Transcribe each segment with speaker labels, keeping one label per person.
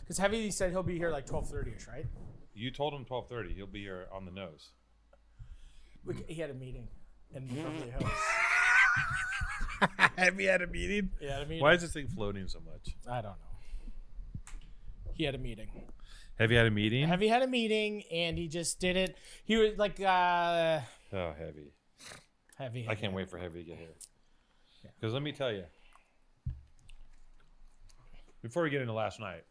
Speaker 1: Because Heavy said he'll be here like twelve thirty ish, right?
Speaker 2: You told him twelve thirty. He'll be here on the nose.
Speaker 1: We, he had a meeting in Beverly Hills.
Speaker 2: Have you had a meeting?
Speaker 1: He had a meeting.
Speaker 2: Why is this thing floating so much?
Speaker 1: I don't know. He had a meeting.
Speaker 2: Have you had a meeting?
Speaker 1: Heavy had a meeting and he just did it. He was like, uh,
Speaker 2: oh, heavy.
Speaker 1: Heavy.
Speaker 2: I can't wait for heavy to get here. Because let me tell you, before we get into last night,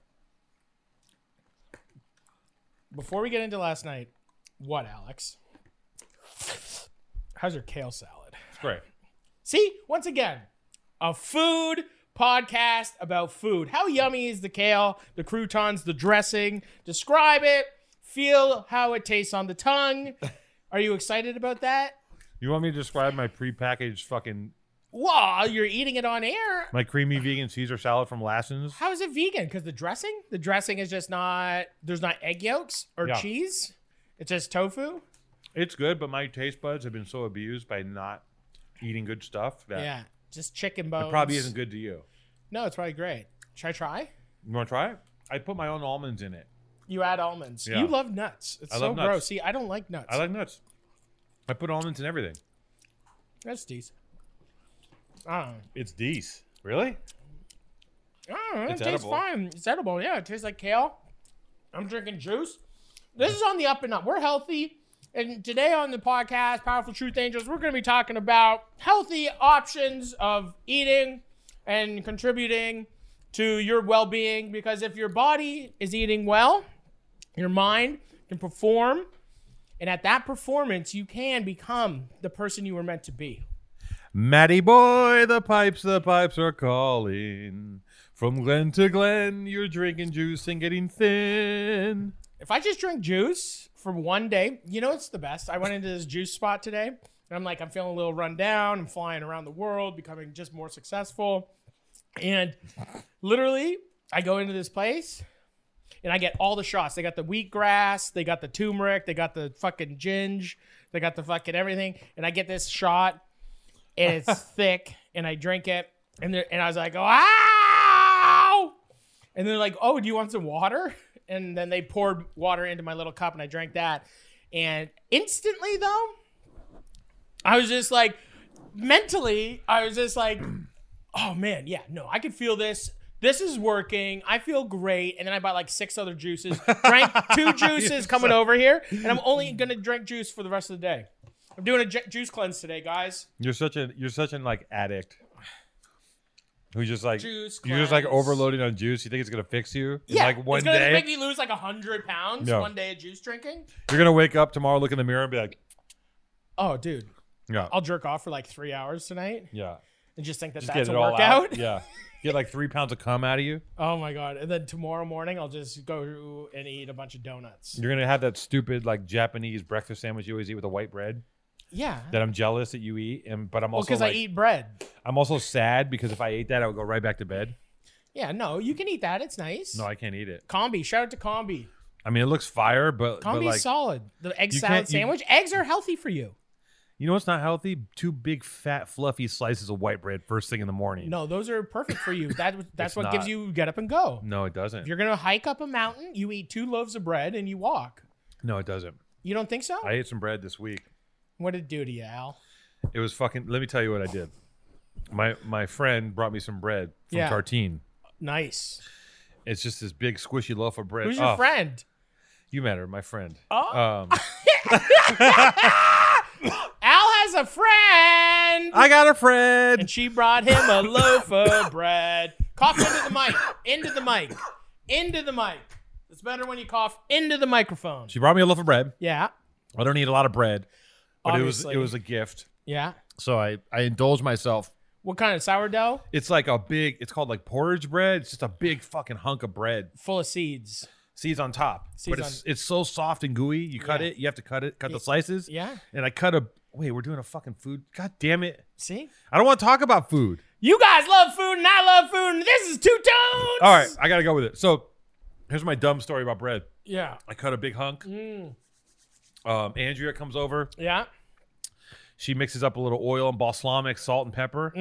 Speaker 1: Before we get into last night, what, Alex? How's your kale salad?
Speaker 2: it's great.
Speaker 1: See, once again, a food podcast about food. How yummy is the kale, the croutons, the dressing? Describe it. Feel how it tastes on the tongue. Are you excited about that?
Speaker 2: You want me to describe my prepackaged fucking
Speaker 1: Well, you're eating it on air.
Speaker 2: my creamy vegan Caesar salad from Lassen's?
Speaker 1: How is it vegan? Because the dressing, the dressing is just not. There's not egg yolks or
Speaker 2: Yeah.
Speaker 1: cheese. It's just tofu.
Speaker 2: It's good, but my taste buds have been so abused by not eating good stuff that
Speaker 1: Yeah, just chicken bones.
Speaker 2: it probably isn't good to you.
Speaker 1: No, it's probably great. Should I try?
Speaker 2: You want to try it? I put my own almonds in it.
Speaker 1: You add almonds.
Speaker 2: Yeah.
Speaker 1: You love nuts. It's
Speaker 2: I
Speaker 1: so
Speaker 2: love nuts.
Speaker 1: gross. See, I don't like nuts.
Speaker 2: I like nuts. I put almonds in everything.
Speaker 1: That's decent. Uh, I don't know.
Speaker 2: It's dece. Really?
Speaker 1: I don't know. It
Speaker 2: It's
Speaker 1: tastes
Speaker 2: edible.
Speaker 1: fine. It's edible. Yeah, it tastes like kale. I'm drinking juice. This is on the up and up. We're healthy. And today on the podcast, Powerful Truth Angels, we're going to be talking about healthy options of eating and contributing to your well being. Because if your body is eating well, your mind can perform. And at that performance, you can become the person you were meant to be.
Speaker 2: Matty boy, the pipes, the pipes are calling. From glen to glen, you're drinking juice and getting thin.
Speaker 1: If I just drink juice for one day, you know it's the best. I went into this juice spot today, and I'm like, I'm feeling a little run down. I'm flying around the world, becoming just more successful, and literally, I go into this place, and I get all the shots. They got the wheatgrass, they got the turmeric, they got the fucking ginger, they got the fucking everything, and I get this shot, and it's thick, and I drink it, and there, and I was like, wow. And they're like, "Oh, do you want some water?" And then they poured water into my little cup, and I drank that. And instantly, though, I was just like, mentally, I was just like, "Oh man, yeah, no, I can feel this. This is working. I feel great." And then I bought like six other juices, drank two juices coming over here, and I'm only gonna drink juice for the rest of the day. I'm doing a ju- juice cleanse today, guys.
Speaker 2: You're such a you're such an like addict. Who just like
Speaker 1: Juice
Speaker 2: you're just like
Speaker 1: cleanse.
Speaker 2: overloading on juice. You think it's gonna fix you? In, like one
Speaker 1: it's gonna
Speaker 2: day
Speaker 1: make me lose like hundred pounds
Speaker 2: No.
Speaker 1: one day of juice drinking.
Speaker 2: you're gonna wake up tomorrow, look in the mirror, and be like,
Speaker 1: Oh, dude.
Speaker 2: yeah,
Speaker 1: I'll jerk off for like three hours tonight
Speaker 2: yeah,
Speaker 1: and just think that
Speaker 2: Just
Speaker 1: that's
Speaker 2: get
Speaker 1: a
Speaker 2: it all
Speaker 1: workout.
Speaker 2: out. Yeah, get like three pounds of cum out of you.
Speaker 1: Oh my god! And then tomorrow morning I'll just go and eat a bunch of donuts.
Speaker 2: You're gonna have that stupid like Japanese breakfast sandwich you always eat with the white bread
Speaker 1: Yeah.
Speaker 2: that I'm jealous that you eat, and but I'm
Speaker 1: Well,
Speaker 2: also
Speaker 1: because
Speaker 2: like,
Speaker 1: I eat bread.
Speaker 2: I'm also sad because if I ate that, I would go right back to bed.
Speaker 1: Yeah. No, you can eat that. It's nice.
Speaker 2: No, I can't eat it.
Speaker 1: Combi, shout out to Combi.
Speaker 2: I mean, it looks fire, but, but
Speaker 1: Combi's
Speaker 2: like
Speaker 1: solid. The egg
Speaker 2: you
Speaker 1: salad
Speaker 2: can't- you-
Speaker 1: sandwich. Eggs are healthy for you.
Speaker 2: you know what's not healthy? Two big fat fluffy slices of white bread first thing in the morning.
Speaker 1: No, those are perfect for you. That that's
Speaker 2: It's
Speaker 1: what gives
Speaker 2: not.
Speaker 1: you get up and go.
Speaker 2: No, it doesn't.
Speaker 1: If you're gonna hike up a mountain, you eat two loaves of bread and you walk.
Speaker 2: no, it doesn't.
Speaker 1: You don't think so?
Speaker 2: I ate some bread this week.
Speaker 1: what did it do to you, Al?
Speaker 2: It was fucking. Let me tell you what I did. My my friend brought me some bread from
Speaker 1: Yeah.
Speaker 2: Tartine.
Speaker 1: Nice.
Speaker 2: It's just this big squishy loaf of bread.
Speaker 1: Who's your
Speaker 2: Oh,
Speaker 1: friend?
Speaker 2: You matter, my friend.
Speaker 1: Oh.
Speaker 2: Um,
Speaker 1: Al has a friend.
Speaker 2: I got a friend.
Speaker 1: and she brought him a loaf of bread. Cough into the mic. Into the mic. Into the mic. It's better when you cough into the microphone.
Speaker 2: She brought me a loaf of bread.
Speaker 1: Yeah.
Speaker 2: I don't eat a lot of bread, but
Speaker 1: Obviously.
Speaker 2: it was it was a gift.
Speaker 1: Yeah.
Speaker 2: So I I indulged myself.
Speaker 1: What kind of sourdough?
Speaker 2: It's like a big. It's called like porridge bread. It's just a big fucking hunk of bread.
Speaker 1: Full of seeds.
Speaker 2: Seeds on top,
Speaker 1: Seeds
Speaker 2: but it's it's so soft and gooey. You cut
Speaker 1: Yeah.
Speaker 2: it. You have to cut it. Cut the slices.
Speaker 1: Yeah.
Speaker 2: And I cut a. Wait, we're doing a fucking food. God damn it!
Speaker 1: See?
Speaker 2: I don't want to talk about food.
Speaker 1: You guys love food and I love food and this is two tones.
Speaker 2: All right, I gotta go with it. So here's my dumb story about bread.
Speaker 1: Yeah.
Speaker 2: I cut a big hunk.
Speaker 1: Mm.
Speaker 2: Um, Andrea comes over.
Speaker 1: Yeah.
Speaker 2: She mixes up a little oil and balsamic, salt and pepper.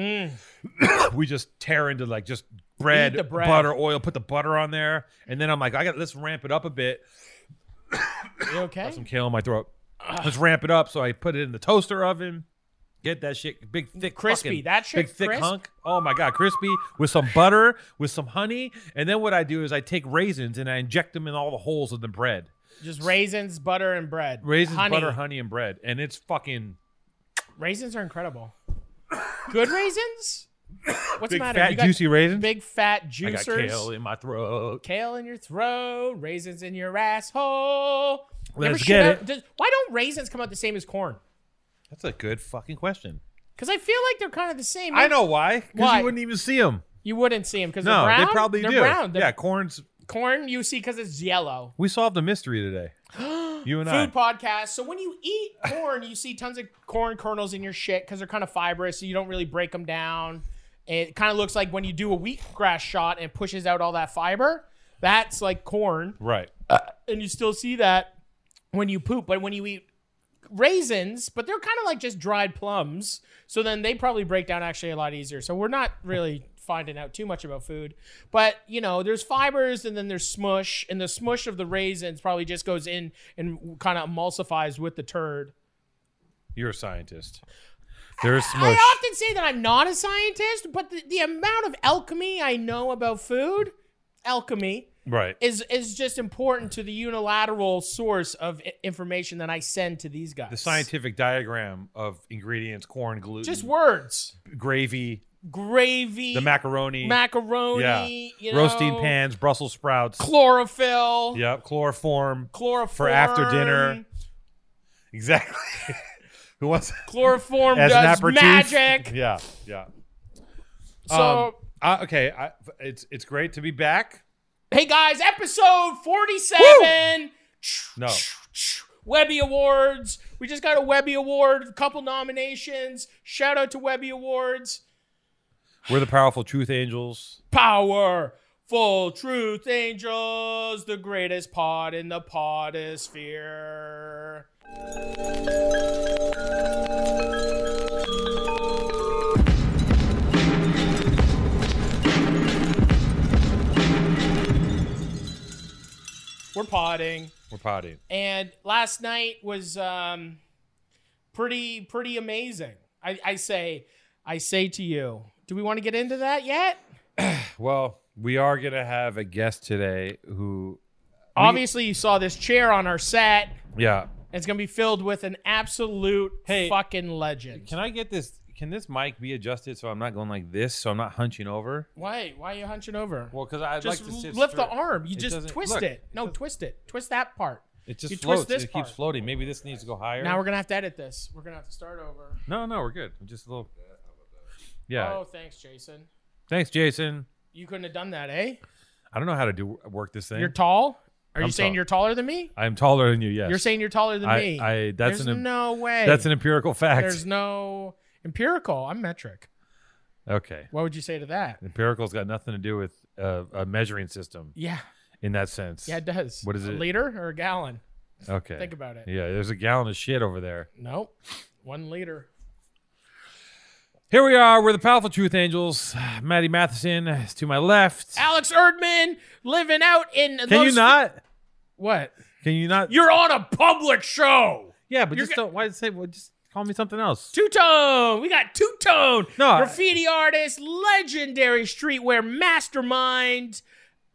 Speaker 2: we just tear into like just bread,
Speaker 1: Mm. Eat the bread.
Speaker 2: butter, oil, put the butter on there, and then I'm like, I got let's ramp it up a bit.
Speaker 1: You okay?
Speaker 2: Some kale in my throat. Let's ramp it up. So I put it in the toaster oven. Get that shit big, thick,
Speaker 1: Crispy.
Speaker 2: fucking-
Speaker 1: That shit
Speaker 2: big, thick
Speaker 1: crisp?
Speaker 2: hunk. Oh my god, crispy with some butter, with some honey, and then what I do is I take raisins and I inject them in all the holes of the bread.
Speaker 1: Just raisins, butter, and bread.
Speaker 2: Raisins,
Speaker 1: honey.
Speaker 2: butter, honey, and bread, and it's fucking
Speaker 1: Raisins are incredible. Good raisins? What's
Speaker 2: big,
Speaker 1: the matter?
Speaker 2: fat,
Speaker 1: you got
Speaker 2: juicy raisins.
Speaker 1: big fat
Speaker 2: I
Speaker 1: juicers.
Speaker 2: got kale in my throat.
Speaker 1: Kale in your throat, raisins in your asshole. You ever
Speaker 2: Let's
Speaker 1: shit
Speaker 2: get
Speaker 1: out-
Speaker 2: it.
Speaker 1: does- why don't raisins come out the same as corn?
Speaker 2: That's a good fucking question.
Speaker 1: Because I feel like they're kind of the same.
Speaker 2: I know why. Because
Speaker 1: Why?
Speaker 2: you wouldn't even see them.
Speaker 1: You wouldn't see them because
Speaker 2: No,
Speaker 1: they're brown.
Speaker 2: they probably
Speaker 1: they're
Speaker 2: do.
Speaker 1: brown. The
Speaker 2: Yeah, corn's.
Speaker 1: Corn you see because it's yellow.
Speaker 2: We solved a mystery today. You and I.
Speaker 1: Food podcast. So when you eat corn, you see tons of corn kernels in your shit because they're kind of fibrous, so you don't really break them down. It kind of looks like when you do a wheatgrass shot and it pushes out all that fiber. That's like corn.
Speaker 2: Right.
Speaker 1: and you still see that when you poop. But when you eat raisins, but they're kind of like just dried plums, so then they probably break down actually a lot easier. So we're not really finding out too much about food, but you know, there's fibers and then there's smush, and the smush of the raisins probably just goes in and kind of emulsifies with the turd.
Speaker 2: You're a scientist. There's
Speaker 1: I
Speaker 2: smush.
Speaker 1: often say that I'm not a scientist, but the, the amount of alchemy I know about food, alchemy,
Speaker 2: Right.
Speaker 1: is is just important to the unilateral source of i- information that I send to these guys.
Speaker 2: The scientific diagram of ingredients: corn, gluten,
Speaker 1: just words,
Speaker 2: gravy,
Speaker 1: gravy,
Speaker 2: the macaroni,
Speaker 1: macaroni, you know,
Speaker 2: roasting pans, Brussels sprouts.
Speaker 1: chlorophyll,
Speaker 2: yep. Chloroform.
Speaker 1: chloroform
Speaker 2: For after dinner. Exactly. Who wants
Speaker 1: Chloroform
Speaker 2: as an
Speaker 1: does
Speaker 2: aperitif?
Speaker 1: magic.
Speaker 2: Yeah. Yeah.
Speaker 1: So,
Speaker 2: Um, I- okay. I, it's it's great to be back.
Speaker 1: hey guys, episode forty-seven.
Speaker 2: No.
Speaker 1: Webby Awards. We just got a Webby Award, a couple nominations. Shout out to Webby Awards.
Speaker 2: We're the powerful truth angels.
Speaker 1: Power, full truth angels, the greatest pod in the podosphere. We're podding,
Speaker 2: We're potty.
Speaker 1: and last night was um, pretty pretty amazing. I, I say, I say to you, do we want to get into that yet?
Speaker 2: Well, we are gonna have a guest today who,
Speaker 1: Obviously, you saw this chair on our set.
Speaker 2: yeah.
Speaker 1: It's gonna be filled with an absolute
Speaker 2: Hey,
Speaker 1: fucking legend.
Speaker 2: Can I get this? Can this mic be adjusted so I'm not going like this? So I'm not hunching over?
Speaker 1: why? Why are you hunching over?
Speaker 2: Well, because I'd
Speaker 1: just
Speaker 2: like to sit.
Speaker 1: lift the
Speaker 2: straight.
Speaker 1: arm. You
Speaker 2: It
Speaker 1: just
Speaker 2: doesn't-
Speaker 1: twist
Speaker 2: look,
Speaker 1: it. No, twist it. Twist that part.
Speaker 2: It just
Speaker 1: You twist
Speaker 2: floats.
Speaker 1: this
Speaker 2: it
Speaker 1: part.
Speaker 2: keeps floating. Maybe this needs to go higher.
Speaker 1: Now we're gonna have to edit this. We're gonna have to start over.
Speaker 2: no, no, we're good. Just a little. Yeah.
Speaker 1: Oh, thanks, Jason.
Speaker 2: Thanks, Jason.
Speaker 1: You couldn't have done that, eh?
Speaker 2: I don't know how to do work this thing.
Speaker 1: You're tall. Are
Speaker 2: I'm
Speaker 1: you saying
Speaker 2: tall.
Speaker 1: you're taller than me?
Speaker 2: I'm taller than you. Yes.
Speaker 1: You're saying you're taller than
Speaker 2: I,
Speaker 1: me.
Speaker 2: I. That's
Speaker 1: There's
Speaker 2: an.
Speaker 1: no way.
Speaker 2: That's an empirical fact.
Speaker 1: There's no empirical. I'm metric.
Speaker 2: okay.
Speaker 1: What would you say to that?
Speaker 2: Empirical's got nothing to do with uh, a measuring system
Speaker 1: Yeah,
Speaker 2: in that sense.
Speaker 1: yeah, it does.
Speaker 2: What is
Speaker 1: A
Speaker 2: it?
Speaker 1: liter or a gallon?
Speaker 2: Okay.
Speaker 1: Think about it.
Speaker 2: Yeah, there's a gallon of shit over there.
Speaker 1: Nope. One liter.
Speaker 2: Here we are. We're the Powerful Truth Angels. Maddie Matheson is to my left.
Speaker 1: Alex Erdman living out in.
Speaker 2: Can you not?
Speaker 1: What?
Speaker 2: Can you not?
Speaker 1: You're on a public show.
Speaker 2: yeah, but
Speaker 1: you're
Speaker 2: just
Speaker 1: ga-
Speaker 2: don't. Why say? Well, just call me something else.
Speaker 1: Two tone. We got two tone.
Speaker 2: No, I-
Speaker 1: Graffiti artist, legendary streetwear mastermind,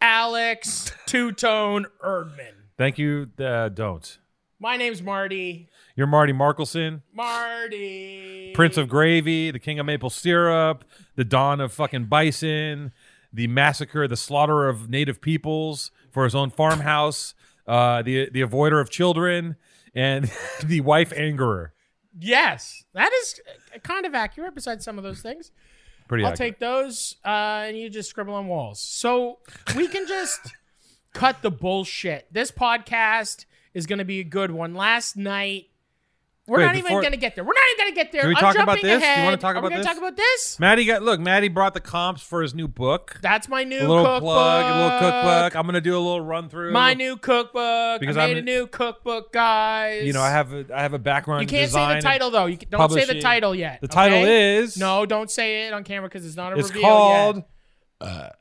Speaker 1: Alex Two Tone Erdman.
Speaker 2: Thank you. Uh, don't.
Speaker 1: My name's Marty.
Speaker 2: You're Marty Markelson,
Speaker 1: Marty.
Speaker 2: Prince of Gravy, the King of Maple Syrup, the Dawn of fucking Bison, the massacre, the slaughter of Native peoples for his own farmhouse, uh, the the avoider of children, and the wife angerer.
Speaker 1: Yes, that is uh, kind of accurate. Besides some of those things,
Speaker 2: Pretty.
Speaker 1: I'll
Speaker 2: accurate.
Speaker 1: take those, uh, and you just scribble on walls. So we can just cut the bullshit. This podcast is going to be a good one. Last night, we're
Speaker 2: Wait,
Speaker 1: not even
Speaker 2: before-
Speaker 1: going to get there. We're not even going to get there.
Speaker 2: Can we
Speaker 1: I'm
Speaker 2: talk about
Speaker 1: jumping
Speaker 2: this? You
Speaker 1: ahead.
Speaker 2: wanna talk
Speaker 1: Are we
Speaker 2: about
Speaker 1: gonna
Speaker 2: this?
Speaker 1: talk about this?
Speaker 2: Maddie got look. Maddie brought the comps for his new book.
Speaker 1: That's my new
Speaker 2: a little
Speaker 1: cookbook.
Speaker 2: plug, a little cookbook. I'm gonna do a little run through.
Speaker 1: My new cookbook.
Speaker 2: Because
Speaker 1: I made a
Speaker 2: I'm-
Speaker 1: new cookbook, guys.
Speaker 2: You know, I have a I have a background.
Speaker 1: You
Speaker 2: in
Speaker 1: can't say
Speaker 2: design
Speaker 1: the
Speaker 2: and-
Speaker 1: title though. You can, don't say the
Speaker 2: publishing.
Speaker 1: title yet.
Speaker 2: The title
Speaker 1: okay?
Speaker 2: is
Speaker 1: No, don't say it on camera because it's not a
Speaker 2: It's
Speaker 1: reveal yet.
Speaker 2: called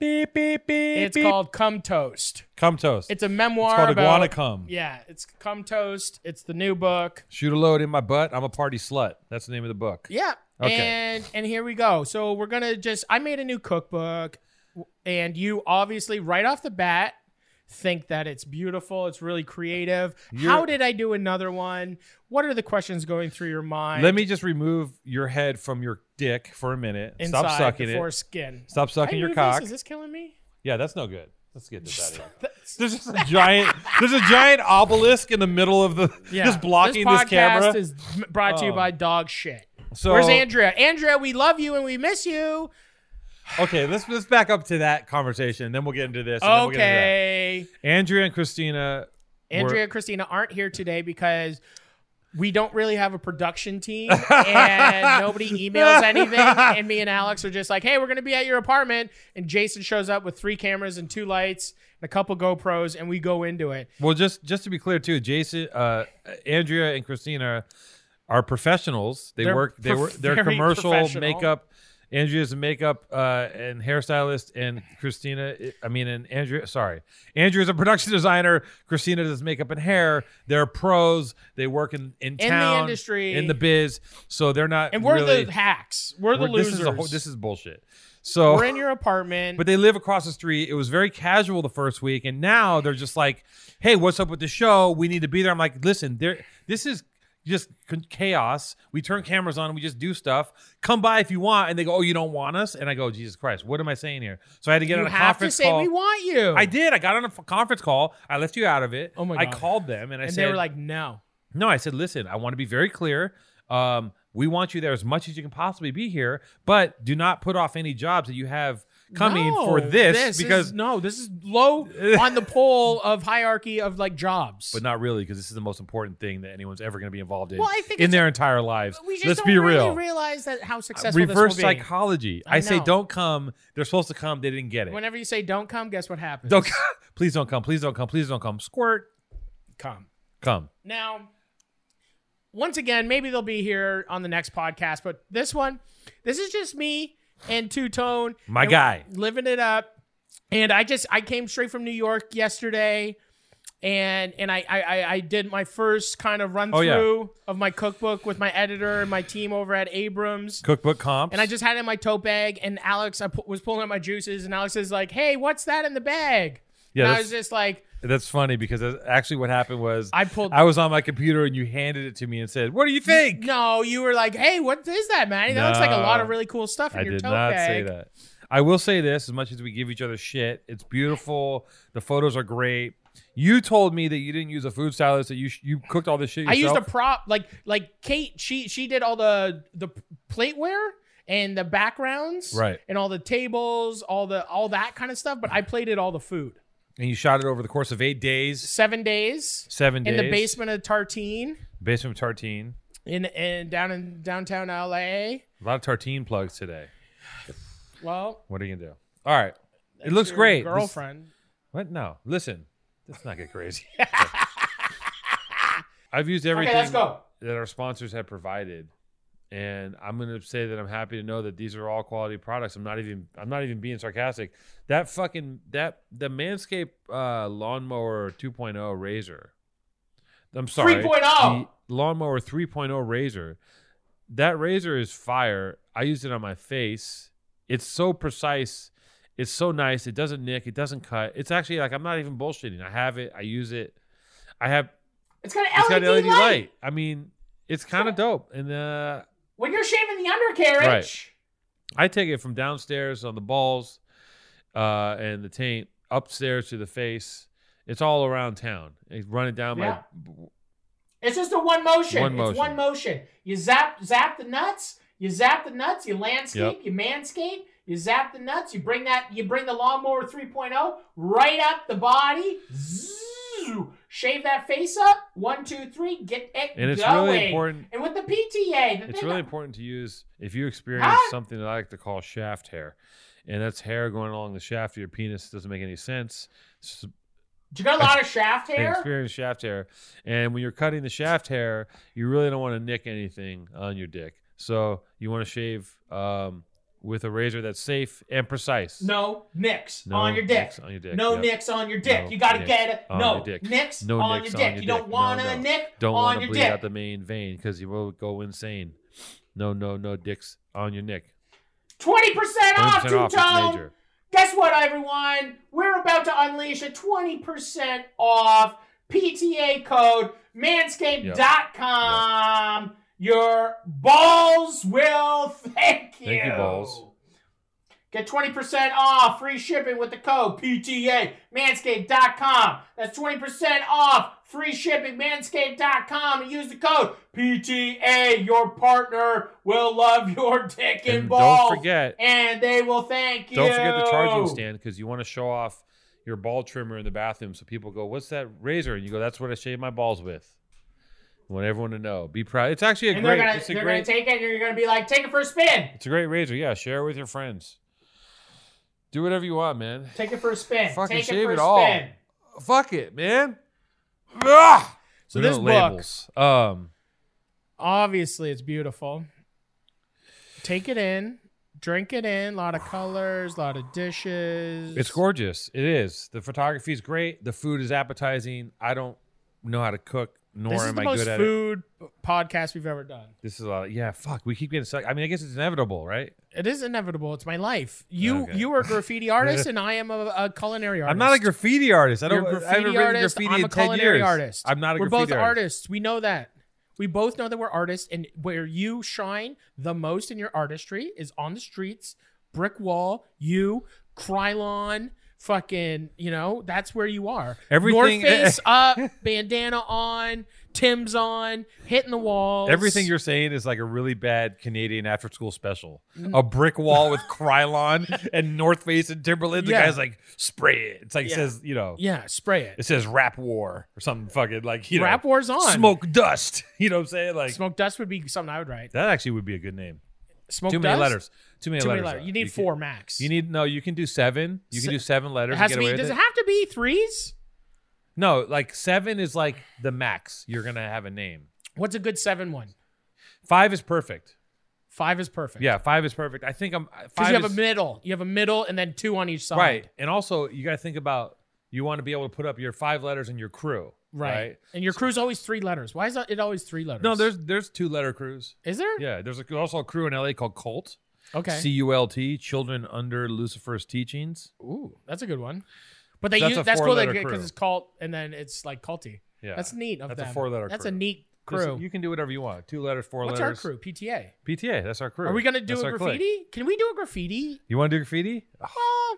Speaker 2: Beep beep beep.
Speaker 1: It's
Speaker 2: beep.
Speaker 1: called Cum Toast.
Speaker 2: Cum Toast.
Speaker 1: It's a memoir
Speaker 2: It's called
Speaker 1: about
Speaker 2: Iguana Cum.
Speaker 1: Yeah, it's Cum Toast. It's the new book.
Speaker 2: Shoot a load in my butt. I'm a party slut. That's the name of the book.
Speaker 1: Yeah.
Speaker 2: Okay.
Speaker 1: And and here we go. So we're gonna just I made a new cookbook, and you obviously right off the bat think that it's beautiful. It's really creative.
Speaker 2: You're-
Speaker 1: How did I do another one? What are the questions going through your mind?
Speaker 2: Let me just remove your head from your dick for a minute.
Speaker 1: inside
Speaker 2: Stop sucking
Speaker 1: the
Speaker 2: it.
Speaker 1: foreskin.
Speaker 2: Stop sucking
Speaker 1: Hey,
Speaker 2: your
Speaker 1: Rufus,
Speaker 2: cock.
Speaker 1: Is this killing me?
Speaker 2: Yeah, that's no good. Let's get this out of here.
Speaker 1: That's-
Speaker 2: There's just a giant. there's a giant obelisk in the middle of the.
Speaker 1: yeah.
Speaker 2: Just blocking this,
Speaker 1: podcast
Speaker 2: camera.
Speaker 1: is m- brought to you
Speaker 2: Oh.
Speaker 1: by dog shit.
Speaker 2: so
Speaker 1: Where's Andrea? Andrea, we love you and we miss you.
Speaker 2: okay, let's let's back up to that conversation. Then we'll get into this. and then we'll get into that.
Speaker 1: Okay.
Speaker 2: Andrea and Christina. were-
Speaker 1: Andrea and Christina aren't here today because we don't really have a production team and nobody emails anything. And me and Alex are just like, hey, we're going to be at your apartment. And Jason shows up with three cameras and two lights and a couple GoPros, and we go into it.
Speaker 2: Well, just just to be clear too, Jason, uh, Andrea, and Christina are professionals. They
Speaker 1: They're
Speaker 2: work. They
Speaker 1: prof-
Speaker 2: work. They're
Speaker 1: very
Speaker 2: commercial
Speaker 1: professional.
Speaker 2: makeup. Andrea's a makeup uh, and hairstylist, and Christina. I mean, and Andrea. Sorry, Andrea's a production designer. Christina does makeup and hair. They're pros. They work in in,
Speaker 1: the
Speaker 2: town,
Speaker 1: industry.
Speaker 2: in the biz. So they're not.
Speaker 1: And we're
Speaker 2: really,
Speaker 1: the hacks. We're the
Speaker 2: we're-
Speaker 1: losers.
Speaker 2: This is, a, whole- this is bullshit. So
Speaker 1: we're in your apartment.
Speaker 2: but they live across the street. It was very casual the first week, and now they're just like, "Hey, what's up with the show? We need to be there." I'm like, "Listen, there. This is just c- chaos. We turn cameras on. We just do stuff. Come by if you want." And they go, "Oh, you don't want us?" And I go, "Jesus Christ, what am I saying here?" So I had to get
Speaker 1: you
Speaker 2: on a
Speaker 1: have to
Speaker 2: conference
Speaker 1: say
Speaker 2: call.
Speaker 1: we want you.
Speaker 2: I did. I got on a f- conference call. I left you out of it.
Speaker 1: Oh my
Speaker 2: I
Speaker 1: God.
Speaker 2: called them and I
Speaker 1: and
Speaker 2: said,
Speaker 1: they were like, no.
Speaker 2: no, I said, listen, I want to be very clear. Um, we want you there as much as you can possibly be here, but do not put off any jobs that you have coming
Speaker 1: No,
Speaker 2: for this,
Speaker 1: is-
Speaker 2: because
Speaker 1: no, this is low on the pole of hierarchy of like jobs.
Speaker 2: but not really because this is the most important thing that anyone's ever going to be involved in
Speaker 1: Well, I think
Speaker 2: in
Speaker 1: it's-
Speaker 2: their entire lives.
Speaker 1: we just
Speaker 2: Let's
Speaker 1: don't
Speaker 2: be
Speaker 1: really
Speaker 2: real. Uh,
Speaker 1: realize that how successful
Speaker 2: Reverse
Speaker 1: this will be.
Speaker 2: psychology.
Speaker 1: I
Speaker 2: I, say
Speaker 1: know.
Speaker 2: don't come. They're supposed to come. They didn't get it.
Speaker 1: Whenever you say "don't come," guess what happens?
Speaker 2: don't come. please don't come. Please don't come. Please don't come. Squirt.
Speaker 1: come.
Speaker 2: Come.
Speaker 1: Now, once again, maybe they'll be here on the next podcast, but this one, this is just me and Two Tone,
Speaker 2: My
Speaker 1: and
Speaker 2: guy.
Speaker 1: living it up. And I just I came straight from New York yesterday, and and I I, I- I did my first kind of run
Speaker 2: Oh, yeah.
Speaker 1: through of my cookbook with my editor and my team over at Abrams.
Speaker 2: Cookbook comps.
Speaker 1: And I just had it in my tote bag, and Alex, I pu- was pulling out my juices, and Alex is like, "Hey, what's that in the bag?"
Speaker 2: yeah,
Speaker 1: and I
Speaker 2: that's-
Speaker 1: was just like,
Speaker 2: That's funny because that's actually what happened was
Speaker 1: I pulled-
Speaker 2: I was on my computer and you handed it to me and said, "What do you think?"
Speaker 1: "No, you were like, hey, what is that, Maddie? That looks like a lot
Speaker 2: No.
Speaker 1: of really cool stuff in
Speaker 2: I
Speaker 1: your
Speaker 2: did
Speaker 1: tote
Speaker 2: not say
Speaker 1: bag."
Speaker 2: that. I will say this: as much as we give each other shit, it's beautiful. The photos are great. You told me that you didn't use a food stylist; that you sh- you cooked all this shit
Speaker 1: I
Speaker 2: yourself.
Speaker 1: used a prop, like like Kate, she she did all the the plateware and the backgrounds,
Speaker 2: Right.
Speaker 1: and all the tables, all the all that kind of stuff. But I plated all the food.
Speaker 2: and you shot it over the course of eight days,
Speaker 1: Seven days
Speaker 2: seven
Speaker 1: in
Speaker 2: days
Speaker 1: the basement of Tartine
Speaker 2: basement of Tartine.
Speaker 1: in in down in downtown LA.
Speaker 2: A lot of Tartine plugs today.
Speaker 1: Well,
Speaker 2: What are you gonna do? All right, it looks
Speaker 1: your
Speaker 2: great. This-
Speaker 1: girlfriend.
Speaker 2: what? No, listen, let's not get crazy. I've used everything.
Speaker 1: Okay, let's go.
Speaker 2: that our sponsors have provided and i'm going to say that i'm happy to know that these are all quality products i'm not even i'm not even being sarcastic that fucking that the manscaped uh lawnmower 2.0 razor i'm sorry
Speaker 1: 3.0.
Speaker 2: the lawnmower 3.0 razor that razor is fire i used it on my face it's so precise it's so nice it doesn't nick it doesn't cut it's actually like i'm not even bullshitting i have it i use it i have
Speaker 1: It's got an
Speaker 2: it's
Speaker 1: LED,
Speaker 2: got an LED
Speaker 1: E light.
Speaker 2: light. I mean, it's kind of dope. And uh,
Speaker 1: When you're shaving the undercarriage,
Speaker 2: Right. I take it from downstairs on the balls uh, and the taint upstairs to the face. It's all around town. It's running down
Speaker 1: Yeah.
Speaker 2: my.
Speaker 1: it's just a one motion.
Speaker 2: One
Speaker 1: it's
Speaker 2: motion.
Speaker 1: one motion. You zap zap the nuts. You zap the nuts. You landscape. You manscape. You zap the nuts. You bring that. You bring the lawnmower 3.0 right up the body. Zzz, shave that face up. One, two, three. Get it
Speaker 2: And it's
Speaker 1: going.
Speaker 2: really important.
Speaker 1: And with the PTA, the
Speaker 2: It's
Speaker 1: thing
Speaker 2: really
Speaker 1: that-
Speaker 2: important to use if you experience
Speaker 1: Huh?
Speaker 2: something that I like to call shaft hair, and that's hair going along the shaft of your penis. doesn't make any sense. It's
Speaker 1: Do you got a lot of shaft
Speaker 2: They
Speaker 1: hair?
Speaker 2: experience shaft hair. And when you're cutting the shaft hair, you really don't want to nick anything on your dick. So you want to shave um, with a razor that's safe and precise.
Speaker 1: No nicks
Speaker 2: No
Speaker 1: on your dick.
Speaker 2: nicks on your dick,
Speaker 1: No
Speaker 2: yep.
Speaker 1: nicks on your dick.
Speaker 2: No
Speaker 1: you gotta
Speaker 2: nicks
Speaker 1: get it.
Speaker 2: on
Speaker 1: no
Speaker 2: your dick.
Speaker 1: nicks
Speaker 2: No
Speaker 1: on
Speaker 2: nicks
Speaker 1: your dick.
Speaker 2: on
Speaker 1: you
Speaker 2: your dick.
Speaker 1: don't
Speaker 2: No,
Speaker 1: want
Speaker 2: no.
Speaker 1: a nick
Speaker 2: Don't
Speaker 1: on
Speaker 2: want to
Speaker 1: your
Speaker 2: bleed
Speaker 1: dick.
Speaker 2: out the main vein because you will go insane. No, no, no dicks on your neck.
Speaker 1: 20% off,
Speaker 2: 100% off
Speaker 1: two
Speaker 2: is
Speaker 1: tone.
Speaker 2: major.
Speaker 1: Guess what, everyone? We're about to unleash a 20% off PTA code manscaped.com. Your balls will thank you.
Speaker 2: Thank you, balls.
Speaker 1: Get 20% off free shipping with the code PTA manscaped.com. That's 20% off free shipping manscaped.com and use the code PTA. Your partner will love your dick and,
Speaker 2: And
Speaker 1: balls
Speaker 2: don't forget,
Speaker 1: and they will thank you.
Speaker 2: don't forget the charging stand because you want to show off your ball trimmer in the bathroom so people go, "What's that razor?" And you go, "That's what I shave my balls with." I want everyone to know. Be proud. It's actually a
Speaker 1: And
Speaker 2: great.
Speaker 1: they're gonna
Speaker 2: it's a
Speaker 1: they're
Speaker 2: great.
Speaker 1: gonna take it and you're gonna be like, take it for a spin.
Speaker 2: it's a great razor. Yeah, share it with your friends. Do whatever you want, man.
Speaker 1: Take it for a spin.
Speaker 2: Fucking
Speaker 1: take
Speaker 2: shave
Speaker 1: it for
Speaker 2: it
Speaker 1: a
Speaker 2: all.
Speaker 1: spin.
Speaker 2: Fuck it, man. Ugh!
Speaker 1: So
Speaker 2: We
Speaker 1: this
Speaker 2: don't
Speaker 1: book-
Speaker 2: labels. Um,
Speaker 1: Obviously it's beautiful. Take it in. Drink it in, a lot of colors, a lot of dishes.
Speaker 2: It's gorgeous. It is. The photography is great. The food is appetizing. I don't know how to cook, nor
Speaker 1: This is
Speaker 2: am
Speaker 1: the
Speaker 2: I
Speaker 1: most
Speaker 2: good at it.
Speaker 1: food podcast we've ever done.
Speaker 2: This is a lot. yeah, fuck. We keep getting stuck. I mean, I guess it's inevitable, right?
Speaker 1: It is inevitable. It's my life. You
Speaker 2: Okay.
Speaker 1: you are a graffiti artist, and I am a, a culinary artist.
Speaker 2: I'm not a graffiti artist. I
Speaker 1: You're
Speaker 2: don't.
Speaker 1: a
Speaker 2: I haven't
Speaker 1: graffiti
Speaker 2: written
Speaker 1: artist.
Speaker 2: graffiti
Speaker 1: I'm
Speaker 2: in
Speaker 1: a
Speaker 2: 10
Speaker 1: culinary
Speaker 2: years.
Speaker 1: artist.
Speaker 2: I'm not a
Speaker 1: We're both
Speaker 2: graffiti artist.
Speaker 1: artists. We know that. We both know that we're artists, and where you shine the most in your artistry is on the streets, brick wall, you, Krylon, fucking, you know, that's where you are. North
Speaker 2: Everything-
Speaker 1: face up, bandana on, Tim's on, hitting the walls.
Speaker 2: Everything you're saying is like a really bad Canadian after school special.
Speaker 1: Mm.
Speaker 2: A brick wall with Krylon and North Face and Timberland. The
Speaker 1: Yeah.
Speaker 2: guy's like, spray it. It's like, it
Speaker 1: Yeah.
Speaker 2: says, you know,
Speaker 1: yeah, spray it.
Speaker 2: it says rap war or something fucking like, you
Speaker 1: Rap
Speaker 2: know,
Speaker 1: wars on.
Speaker 2: smoke dust. You know what I'm saying? Like,
Speaker 1: Smoke dust would be something I would write.
Speaker 2: That actually would be a good name.
Speaker 1: Smoke
Speaker 2: Too
Speaker 1: dust?
Speaker 2: many letters. Too many
Speaker 1: Too
Speaker 2: letters.
Speaker 1: many letters.
Speaker 2: though.
Speaker 1: You need
Speaker 2: can-
Speaker 1: four max.
Speaker 2: You need no. You can do seven. You can
Speaker 1: Se-
Speaker 2: do seven
Speaker 1: It
Speaker 2: letters.
Speaker 1: has
Speaker 2: and
Speaker 1: to
Speaker 2: get
Speaker 1: be.
Speaker 2: away
Speaker 1: Does
Speaker 2: with
Speaker 1: it
Speaker 2: it.
Speaker 1: have to be threes?
Speaker 2: no, like seven is like the max. You're gonna have a name.
Speaker 1: What's a good seven one?
Speaker 2: Five is perfect.
Speaker 1: Five is perfect.
Speaker 2: Yeah, five is perfect. I think I'm. uh,
Speaker 1: Because
Speaker 2: Five
Speaker 1: you have
Speaker 2: is,
Speaker 1: a middle. You have a middle and then two on each side.
Speaker 2: right, and also you gotta think about you want to be able to put up your five letters in your crew.
Speaker 1: Right. And your crew's always three letters. Why is that it always three letters?
Speaker 2: No, there's there's two letter crews.
Speaker 1: Is there?
Speaker 2: Yeah, there's a, also a crew in LA called Cult.
Speaker 1: Okay.
Speaker 2: C U L T. Children under Lucifer's teachings.
Speaker 1: Ooh, that's a good one. But they
Speaker 2: That's
Speaker 1: use
Speaker 2: a
Speaker 1: that's cool
Speaker 2: four-letter
Speaker 1: because
Speaker 2: crew.
Speaker 1: it's cult and then it's like culty.
Speaker 2: Yeah,
Speaker 1: That's neat of
Speaker 2: That's a
Speaker 1: them.
Speaker 2: four-letter
Speaker 1: That's a
Speaker 2: crew.
Speaker 1: neat
Speaker 2: This-
Speaker 1: crew.
Speaker 2: You can do whatever you want. Two letters, four
Speaker 1: What's
Speaker 2: letters.
Speaker 1: our crew? PTA.
Speaker 2: PTA. That's our crew.
Speaker 1: Are we gonna do
Speaker 2: That's
Speaker 1: a
Speaker 2: our clique.
Speaker 1: graffiti? Can we do a graffiti?
Speaker 2: You want to do graffiti?
Speaker 1: Oh.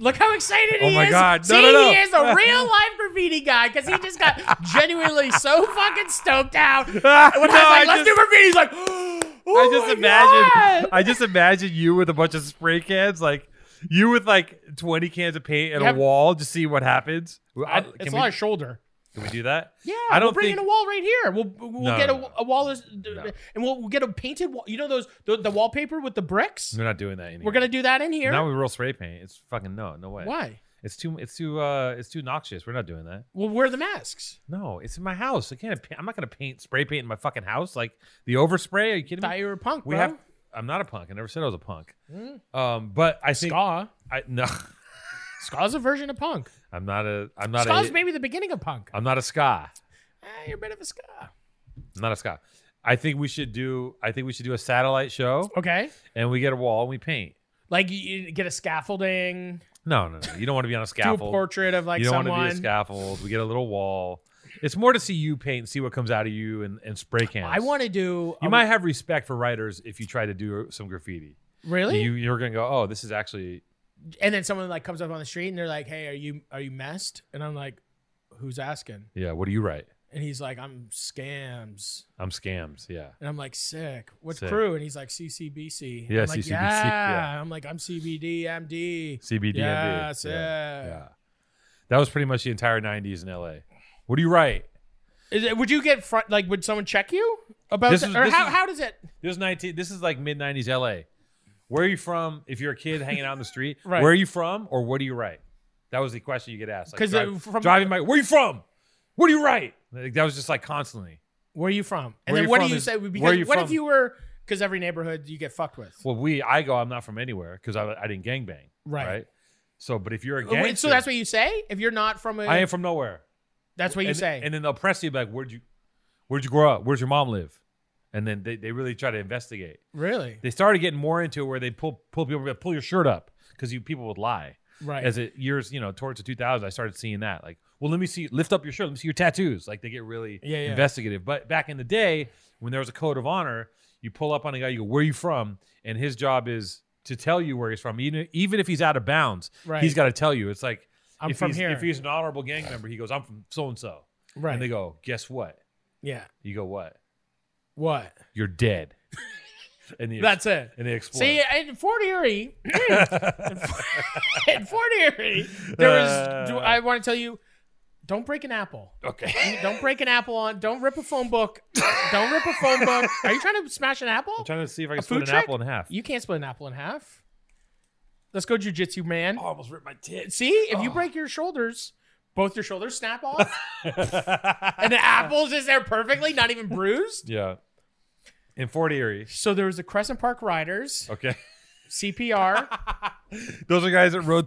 Speaker 1: Look how excited
Speaker 2: Oh
Speaker 1: he
Speaker 2: my
Speaker 1: is.
Speaker 2: God. No,
Speaker 1: See,
Speaker 2: no, no.
Speaker 1: he is a real life graffiti guy because he just got genuinely so fucking stoked out. When
Speaker 2: Ah,
Speaker 1: I was
Speaker 2: no,
Speaker 1: like,
Speaker 2: I
Speaker 1: let's do
Speaker 2: just-
Speaker 1: graffiti, he's like, oh
Speaker 2: I just
Speaker 1: my
Speaker 2: imagine.
Speaker 1: God.
Speaker 2: I just imagine you with a bunch of spray cans, like you with like twenty cans of paint and
Speaker 1: You have-
Speaker 2: a wall to see what happens.
Speaker 1: I-
Speaker 2: I-
Speaker 1: it's
Speaker 2: we,
Speaker 1: on our shoulder.
Speaker 2: can we do that?
Speaker 1: Yeah,
Speaker 2: I don't
Speaker 1: we'll bring
Speaker 2: think-
Speaker 1: in a wall right here. We'll we'll
Speaker 2: No,
Speaker 1: get a,
Speaker 2: no, no.
Speaker 1: a wall, is-
Speaker 2: No.
Speaker 1: and we'll, we'll get a painted wall. You know those the, the wallpaper with the bricks.
Speaker 2: We're not doing that anymore.
Speaker 1: We're gonna do that in here.
Speaker 2: not with real spray paint. It's fucking no, no way.
Speaker 1: Why?
Speaker 2: It's too. It's too. uh It's too noxious. We're not doing that.
Speaker 1: We'll wear the masks.
Speaker 2: No, it's in my house. I can't. pa- I'm not gonna paint spray paint in my fucking house. Like the overspray. Are you kidding
Speaker 1: Thought
Speaker 2: me?
Speaker 1: you were a punk,
Speaker 2: We
Speaker 1: bro.
Speaker 2: have. I'm not a punk. I never said I was a punk. Um, but I think
Speaker 1: ska.
Speaker 2: I no.
Speaker 1: Ska's a version of punk.
Speaker 2: I'm not a. I'm not
Speaker 1: Ska's
Speaker 2: a.
Speaker 1: maybe the beginning of punk.
Speaker 2: I'm not a ska.
Speaker 1: Ah, you're a bit of a ska.
Speaker 2: I'm not a ska. I think we should do. I think we should do a satellite show,
Speaker 1: Okay.
Speaker 2: and we get a wall and we paint.
Speaker 1: Like you, you get a scaffolding,
Speaker 2: No, no, no. You don't want to be on
Speaker 1: do
Speaker 2: a
Speaker 1: a
Speaker 2: scaffold.
Speaker 1: portrait of like
Speaker 2: you don't
Speaker 1: someone.
Speaker 2: want to be a scaffold. We get a little wall. It's more to see you paint and see what comes out of you and, and spray cans.
Speaker 1: I want to do.
Speaker 2: You
Speaker 1: a-
Speaker 2: might have respect for writers if you try to do some graffiti.
Speaker 1: really,
Speaker 2: You you're gonna go, oh, this is actually
Speaker 1: and then someone like comes up on the street and they're like, "Hey, are you are you messed?" And I'm like, "Who's asking?"
Speaker 2: yeah. What do you write?
Speaker 1: And he's like, "I'm scams."
Speaker 2: I'm scams. Yeah.
Speaker 1: And I'm like, "Sick." What's
Speaker 2: Sick.
Speaker 1: crew? And he's like, "CCBC." And
Speaker 2: Yeah,
Speaker 1: I'm like,
Speaker 2: CCBC,
Speaker 1: Yeah.
Speaker 2: yeah.
Speaker 1: I'm like, "I'm CBD, MD."
Speaker 2: CBD.
Speaker 1: Yeah, sick.
Speaker 2: yeah. That was pretty much the entire '90s in LA. What do you write?
Speaker 1: Is it, would you get front? Like, would someone check you about
Speaker 2: This
Speaker 1: that?
Speaker 2: is-
Speaker 1: or
Speaker 2: this
Speaker 1: how,
Speaker 2: is-
Speaker 1: how does it?
Speaker 2: This is 19. This is like mid 90s LA. Where are you from? If you're a kid hanging out in the street,
Speaker 1: Right.
Speaker 2: where are you from or what do you write? That was the question you get asked. Like,
Speaker 1: 'Cause,
Speaker 2: drive-
Speaker 1: uh, from-
Speaker 2: driving by, where are you from? What do you write? Like, that was just like constantly.
Speaker 1: Where are you from? And
Speaker 2: Where
Speaker 1: then
Speaker 2: you
Speaker 1: what do
Speaker 2: from
Speaker 1: you
Speaker 2: is-
Speaker 1: say?
Speaker 2: where
Speaker 1: Because
Speaker 2: you
Speaker 1: what if
Speaker 2: from-
Speaker 1: you were? because every neighborhood you get fucked with.
Speaker 2: Well, we I go. I'm not from anywhere because I, I didn't gangbang.
Speaker 1: Right.
Speaker 2: So, but if you're a
Speaker 1: Oh,
Speaker 2: gangster,
Speaker 1: wait, so that's what you say if you're not from a.
Speaker 2: I am from nowhere.
Speaker 1: that's what you
Speaker 2: and,
Speaker 1: say.
Speaker 2: And then they'll press you like, "Where'd you, where'd you grow up? Where's your mom live?" And then they, they really try to investigate.
Speaker 1: really?
Speaker 2: They started getting more into it where they pull pull people like, pull your shirt up because you people would lie.
Speaker 1: Right.
Speaker 2: As it years you know towards the 2000s, I started seeing that like, well, let me see, lift up your shirt, let me see your tattoos. Like they get really
Speaker 1: Yeah, yeah.
Speaker 2: investigative. But back in the day when there was a code of honor, you pull up on a guy, you go, "Where you from?" And his job is to tell you where he's from, even even if he's out of bounds.
Speaker 1: Right.
Speaker 2: He's got to tell you. It's like
Speaker 1: I'm
Speaker 2: if
Speaker 1: from
Speaker 2: he's,
Speaker 1: here.
Speaker 2: If he's an honorable gang member, he goes, I'm from so and so.
Speaker 1: right.
Speaker 2: And they go, Guess what?
Speaker 1: yeah.
Speaker 2: You go, What?
Speaker 1: What?
Speaker 2: You're dead. and they,
Speaker 1: That's it.
Speaker 2: and they explode.
Speaker 1: See, in Fort Erie, in Fort Erie, there was. do-
Speaker 2: Uh.
Speaker 1: I want to tell you, don't break an apple.
Speaker 2: okay.
Speaker 1: Don't break an apple on. Don't rip a phone book. Don't rip a phone book. Are you trying to smash an apple?
Speaker 2: I'm trying to see if I can
Speaker 1: A
Speaker 2: split
Speaker 1: food
Speaker 2: an
Speaker 1: truck?
Speaker 2: apple in half.
Speaker 1: You can't split an apple in half. Let's go, jujitsu man.
Speaker 2: I almost ripped my tits.
Speaker 1: See, if you break your shoulders, both your shoulders snap off, and the apple's just there perfectly, not even bruised.
Speaker 2: yeah. In Fort Erie.
Speaker 1: So there was the Crescent Park Riders,
Speaker 2: Okay.
Speaker 1: CPR.
Speaker 2: Those are guys that rode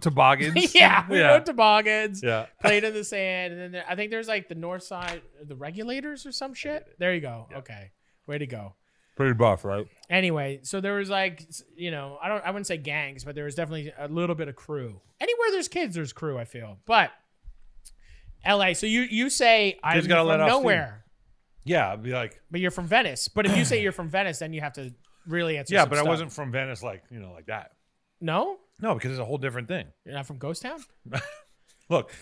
Speaker 2: toboggans.
Speaker 1: yeah, we
Speaker 2: Yeah.
Speaker 1: rode toboggans,
Speaker 2: yeah.
Speaker 1: played in the sand, and then there, I think there's like the north side, the regulators or some shit. There you go. Okay, way to go.
Speaker 2: Pretty buff, right?
Speaker 1: Anyway, so there was like s- you know I don't I wouldn't say gangs, but there was definitely a little bit of crew. Anywhere there's kids, there's crew. I feel, but L.A. So you you say I'm
Speaker 2: Kids gotta
Speaker 1: from
Speaker 2: let off steam.
Speaker 1: nowhere.
Speaker 2: Yeah. I'd be like,
Speaker 1: But you're from Venice. But if you say you're from Venice, then you have to really answer.
Speaker 2: yeah,
Speaker 1: some
Speaker 2: but I
Speaker 1: stuff.
Speaker 2: wasn't from Venice like, you know, like that.
Speaker 1: No,
Speaker 2: No, because it's a whole different thing.
Speaker 1: you're not from Ghost Town.
Speaker 2: Look,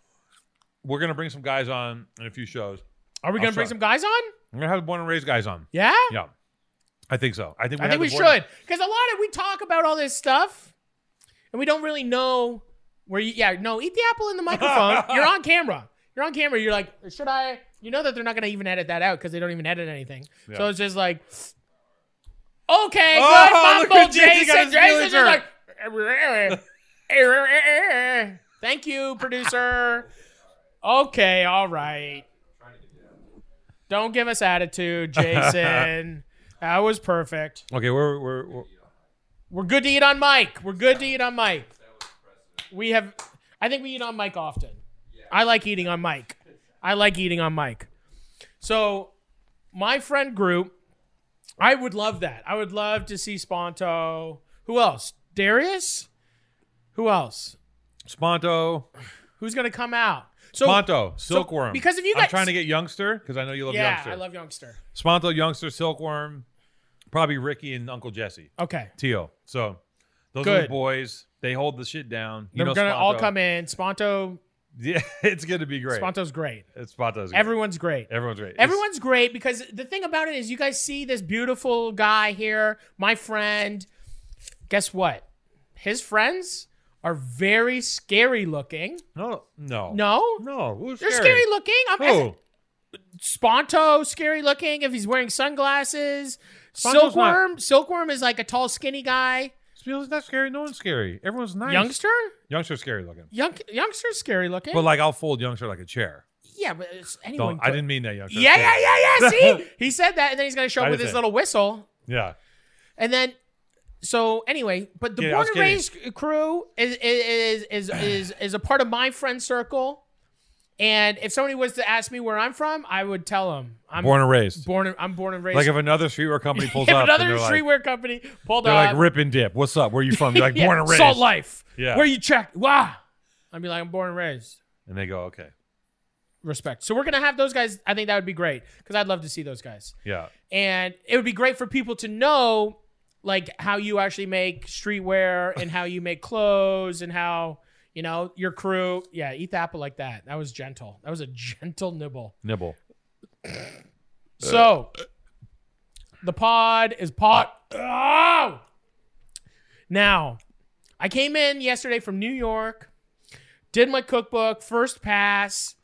Speaker 2: we're gonna bring some guys on in a few shows.
Speaker 1: Are we
Speaker 2: I'll
Speaker 1: gonna bring
Speaker 2: try.
Speaker 1: some guys on?
Speaker 2: We're gonna have born and raised guys on.
Speaker 1: Yeah,
Speaker 2: Yeah, I think so. I think we
Speaker 1: I
Speaker 2: have
Speaker 1: think we
Speaker 2: the Born-
Speaker 1: should because a lot of we talk about all this stuff, and we don't really know where you. Yeah, no, eat the apple in the microphone. you're on camera. You're on camera. You're like, should I? You know that they're not gonna even edit that out because they don't even edit anything. So
Speaker 2: Yeah.
Speaker 1: it's just like, okay,
Speaker 2: Oh,
Speaker 1: good
Speaker 2: look
Speaker 1: mumble,
Speaker 2: what Jason got
Speaker 1: Jason.
Speaker 2: his feelings
Speaker 1: Jason's just like, thank you, producer. Okay, all right. Don't give us attitude, Jason. that was perfect.
Speaker 2: Okay, we're, we're, we're
Speaker 1: We're good to eat on mic. We're good to eat on mic. We have, I think we eat on mic often. I like eating on mic. I like eating on mic. So, my friend group, I would love that. I would love to see Sponto. Who else? Darius? Who else?
Speaker 2: Sponto,
Speaker 1: Who's going to come out? So,
Speaker 2: Sponto, Silkworm.
Speaker 1: because if you
Speaker 2: I'm
Speaker 1: guys-
Speaker 2: trying to get Youngster because I know you love
Speaker 1: yeah,
Speaker 2: Youngster.
Speaker 1: I love Youngster.
Speaker 2: Sponto, Youngster, Silkworm, probably Ricky and Uncle Jesse,
Speaker 1: Okay.
Speaker 2: Tio. So those are the
Speaker 1: Good.
Speaker 2: boys. They hold the shit down. You
Speaker 1: They're
Speaker 2: know,
Speaker 1: going to all
Speaker 2: Sponto.
Speaker 1: come in. Sponto,
Speaker 2: Yeah, it's gonna be great. Sponto,
Speaker 1: Sponto's great.
Speaker 2: Sponto's great.
Speaker 1: Everyone's great.
Speaker 2: everyone's great. It's-
Speaker 1: Everyone's great because the thing about it is, you guys see this beautiful guy here, my friend. Guess what? His friends are very scary looking.
Speaker 2: no, no,
Speaker 1: No,
Speaker 2: no. Who's
Speaker 1: they're
Speaker 2: scary?
Speaker 1: scary looking. I'm
Speaker 2: Who?
Speaker 1: Sponto, scary looking. If he's wearing sunglasses,
Speaker 2: Sponto's not-
Speaker 1: silkworm. Silkworm is like a tall, skinny guy.
Speaker 2: Spiel's not scary. No one's scary. Everyone's nice.
Speaker 1: Youngster,
Speaker 2: Youngster's scary looking.
Speaker 1: young youngster's scary looking.
Speaker 2: But like, I'll fold Youngster like a chair.
Speaker 1: yeah, but it's anyone.
Speaker 2: Don't. I
Speaker 1: could-
Speaker 2: didn't mean that, Youngster.
Speaker 1: Yeah, yeah, yeah, yeah. See, he said that, and then he's gonna show
Speaker 2: I
Speaker 1: up with
Speaker 2: did
Speaker 1: his
Speaker 2: say-
Speaker 1: little whistle.
Speaker 2: yeah.
Speaker 1: And then, so anyway, but the
Speaker 2: Yeah, I
Speaker 1: born
Speaker 2: was
Speaker 1: and
Speaker 2: kidding.
Speaker 1: raised crew is is is is is a part of my friend circle. And if somebody was to ask me where I'm from, I would tell them I'm born,
Speaker 2: Born and raised.
Speaker 1: born I'm born and raised.
Speaker 2: Like if another streetwear company pulls
Speaker 1: If
Speaker 2: up,
Speaker 1: another
Speaker 2: and they're like,
Speaker 1: streetwear company pulled
Speaker 2: they're
Speaker 1: up,
Speaker 2: like rip and dip. What's up? Where you from? You're like
Speaker 1: yeah,
Speaker 2: born and raised.
Speaker 1: Salt Life.
Speaker 2: Yeah.
Speaker 1: Where you check? Wow. I'd be like, I'm born and raised.
Speaker 2: And they go, okay,
Speaker 1: Respect. So we're gonna have those guys. I think that would be great because I'd love to see those guys.
Speaker 2: yeah,
Speaker 1: and it would be great for people to know like how you actually make streetwear and how you make clothes and how you know your crew yeah eat the apple like that that was gentle that was a gentle nibble
Speaker 2: nibble.
Speaker 1: so the pod is pot oh now i came in yesterday from new york did my cookbook first pass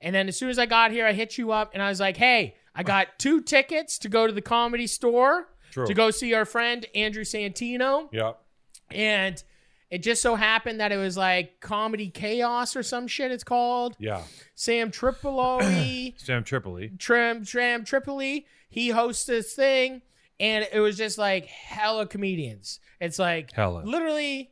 Speaker 1: and then as soon as I got here, I hit you up and I was like, hey, I got two tickets to go to the comedy store
Speaker 2: True.
Speaker 1: to go see our friend Andrew Santino.
Speaker 2: Yeah.
Speaker 1: And it just so happened that it was like Comedy Chaos or some shit it's called.
Speaker 2: Yeah.
Speaker 1: Sam Tripoli,
Speaker 2: Sam Tripoli.
Speaker 1: Tram Tram Tripoli, he hosts this thing. and it was just like hella comedians. It's like
Speaker 2: Hella.
Speaker 1: literally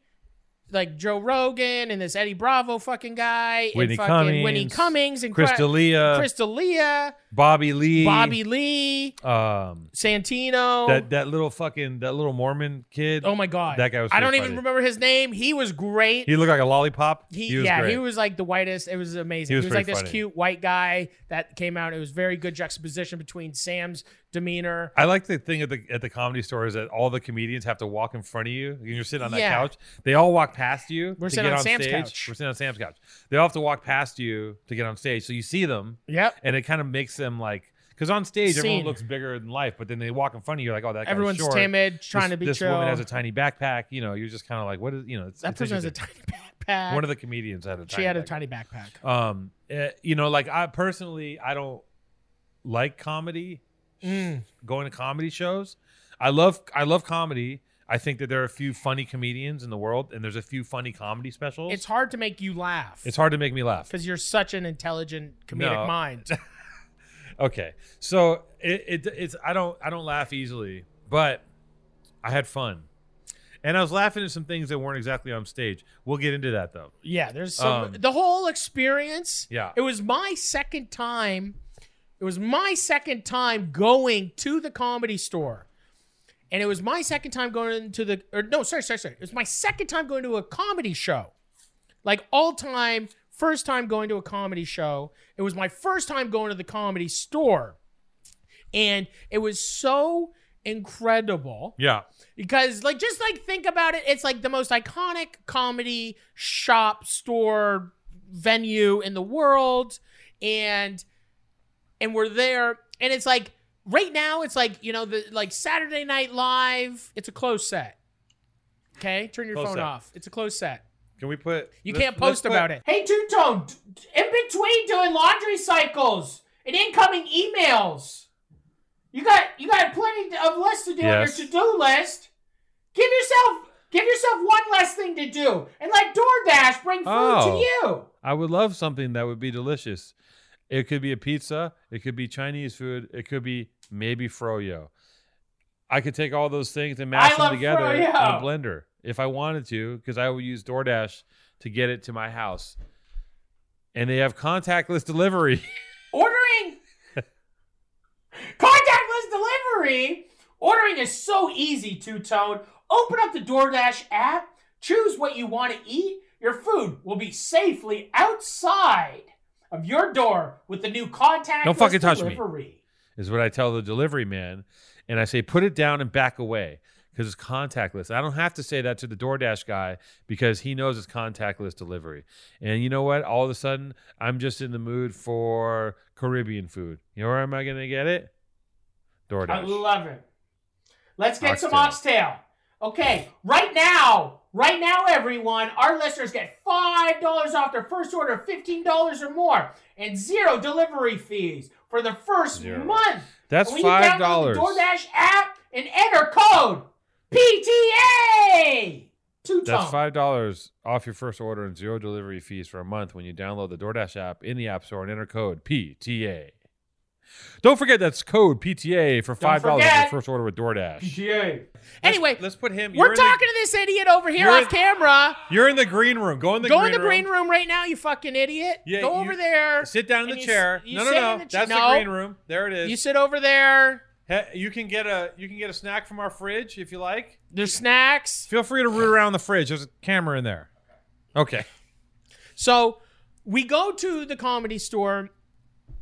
Speaker 1: like Joe Rogan and this Eddie Bravo fucking guy
Speaker 2: Whitney
Speaker 1: and fucking Winnie
Speaker 2: Cummings,
Speaker 1: Cummings and
Speaker 2: Chris D'Elia,
Speaker 1: Crystalia,
Speaker 2: Bobby Lee,
Speaker 1: Bobby Lee,
Speaker 2: um,
Speaker 1: Santino.
Speaker 2: that that little fucking that little Mormon kid.
Speaker 1: oh my god,
Speaker 2: that guy was
Speaker 1: I don't
Speaker 2: pretty
Speaker 1: even
Speaker 2: funny.
Speaker 1: remember his name. He was great.
Speaker 2: He looked like a lollipop.
Speaker 1: He,
Speaker 2: He, was
Speaker 1: yeah,
Speaker 2: great.
Speaker 1: he was like the whitest. It was amazing.
Speaker 2: He
Speaker 1: He
Speaker 2: was
Speaker 1: was, like
Speaker 2: pretty funny.
Speaker 1: this cute white guy that came out. It was very good juxtaposition between Sam's demeanor.
Speaker 2: I like the thing at the at the comedy store is that all the comedians have to walk in front of you. When You're sitting on that
Speaker 1: Yeah.
Speaker 2: couch. They all walk past you.
Speaker 1: We're
Speaker 2: to
Speaker 1: sitting
Speaker 2: get
Speaker 1: on
Speaker 2: on
Speaker 1: Sam's
Speaker 2: stage.
Speaker 1: couch.
Speaker 2: We're sitting on Sam's couch. They all have to walk past you to get on stage. So you see them,
Speaker 1: Yep.
Speaker 2: and it kind of makes them like because on stage everyone
Speaker 1: Seen.
Speaker 2: looks bigger than life, but then they walk in front of you. You're like, oh, that guy's
Speaker 1: Everyone's
Speaker 2: short.
Speaker 1: timid,
Speaker 2: This-
Speaker 1: trying to be
Speaker 2: This
Speaker 1: chill.
Speaker 2: woman has a tiny backpack. You know, you're just kind of like, what is you know? It's,
Speaker 1: that
Speaker 2: it's
Speaker 1: person has a
Speaker 2: interesting.
Speaker 1: tiny backpack.
Speaker 2: One of the comedians had a.
Speaker 1: she
Speaker 2: tiny
Speaker 1: had a
Speaker 2: backpack.
Speaker 1: tiny backpack.
Speaker 2: Um, eh, you know, like I personally, I don't like comedy.
Speaker 1: Mm.
Speaker 2: Going to comedy shows, I love I love comedy. I think that there are a few funny comedians in the world, and there's a few funny comedy specials.
Speaker 1: It's hard to make you laugh
Speaker 2: it's hard to make me laugh.
Speaker 1: because you're such an intelligent comedic
Speaker 2: No.
Speaker 1: mind.
Speaker 2: Okay, so it, it it's I don't I don't laugh easily, but I had fun, and I was laughing at some things that weren't exactly on stage. We'll get into that though.
Speaker 1: Yeah, there's some
Speaker 2: Um,
Speaker 1: the whole experience.
Speaker 2: Yeah.
Speaker 1: It was my second time. It was my second time going to the comedy store. And it was my second time going to the or no, sorry, sorry, sorry. It was my second time going to a comedy show. Like all time, first time going to a comedy show. It was my first time going to the comedy store. And it was so incredible
Speaker 2: Yeah,
Speaker 1: because like just like think about it it's like the most iconic comedy shop store venue in the world and and we're there and it's like right now it's like you know the like saturday night live it's a closed set okay turn your
Speaker 2: Closed
Speaker 1: phone
Speaker 2: set.
Speaker 1: off it's a closed set
Speaker 2: can we put?
Speaker 1: you
Speaker 2: let's-
Speaker 1: can't
Speaker 2: let's
Speaker 1: post
Speaker 2: put-
Speaker 1: about it. Hey, Two Tone, in between doing laundry cycles and incoming emails, you got you got plenty of lists to do
Speaker 2: Yes.
Speaker 1: on your to do list. Give yourself give yourself one less thing to do, and let DoorDash bring food
Speaker 2: Oh.
Speaker 1: to you.
Speaker 2: I would love something that would be delicious. It could be a pizza. It could be Chinese food. It could be maybe froyo. I could take all those things and mash them
Speaker 1: love
Speaker 2: together in
Speaker 1: froyo.
Speaker 2: a blender if I wanted to, because I would use DoorDash to get it to my house. And they have contactless delivery.
Speaker 1: Ordering contactless delivery. Ordering is so easy, Two Tone. Open up the DoorDash app, choose what you want to eat. Your food will be safely outside of your door with the new contactless
Speaker 2: Don't fucking touch me.
Speaker 1: delivery.
Speaker 2: is what I tell the delivery man. And I say, put it down and back away because it's contactless. I don't have to say that to the DoorDash guy because he knows it's contactless delivery. And you know what? All of a sudden, I'm just in the mood for Caribbean food. You know where am I going to get it?
Speaker 1: I
Speaker 2: DoorDash.
Speaker 1: love it. Let's get some
Speaker 2: Oxtail.
Speaker 1: oxtail. Okay, right now, right now, everyone, our listeners get $5 off their first order of $15 or more and zero delivery fees for the first
Speaker 2: Zero.
Speaker 1: month.
Speaker 2: That's
Speaker 1: when you download
Speaker 2: five
Speaker 1: the
Speaker 2: dollars.
Speaker 1: DoorDash app and enter code PTA. Two
Speaker 2: That's
Speaker 1: tone.
Speaker 2: five dollars off your first order and zero delivery fees for a month when you download the DoorDash app in the App Store and enter code PTA. Don't forget that's code PTA for five dollars off your
Speaker 1: forget.
Speaker 2: first order with DoorDash.
Speaker 1: PTA.
Speaker 2: Let's-
Speaker 1: Anyway,
Speaker 2: let's put him. you're
Speaker 1: we're
Speaker 2: in
Speaker 1: talking to this idiot over here
Speaker 2: You're in-
Speaker 1: off camera.
Speaker 2: The, you're in the green room. Go in the
Speaker 1: Go
Speaker 2: green
Speaker 1: in the
Speaker 2: room.
Speaker 1: green room right now, you fucking idiot.
Speaker 2: Yeah,
Speaker 1: Go
Speaker 2: you-
Speaker 1: over there.
Speaker 2: Sit down in
Speaker 1: And
Speaker 2: the
Speaker 1: you
Speaker 2: chair.
Speaker 1: s- you
Speaker 2: no, no,
Speaker 1: sit
Speaker 2: no.
Speaker 1: in the cha-
Speaker 2: That's
Speaker 1: no.
Speaker 2: the green room. There it is.
Speaker 1: You sit over there.
Speaker 2: He- you can get a you can get a snack from our fridge if you like.
Speaker 1: There's snacks.
Speaker 2: Feel free to root around the fridge. There's a camera in there. Okay.
Speaker 1: So we go to the comedy store.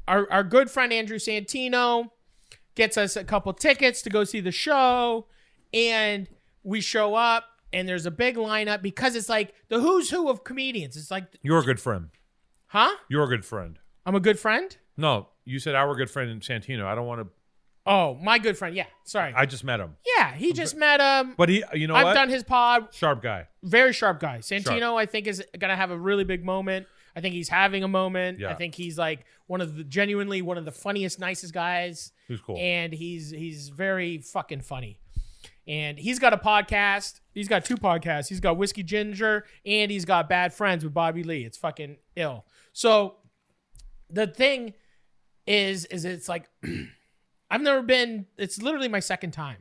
Speaker 1: Our, our good friend Andrew Santino gets us a couple tickets to go see the show. And we show up, and there's a big lineup because it's like the who's who of comedians. It's like,
Speaker 2: You're a good friend.
Speaker 1: huh?
Speaker 2: You're a good friend.
Speaker 1: I'm a good friend?
Speaker 2: No, you said our good friend in Santino. I don't want to.
Speaker 1: Oh, my good friend. Yeah. Sorry.
Speaker 2: I just met him,
Speaker 1: yeah. He just met him.
Speaker 2: but he. You know
Speaker 1: I've
Speaker 2: what?
Speaker 1: done his pod.
Speaker 2: Sharp guy.
Speaker 1: very sharp guy. Santino, I think, is gonna have a really big moment. I think he's having a moment.
Speaker 2: Yeah.
Speaker 1: I think he's like one of the genuinely one of the funniest, nicest guys,
Speaker 2: He's cool.
Speaker 1: and he's he's very fucking funny. And he's got a podcast. He's got two podcasts. He's got Whiskey Ginger, and he's got Bad Friends with Bobby Lee. It's fucking ill. So the thing is, is it's like I've never been. It's literally my second time.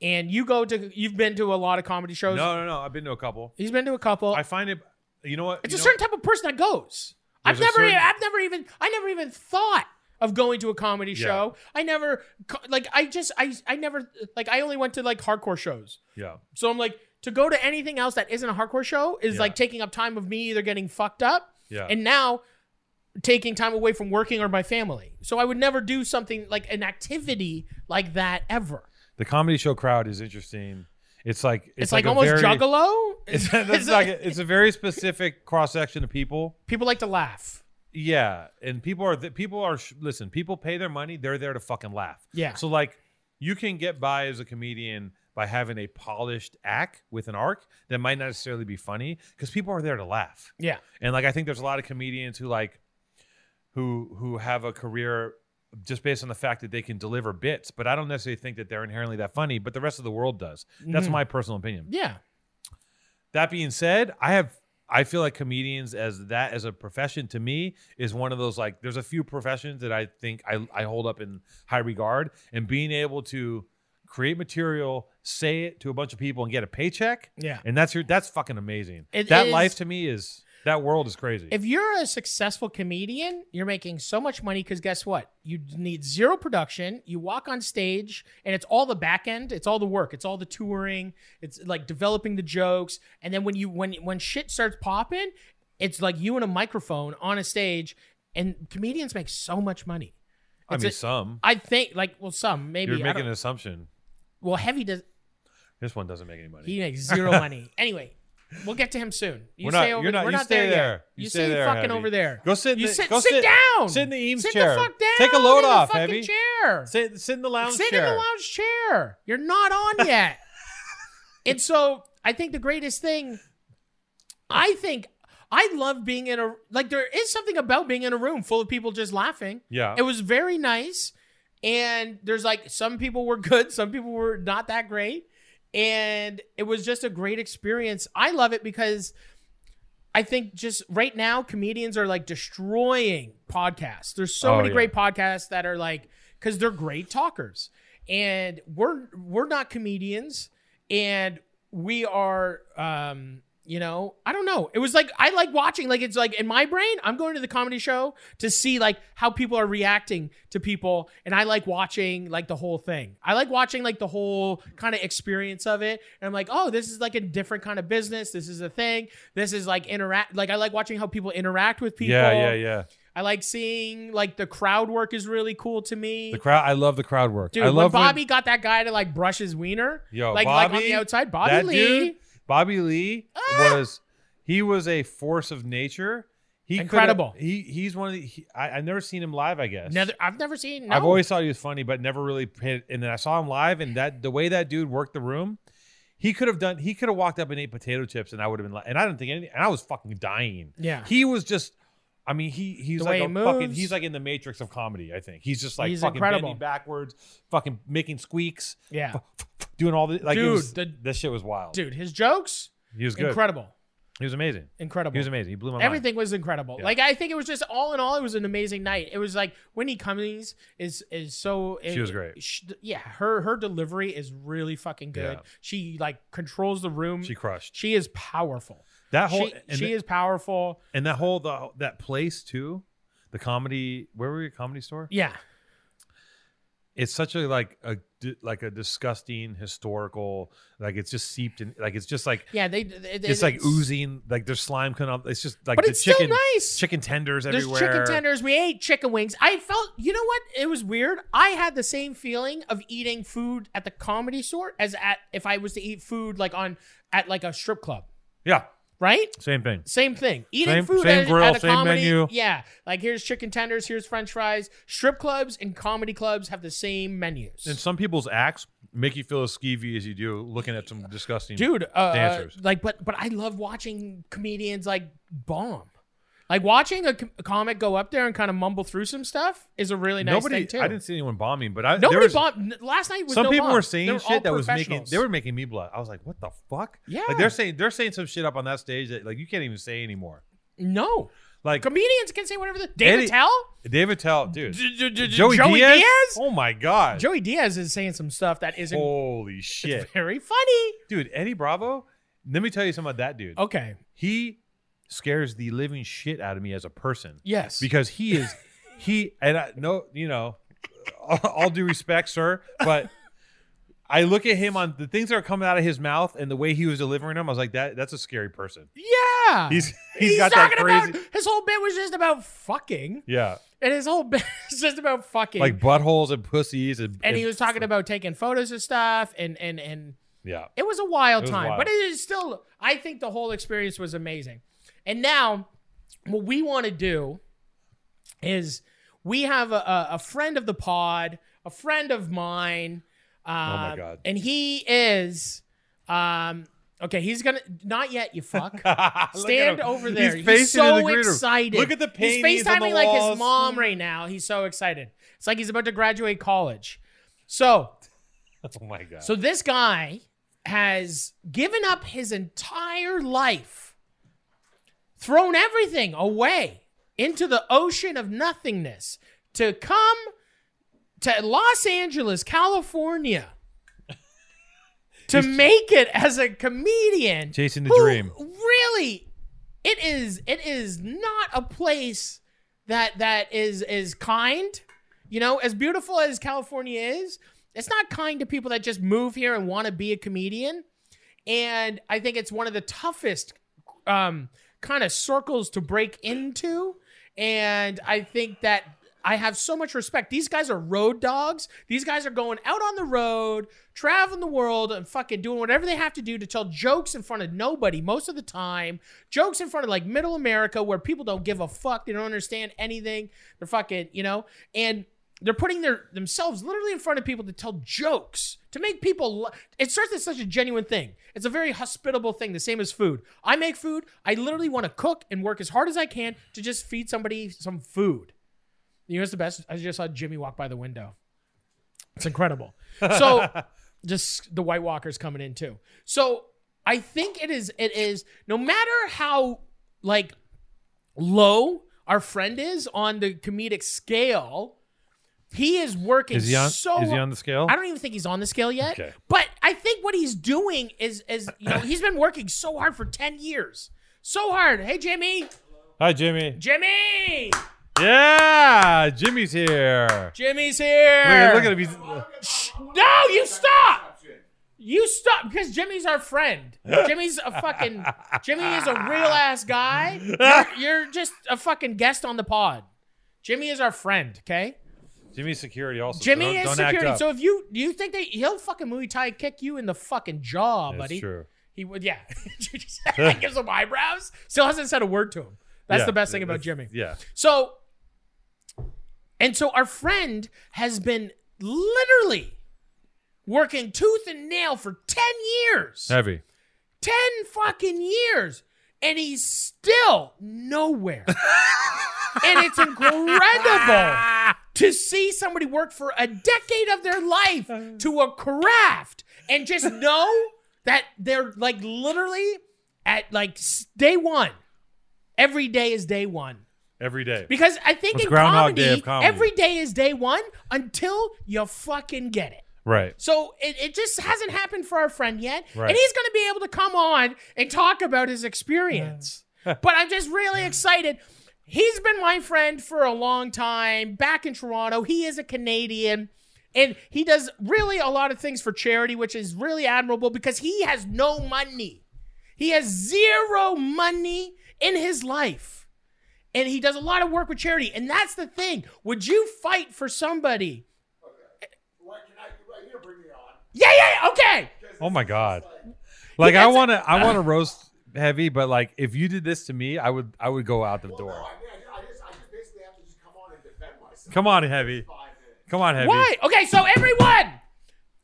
Speaker 1: And you go to you've been to a lot of comedy shows.
Speaker 2: No, no, no. I've been to a couple.
Speaker 1: He's been to a couple.
Speaker 2: I find it. You know what?
Speaker 1: it's a
Speaker 2: you know-
Speaker 1: certain type of person that goes. I've
Speaker 2: There's a
Speaker 1: never e,
Speaker 2: certain-
Speaker 1: I've never even I never even thought of going to a comedy
Speaker 2: Yeah.
Speaker 1: show. I never co- like I just I I never like I only went to like hardcore shows.
Speaker 2: Yeah.
Speaker 1: So I'm like to go to anything else that isn't a hardcore show is
Speaker 2: Yeah.
Speaker 1: like taking up time of me either getting fucked up
Speaker 2: Yeah.
Speaker 1: and now taking time away from working or my family. So I would never do something like an activity like that ever.
Speaker 2: the comedy show crowd is interesting. It's like
Speaker 1: It's, like,
Speaker 2: a
Speaker 1: almost
Speaker 2: very,
Speaker 1: juggalo.
Speaker 2: It's, that's
Speaker 1: It's
Speaker 2: like a, it's a very specific cross section of people.
Speaker 1: people like to laugh.
Speaker 2: Yeah, and people are th- people are sh- listen. People pay their money. They're there to fucking laugh.
Speaker 1: Yeah.
Speaker 2: So like, you can get by as a comedian by having a polished act with an arc that might not necessarily be funny because people are there to laugh.
Speaker 1: Yeah.
Speaker 2: And like I think there's a lot of comedians who like who who have a career just based on the fact that they can deliver bits, but I don't necessarily think that they're inherently that funny, but the rest of the world does. That's
Speaker 1: Mhm.
Speaker 2: my personal opinion.
Speaker 1: Yeah.
Speaker 2: That being said, I have I feel like comedians as that as a profession to me is one of those like there's a few professions that I think I, I hold up in high regard and being able to create material, say it to a bunch of people and get a paycheck.
Speaker 1: Yeah.
Speaker 2: And that's your that's fucking amazing.
Speaker 1: It
Speaker 2: that
Speaker 1: is-
Speaker 2: life to me is that world is crazy.
Speaker 1: If you're a successful comedian, you're making so much money because guess what? You need zero production. You walk on stage and it's all the back end. It's all the work. It's all the touring. It's like developing the jokes. And then when you when when shit starts popping, it's like you and a microphone on a stage. And comedians make so much money.
Speaker 2: I
Speaker 1: it's
Speaker 2: mean
Speaker 1: a-
Speaker 2: some.
Speaker 1: I think like well some maybe
Speaker 2: You're
Speaker 1: I
Speaker 2: making
Speaker 1: don't-
Speaker 2: an assumption.
Speaker 1: well heavy does
Speaker 2: This one doesn't make any money.
Speaker 1: he makes zero money anyway. We'll get to him soon. You
Speaker 2: We're
Speaker 1: stay
Speaker 2: not-
Speaker 1: over.
Speaker 2: you're not-
Speaker 1: we're
Speaker 2: you
Speaker 1: not
Speaker 2: stay
Speaker 1: there, yet.
Speaker 2: there.
Speaker 1: You,
Speaker 2: You stay
Speaker 1: stay,
Speaker 2: there,
Speaker 1: fucking
Speaker 2: Heavy.
Speaker 1: over there.
Speaker 2: Go sit in
Speaker 1: You
Speaker 2: the-
Speaker 1: sit,
Speaker 2: go
Speaker 1: sit,
Speaker 2: sit-
Speaker 1: down.
Speaker 2: sit in the Eames
Speaker 1: Sit
Speaker 2: chair.
Speaker 1: The fuck down
Speaker 2: Take a load
Speaker 1: in the
Speaker 2: off,
Speaker 1: fucking
Speaker 2: Heavy.
Speaker 1: Chair.
Speaker 2: Sit, sit in the lounge
Speaker 1: Sit
Speaker 2: chair.
Speaker 1: in the lounge chair. You're not on yet. and so I think the greatest thing, I think I love being in a like there is something about being in a room full of people just laughing.
Speaker 2: Yeah.
Speaker 1: It was very nice. And there's like some people were good, some people were not that great. And it was just a great experience. I love it because I think just right now comedians are like destroying podcasts. There's so
Speaker 2: Oh,
Speaker 1: many
Speaker 2: yeah.
Speaker 1: great podcasts that are like cuz they're great talkers. And we're we're not comedians and we are um you know i don't know it was like i like watching like it's like in my brain i'm going to the comedy show to see like how people are reacting to people and i like watching like the whole thing i like watching like the whole kind of experience of it and i'm like oh this is like a different kind of business this is a thing this is like interact like i like watching how people interact with people
Speaker 2: yeah, yeah, yeah.
Speaker 1: i like seeing like the crowd work is really cool to me
Speaker 2: The crowd. I love the crowd work.
Speaker 1: Dude,
Speaker 2: I love
Speaker 1: when Bobby got that guy to like brush his wiener,
Speaker 2: Yo,
Speaker 1: like like on
Speaker 2: Oh, Bobby,
Speaker 1: the outside, Bobby
Speaker 2: that
Speaker 1: Lee.
Speaker 2: dude- Bobby Lee
Speaker 1: Ah!
Speaker 2: was he was a force of nature. He could've-
Speaker 1: Incredible.
Speaker 2: He he's one of the. He, I, I've never seen him live. I guess.
Speaker 1: Neither, I've never seen. No.
Speaker 2: I've always thought he was funny, but never really paid. And then I saw him live, and that the way that dude worked the room, he could have done. He could have walked up and ate potato chips, and I would have been like, and I didn't think anything. And I was fucking dying.
Speaker 1: Yeah.
Speaker 2: He was just. I mean, he he's
Speaker 1: The
Speaker 2: like
Speaker 1: way
Speaker 2: a
Speaker 1: he
Speaker 2: fucking.
Speaker 1: moves.
Speaker 2: He's like in the matrix of comedy. I think he's just like
Speaker 1: He's
Speaker 2: fucking
Speaker 1: incredible.
Speaker 2: bending backwards, fucking making squeaks,
Speaker 1: yeah,
Speaker 2: doing all the like. it
Speaker 1: Dude,
Speaker 2: was-
Speaker 1: the-
Speaker 2: this shit was wild.
Speaker 1: dude, his jokes
Speaker 2: he was good.
Speaker 1: incredible,
Speaker 2: He was amazing.
Speaker 1: incredible.
Speaker 2: He was amazing. He blew my mind.
Speaker 1: Everything was incredible.
Speaker 2: Yeah.
Speaker 1: Like I think it was just all in all, it was an amazing night. It was like Winnie Cummings is is so.
Speaker 2: She was great.
Speaker 1: she- yeah, her her delivery is really fucking good.
Speaker 2: Yeah.
Speaker 1: She like controls the room.
Speaker 2: She
Speaker 1: She,
Speaker 2: crushed
Speaker 1: is powerful.
Speaker 2: that whole
Speaker 1: she
Speaker 2: and,
Speaker 1: she is powerful.
Speaker 2: and that whole the, that place too. The comedy, where were you? Comedy store.
Speaker 1: Yeah,
Speaker 2: It's such a like a di- like a disgusting historical. Like it's just seeped in. Like it's just like
Speaker 1: yeah. They it,
Speaker 2: it's like oozing. Like there's slime coming up. It's just like
Speaker 1: but
Speaker 2: the
Speaker 1: it's
Speaker 2: chicken
Speaker 1: still nice.
Speaker 2: chicken tenders
Speaker 1: There's
Speaker 2: everywhere.
Speaker 1: chicken tenders. We ate chicken wings. I felt, you know what? It was weird. I had the same feeling of eating food at the comedy store as at if I was to eat food like on at like a strip club,
Speaker 2: Yeah,
Speaker 1: right?
Speaker 2: same thing.
Speaker 1: Same thing. Eating
Speaker 2: Same-
Speaker 1: food
Speaker 2: same
Speaker 1: at,
Speaker 2: grill,
Speaker 1: at a
Speaker 2: same
Speaker 1: comedy,
Speaker 2: menu.
Speaker 1: yeah. Like here's chicken tenders, here's French fries. Strip clubs and comedy clubs have the same menus.
Speaker 2: And some people's acts make you feel as skeevy as you do looking at some disgusting
Speaker 1: dude uh,
Speaker 2: dancers.
Speaker 1: like but but i love watching comedians like bomb like watching a, com- a comic go up there and kind of mumble through some stuff is a really nice
Speaker 2: Nobody,
Speaker 1: thing too
Speaker 2: I didn't see anyone bombing, but I, there
Speaker 1: Nobody
Speaker 2: was,
Speaker 1: bombed. n- Last night was
Speaker 2: some
Speaker 1: no
Speaker 2: people
Speaker 1: bomb.
Speaker 2: were
Speaker 1: They
Speaker 2: saying
Speaker 1: all
Speaker 2: shit that was making
Speaker 1: professionals.
Speaker 2: they were making me blood. I was like, what the fuck?
Speaker 1: Yeah.
Speaker 2: Like they're saying they're saying some shit up on that stage that like you can't even say anymore.
Speaker 1: No.
Speaker 2: Like
Speaker 1: Comedians can say whatever the David
Speaker 2: Eddie-
Speaker 1: Tell?
Speaker 2: David Tell, dude.
Speaker 1: D- d- d-
Speaker 2: Joey, Diaz? Oh my god.
Speaker 1: Joey Diaz is saying some stuff that isn't
Speaker 2: Holy shit.
Speaker 1: very funny.
Speaker 2: Dude, Eddie Bravo, let me tell you something about that dude.
Speaker 1: Okay.
Speaker 2: He scares the living shit out of me as a person
Speaker 1: Yes.
Speaker 2: because he is he and I no, you know, all, all due respect, sir, but I look at him on the things that are coming out of his mouth and the way he was delivering them. I was like, that that's a scary person.
Speaker 1: yeah.
Speaker 2: He's
Speaker 1: He's
Speaker 2: he's got that
Speaker 1: talking
Speaker 2: crazy.
Speaker 1: about his whole bit was just about fucking,
Speaker 2: yeah,
Speaker 1: and his whole bit is just about fucking.
Speaker 2: like buttholes and pussies and
Speaker 1: and he was talking about taking photos of stuff, and and and
Speaker 2: yeah.
Speaker 1: it was a wild
Speaker 2: It was
Speaker 1: time,
Speaker 2: wild.
Speaker 1: but it is still. I think the whole experience was amazing, and now what we want to do is we have a, a, a friend of the pod, a friend of mine. Uh,
Speaker 2: Oh my God.
Speaker 1: And he is, um, okay. He's gonna not yet. You fuck.
Speaker 2: Look at
Speaker 1: Stand
Speaker 2: him.
Speaker 1: over there. He's,
Speaker 2: facing
Speaker 1: so
Speaker 2: in the green room.
Speaker 1: excited.
Speaker 2: Look at the paintings
Speaker 1: He's
Speaker 2: on
Speaker 1: FaceTiming
Speaker 2: the
Speaker 1: like his
Speaker 2: walls.
Speaker 1: mom right now. He's so excited. It's like he's about to graduate college. So,
Speaker 2: Oh my god.
Speaker 1: so this guy has given up his entire life, thrown everything away into the ocean of nothingness to come to Los Angeles, California. To make it as a comedian,
Speaker 2: Chasing the
Speaker 1: who
Speaker 2: dream.
Speaker 1: Really, it is. It is not a place that that is is kind. You know, as beautiful as California is, it's not kind to people that just move here and want to be a comedian. And I think it's one of the toughest um, kind of circles to break into. And I think that I have so much respect. These guys are road dogs. These guys are going out on the road, traveling the world, and fucking doing whatever they have to do to tell jokes in front of nobody most of the time. Jokes in front of like middle America where people don't give a fuck. They don't understand anything. They're fucking, you know, and they're putting their themselves literally in front of people to tell jokes to make people la- it starts as such a genuine thing it's a very hospitable thing the same as food i make food i literally want to cook and work as hard as i can to just feed somebody some food you know what's the best i just saw jimmy walk by the window it's incredible so just the white walkers coming in too so i think it is it is no matter how like low our friend is on the comedic scale he is working
Speaker 2: is he on?
Speaker 1: so
Speaker 2: is he on the scale?
Speaker 1: I don't even think he's on the scale yet.
Speaker 2: Okay.
Speaker 1: But I think what he's doing is is you know he's been working so hard for ten years, so hard. Hey Jimmy,
Speaker 2: Hi, Jimmy.
Speaker 1: Jimmy,
Speaker 2: Yeah, Jimmy's here.
Speaker 1: Jimmy's
Speaker 2: Look at,
Speaker 1: here.
Speaker 2: look at him. He's, uh,
Speaker 1: Shh. No, you stop. You stop because Jimmy's our friend. Jimmy's a fucking Jimmy is a real ass guy. You're, you're just a fucking guest on the pod. Jimmy is our friend. Okay.
Speaker 2: Jimmy's security also. so
Speaker 1: Jimmy
Speaker 2: don't,
Speaker 1: is
Speaker 2: don't Act
Speaker 1: security.
Speaker 2: up.
Speaker 1: So if you you think that he'll fucking Muay Thai kick you in the fucking jaw,
Speaker 2: That's
Speaker 1: buddy.
Speaker 2: true.
Speaker 1: He would, yeah. gives him eyebrows. Still hasn't said a word to him. That's
Speaker 2: Yeah,
Speaker 1: the best thing about
Speaker 2: that's-
Speaker 1: Jimmy.
Speaker 2: Yeah.
Speaker 1: So, and so our friend has been literally working tooth and nail for 10 years.
Speaker 2: Heavy.
Speaker 1: 10 fucking years. And he's still nowhere. and it's incredible to see somebody work for a decade of their life to a craft and just know that they're like literally at like s- day one. Every day is day one.
Speaker 2: Every day.
Speaker 1: Because I think
Speaker 2: It's
Speaker 1: in
Speaker 2: Groundhog
Speaker 1: comedy,
Speaker 2: Day of comedy.
Speaker 1: every day is day one until you fucking get it.
Speaker 2: Right.
Speaker 1: So it, it just hasn't happened for our friend yet.
Speaker 2: Right.
Speaker 1: And he's going to be able to come on and talk about his experience. but I'm just really excited. He's been my friend for a long time back in Toronto. He is a Canadian and he does really a lot of things for charity, which is really admirable because he has no money. He has zero money in his life. And he does a lot of work with charity. And that's the thing. Would you fight for somebody?
Speaker 3: What can I do right here? Bring it on.
Speaker 1: Yeah, yeah, yeah, okay.
Speaker 2: Oh my god. Like I
Speaker 1: that's a-
Speaker 2: want to. I want to roast heavy, but like if you did this to me, I would. I would go out the
Speaker 3: No,
Speaker 2: door.
Speaker 3: I mean, I, I just, I just basically have to just come on and defend myself.
Speaker 2: Come on, heavy.
Speaker 3: Five minutes.
Speaker 2: Come on, heavy.
Speaker 1: Why? Okay, so everyone,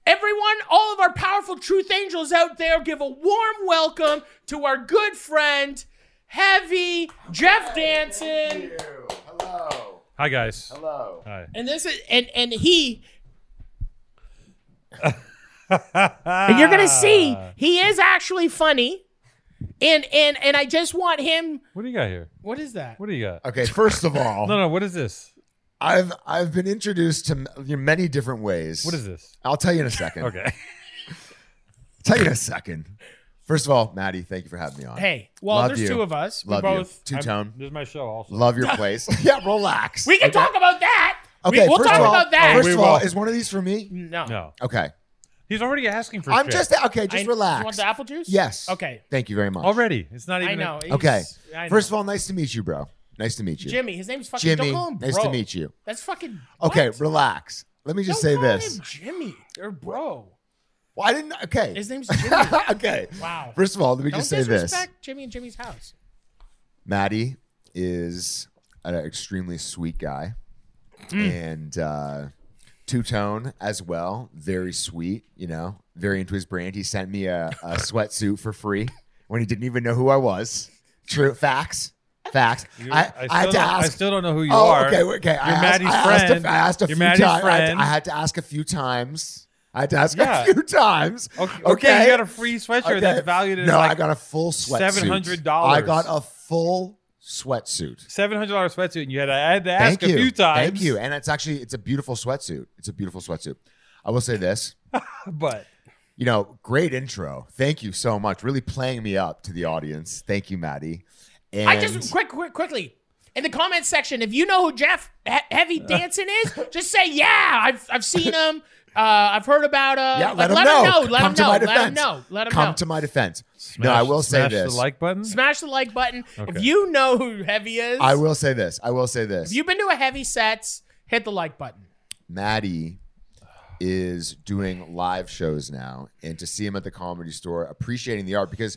Speaker 1: everyone, all of our powerful truth angels out there, give a warm welcome to our good friend, Heavy Jeff Danson.
Speaker 3: Ew. Hello.
Speaker 2: Hi, guys.
Speaker 3: Hello.
Speaker 2: Hi.
Speaker 1: And this is and and he
Speaker 2: and
Speaker 4: Ah.
Speaker 1: and you're gonna see he is actually funny. And and and I just want him.
Speaker 2: What do you got here?
Speaker 1: What is that?
Speaker 2: What do you got?
Speaker 4: Okay, first of all,
Speaker 2: No, no. What is this?
Speaker 4: I've I've been introduced to m- you know, many different ways.
Speaker 2: What is this?
Speaker 4: I'll tell you in a second.
Speaker 2: Okay.
Speaker 4: Tell you in a second. First of all, Maddie, thank you for having me on.
Speaker 1: Hey, well,
Speaker 4: Love
Speaker 1: there's
Speaker 4: you.
Speaker 1: two of us.
Speaker 4: love
Speaker 1: we both.
Speaker 4: you. Two tone.
Speaker 2: This is my show. Also.
Speaker 4: Love your place. yeah, relax.
Speaker 1: We can talk about that.
Speaker 4: Okay,
Speaker 1: we, we'll
Speaker 4: first
Speaker 1: talk
Speaker 4: of all,
Speaker 1: about that. Mm-hmm.
Speaker 4: First
Speaker 2: We
Speaker 4: of all,
Speaker 2: will.
Speaker 4: is one of these for me?
Speaker 1: no,
Speaker 2: No.
Speaker 4: Okay.
Speaker 2: He's already asking for.
Speaker 4: I'm
Speaker 2: shit.
Speaker 4: just okay.
Speaker 1: I-
Speaker 4: Just
Speaker 1: You want
Speaker 4: relax.
Speaker 1: the apple juice?
Speaker 4: Yes.
Speaker 1: Okay.
Speaker 4: Thank you very much.
Speaker 2: already. It's not
Speaker 1: I
Speaker 2: even.
Speaker 1: know. he's-
Speaker 4: Okay.
Speaker 1: I know.
Speaker 4: First of all, nice to meet you, bro. Nice to meet you,
Speaker 1: Jimmy. His name's fucking.
Speaker 4: Jimmy,
Speaker 1: don't call him bro.
Speaker 4: nice to meet you.
Speaker 1: That's fucking.
Speaker 4: Okay,
Speaker 1: what?
Speaker 4: relax. Let me just
Speaker 1: Don't
Speaker 4: say
Speaker 1: call
Speaker 4: this.
Speaker 1: him Jimmy or bro.
Speaker 4: Well, I didn't. Okay.
Speaker 1: His name's Jimmy.
Speaker 4: okay.
Speaker 1: Wow.
Speaker 4: First of all, let me
Speaker 1: Don't
Speaker 4: just say this.
Speaker 1: disrespect Jimmy and Jimmy's house.
Speaker 4: Maddie is an extremely sweet guy,
Speaker 2: Hmm.
Speaker 4: and uh, two tone as well. Very sweet, you know. Very into his brand. He sent me a, a sweatsuit for free when he didn't even know who I was. True facts. Facts.
Speaker 2: You-
Speaker 4: I, I, had
Speaker 2: still
Speaker 4: to
Speaker 2: don't-
Speaker 4: ask.
Speaker 2: I still don't know who you
Speaker 4: oh,
Speaker 2: are.
Speaker 4: okay, okay. I
Speaker 2: You're
Speaker 4: asked,
Speaker 2: Maddie's
Speaker 4: I asked
Speaker 2: friend.
Speaker 4: A, I asked a
Speaker 2: You're
Speaker 4: few
Speaker 2: Maddie's
Speaker 4: times. I, had to-
Speaker 2: friend.
Speaker 4: I had to ask a few times. I had to ask
Speaker 2: Yeah.
Speaker 4: a few times.
Speaker 2: Okay, okay, you got a free sweatshirt
Speaker 4: Okay.
Speaker 2: that's valued at
Speaker 4: No,
Speaker 2: like
Speaker 4: I got a full sweatsuit.
Speaker 2: $700.
Speaker 4: I got a full sweatsuit.
Speaker 2: seven hundred dollar sweatsuit, and you had to, I had to ask
Speaker 4: Thank you.
Speaker 2: a few times.
Speaker 4: Thank you. And it's actually it's a beautiful sweatsuit. It's a beautiful sweatsuit. I will say this.
Speaker 2: But
Speaker 4: You know, great intro. Thank you so much. Really playing me up to the audience. Thank you, Maddie. And
Speaker 1: I just quick, quick, quickly in the comments section. If you know who Jeff he- Heavy Dancing is, just say yeah. I've I've seen him. Uh, I've heard about him.
Speaker 4: yeah, let,
Speaker 1: like,
Speaker 4: him know.
Speaker 1: Let
Speaker 4: Come
Speaker 1: him
Speaker 4: to
Speaker 1: know.
Speaker 4: my
Speaker 1: Let
Speaker 4: defense.
Speaker 1: him know. Let him
Speaker 4: Come
Speaker 1: know.
Speaker 4: to my defense. no,
Speaker 2: Smash-
Speaker 4: I will say
Speaker 2: smash
Speaker 4: this.
Speaker 2: The like button.
Speaker 1: Smash the like button.
Speaker 2: Okay.
Speaker 1: If you know who Heavy is,
Speaker 4: I will say this. I will say this.
Speaker 1: If you've been to a Heavy sets, hit the like button.
Speaker 4: Maddie is doing live shows now, and to see him at the comedy store, appreciating the art because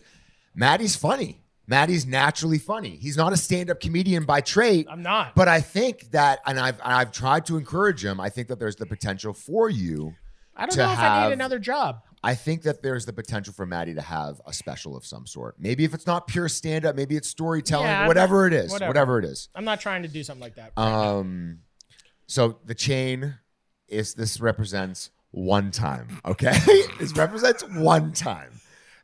Speaker 4: Maddie's funny. Maddie's naturally funny. He's not a stand-up comedian by trait.
Speaker 1: I'm not.
Speaker 4: But I think that, and I've and I've tried to encourage him. I think that there's the potential for you.
Speaker 1: I don't
Speaker 4: to
Speaker 1: know if I
Speaker 4: have-
Speaker 1: need another job.
Speaker 4: I think that there's the potential for Maddie to have a special of some sort. Maybe if it's not pure stand-up, maybe it's storytelling,
Speaker 1: Yeah, I'm
Speaker 4: whatever it is,
Speaker 1: whatever.
Speaker 4: whatever it is.
Speaker 1: I'm not trying to do something like that.
Speaker 4: Um, so the chain is this represents one time. Okay, this represents one time.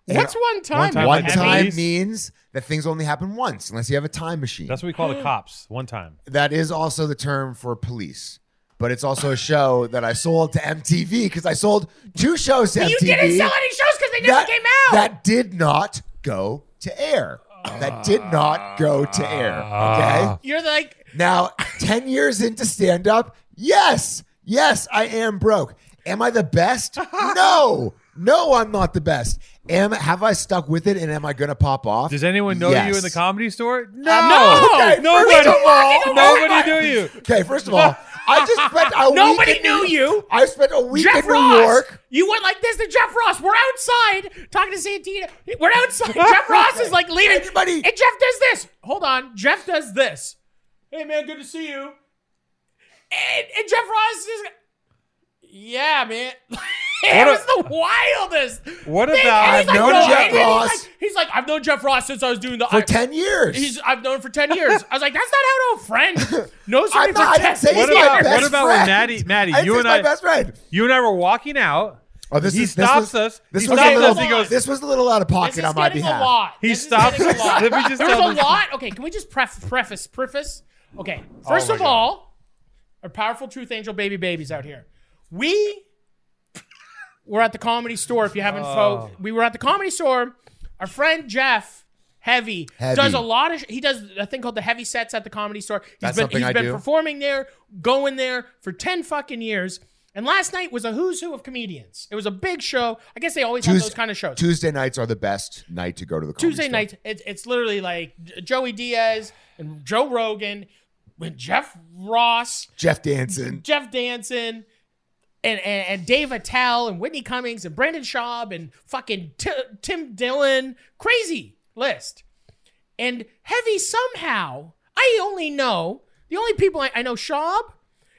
Speaker 4: And
Speaker 1: What's one time?
Speaker 2: one time
Speaker 4: one
Speaker 2: Heavy?
Speaker 4: time means that things only happen once, unless you have a time machine.
Speaker 2: That's what we call the cops. One time.
Speaker 4: that is also the term for police. But it's also a show that I sold to MTV because I sold two shows to
Speaker 1: You
Speaker 4: MTV.
Speaker 1: didn't sell any shows because they never
Speaker 4: that,
Speaker 1: came out.
Speaker 4: that did not go to air. That did not go to air. Okay.
Speaker 1: You're like,
Speaker 4: Now, 10 years into stand up, yes, yes, I am broke. Am I the best? No, no, I'm not the best. Am have I stuck with it and am I gonna pop off?
Speaker 2: Does anyone know you
Speaker 4: Yes.
Speaker 2: in the comedy store? No.
Speaker 1: Uh, no.
Speaker 4: Okay,
Speaker 2: Nobody.
Speaker 4: first of all,
Speaker 2: Nobody knew you.
Speaker 4: Okay, first of all, I just spent a
Speaker 1: Nobody
Speaker 4: week in New-
Speaker 1: knew you.
Speaker 4: I spent a week
Speaker 1: Jeff
Speaker 4: in
Speaker 1: Ross.
Speaker 4: New York.
Speaker 1: You went like this to Jeff Ross. We're outside talking to Santina. We're outside. Jeff Ross is like leaving.
Speaker 4: Everybody-
Speaker 1: And Jeff does this. Hold on. Jeff does this. Hey man, good to see you. And, and Jeff Ross is. Yeah, man. it
Speaker 2: a-
Speaker 1: was the wildest.
Speaker 2: What
Speaker 1: thing.
Speaker 2: about-
Speaker 1: And
Speaker 2: I've
Speaker 1: he's like,
Speaker 4: known
Speaker 1: no,
Speaker 4: Jeff
Speaker 1: and he's
Speaker 4: Ross.
Speaker 1: like- He's like, I've known Jeff Ross since I was doing the.
Speaker 4: For 10 years.
Speaker 1: He's I've known for ten years. I was like, that's not how no friend knows somebody
Speaker 4: I'm not-
Speaker 1: for
Speaker 4: I
Speaker 1: ten.
Speaker 4: didn't say
Speaker 2: What
Speaker 4: He's my
Speaker 2: about what
Speaker 4: best
Speaker 2: about when
Speaker 4: friend.
Speaker 2: Maddie? Maddie,
Speaker 4: I
Speaker 2: you
Speaker 4: just
Speaker 2: and
Speaker 4: my
Speaker 2: I,
Speaker 4: best friend.
Speaker 2: you and I were walking out.
Speaker 4: Oh, this
Speaker 2: he
Speaker 4: is, this
Speaker 2: stops
Speaker 4: was-
Speaker 2: us.
Speaker 4: This
Speaker 2: he
Speaker 4: was,
Speaker 2: stops
Speaker 4: a little,
Speaker 2: us. He goes.
Speaker 4: this was a little out of
Speaker 1: This
Speaker 4: pocket
Speaker 1: is
Speaker 4: on my
Speaker 1: getting
Speaker 4: behalf.
Speaker 1: a lot.
Speaker 2: He
Speaker 1: This is
Speaker 2: stops
Speaker 1: getting
Speaker 2: us.
Speaker 1: A lot.
Speaker 2: Let me just
Speaker 1: There's
Speaker 2: tell
Speaker 1: a
Speaker 2: this-
Speaker 1: lot. Okay, can we just pref- preface preface? Okay,
Speaker 2: Oh
Speaker 1: first
Speaker 2: my
Speaker 1: of
Speaker 2: God.
Speaker 1: all, our powerful truth angel baby babies out here. We were at the comedy store. If you haven't,
Speaker 4: Oh.
Speaker 1: folks, we were at the comedy store. Our friend Jeff. Heavy,
Speaker 4: Heavy.
Speaker 1: does a lot of. Sh- he does a thing called the heavy sets at the comedy store. He's
Speaker 4: That's
Speaker 1: been
Speaker 4: something
Speaker 1: he's
Speaker 4: I
Speaker 1: been
Speaker 4: do.
Speaker 1: performing there, going there for ten fucking years. And last night was a who's who of comedians. It was a big show. I guess they always have those kind of shows.
Speaker 4: Tuesday nights are the best night to go to the comedy
Speaker 1: Tuesday
Speaker 4: store.
Speaker 1: nights, it's, it's literally like J- Joey Diaz and Joe Rogan, with Jeff Ross,
Speaker 4: Jeff Danson.
Speaker 1: Jeff Danson, and, and, and Dave Attell, and Whitney Cummings, and Brandon Schaub, and fucking Ti- Tim Dillon. Crazy list. And Heavy somehow, I only know, the only people I, I know Schaub,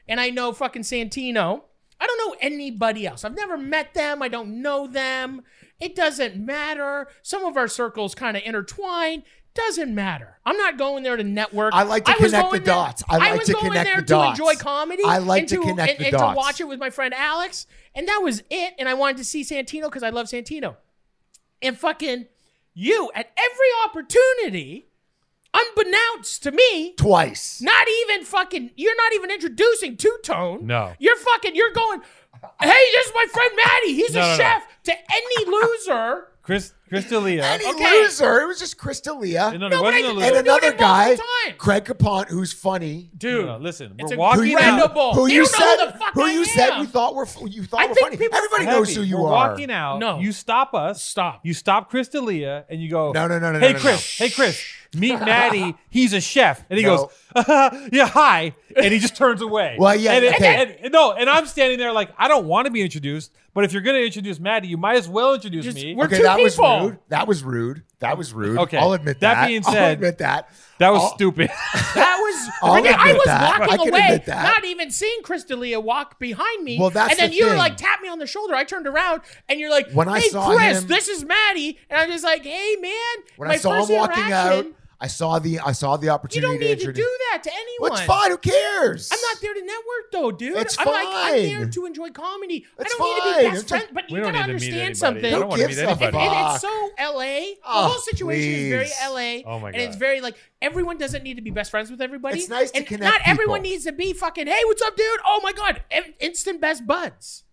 Speaker 1: and I know fucking Santino. I don't know anybody else. I've never met them. I don't know them. It doesn't matter. Some of our circles kind of intertwine. Doesn't matter. I'm not going there to network.
Speaker 4: I like to
Speaker 1: was
Speaker 4: connect the
Speaker 1: going there-
Speaker 4: dots. I like
Speaker 1: was
Speaker 4: to
Speaker 1: going
Speaker 4: connect
Speaker 1: there
Speaker 4: the dots.
Speaker 1: to enjoy comedy.
Speaker 4: I like
Speaker 1: and
Speaker 4: to connect
Speaker 1: and,
Speaker 4: the
Speaker 1: and
Speaker 4: dots.
Speaker 1: to watch it with my friend Alex. And that was it. And I wanted to see Santino because I love Santino. And fucking you at every opportunity, unbeknownst to me,
Speaker 4: Twice.
Speaker 1: not even fucking, you're not even introducing Two Tone.
Speaker 2: No.
Speaker 1: You're fucking, you're going, hey, this is my friend Maddie. He's
Speaker 2: No,
Speaker 1: a
Speaker 2: no, no.
Speaker 1: chef to any loser.
Speaker 2: Chris, Chris D'Elia.
Speaker 4: Any
Speaker 1: Okay.
Speaker 4: loser. It was just Chris D'Elia.
Speaker 2: No, no,
Speaker 1: No,
Speaker 2: it
Speaker 1: but
Speaker 2: wasn't
Speaker 1: I-
Speaker 2: a
Speaker 1: We're
Speaker 4: and
Speaker 2: loser.
Speaker 1: doing
Speaker 4: another
Speaker 1: it all
Speaker 4: guy,
Speaker 1: the time.
Speaker 4: Craig Capon, who's funny.
Speaker 1: Dude.
Speaker 2: No, listen,
Speaker 1: It's
Speaker 2: we're walking out.
Speaker 1: incredible.
Speaker 4: Who
Speaker 1: They
Speaker 4: you
Speaker 1: don't know
Speaker 4: said?
Speaker 1: who the fuck
Speaker 4: who
Speaker 1: I
Speaker 4: you said
Speaker 1: am.
Speaker 4: you thought were fu- you thought
Speaker 1: I
Speaker 4: were
Speaker 1: think
Speaker 4: funny?
Speaker 1: people-
Speaker 4: Everybody
Speaker 2: Heavy.
Speaker 4: knows who you
Speaker 2: we're
Speaker 4: are.
Speaker 2: walking out.
Speaker 1: No.
Speaker 2: You stop us.
Speaker 1: Stop.
Speaker 2: You stop Chris D'Elia and you go,
Speaker 4: No, no, no, no,
Speaker 2: Hey,
Speaker 4: no, no,
Speaker 2: Chris. Hey, Chris. Meet Maddie. He's a chef. And he
Speaker 4: No.
Speaker 2: goes, Yeah, hi. And he just turns away.
Speaker 4: Well, yeah,
Speaker 2: And,
Speaker 4: okay.
Speaker 2: and- and- no, and I'm standing there like, I don't want to be introduced, but if you're going to introduce Maddie, you might as well introduce
Speaker 1: Just-
Speaker 2: me.
Speaker 1: we're-
Speaker 4: Okay,
Speaker 1: two
Speaker 4: that
Speaker 1: people.
Speaker 4: was rude. That was rude. That was rude.
Speaker 2: Okay.
Speaker 4: I'll admit
Speaker 2: That
Speaker 4: that.
Speaker 2: being
Speaker 4: I'll
Speaker 2: said-
Speaker 4: admit that.
Speaker 2: That was
Speaker 4: I'll-
Speaker 2: stupid.
Speaker 1: That was
Speaker 4: I'll
Speaker 1: ridiculous. I
Speaker 4: admit
Speaker 1: was
Speaker 4: that. I
Speaker 1: walking
Speaker 4: can
Speaker 1: away,
Speaker 4: admit that.
Speaker 1: not even seeing Chris D'Elia walk behind me.
Speaker 4: Well, that's
Speaker 1: and then
Speaker 4: the
Speaker 1: you were
Speaker 4: thing.
Speaker 1: like tap me on the shoulder. I turned around and you're like,
Speaker 4: When
Speaker 1: hey,
Speaker 4: I saw
Speaker 1: Chris,
Speaker 4: him-
Speaker 1: this is Maddie," and I'm just like, "Hey, man."
Speaker 4: When
Speaker 1: my
Speaker 4: I saw
Speaker 1: first
Speaker 4: him walking out,
Speaker 1: interaction,
Speaker 4: I saw the I saw the
Speaker 1: you
Speaker 4: opportunity
Speaker 1: don't need
Speaker 4: to
Speaker 1: to
Speaker 4: introduce.
Speaker 1: do that to anyone.
Speaker 4: Well, it's fine. Who cares?
Speaker 1: I'm not there to network though, dude.
Speaker 4: It's
Speaker 1: I'm like, I'm there
Speaker 4: fine.
Speaker 1: to enjoy comedy.
Speaker 4: It's
Speaker 1: I don't need to
Speaker 4: fine.
Speaker 1: be best
Speaker 4: It's
Speaker 1: friends,
Speaker 4: a-
Speaker 1: but
Speaker 2: we
Speaker 1: you
Speaker 2: don't
Speaker 1: gotta
Speaker 2: need to
Speaker 1: understand
Speaker 2: meet anybody.
Speaker 1: something.
Speaker 2: I
Speaker 4: Who
Speaker 2: don't want to meet
Speaker 4: gives a
Speaker 2: anybody.
Speaker 1: And, and
Speaker 4: Fuck.
Speaker 1: it's so LA.
Speaker 4: Oh,
Speaker 1: the whole situation is
Speaker 4: please.
Speaker 1: very LA.
Speaker 2: Oh my
Speaker 1: And it's
Speaker 2: God.
Speaker 1: very like everyone doesn't need to be best friends with everybody.
Speaker 4: It's nice to
Speaker 1: and
Speaker 4: connect
Speaker 1: Not everyone
Speaker 4: people.
Speaker 1: needs to be fucking, hey, what's up, dude? Oh my God. in- Instant best buds.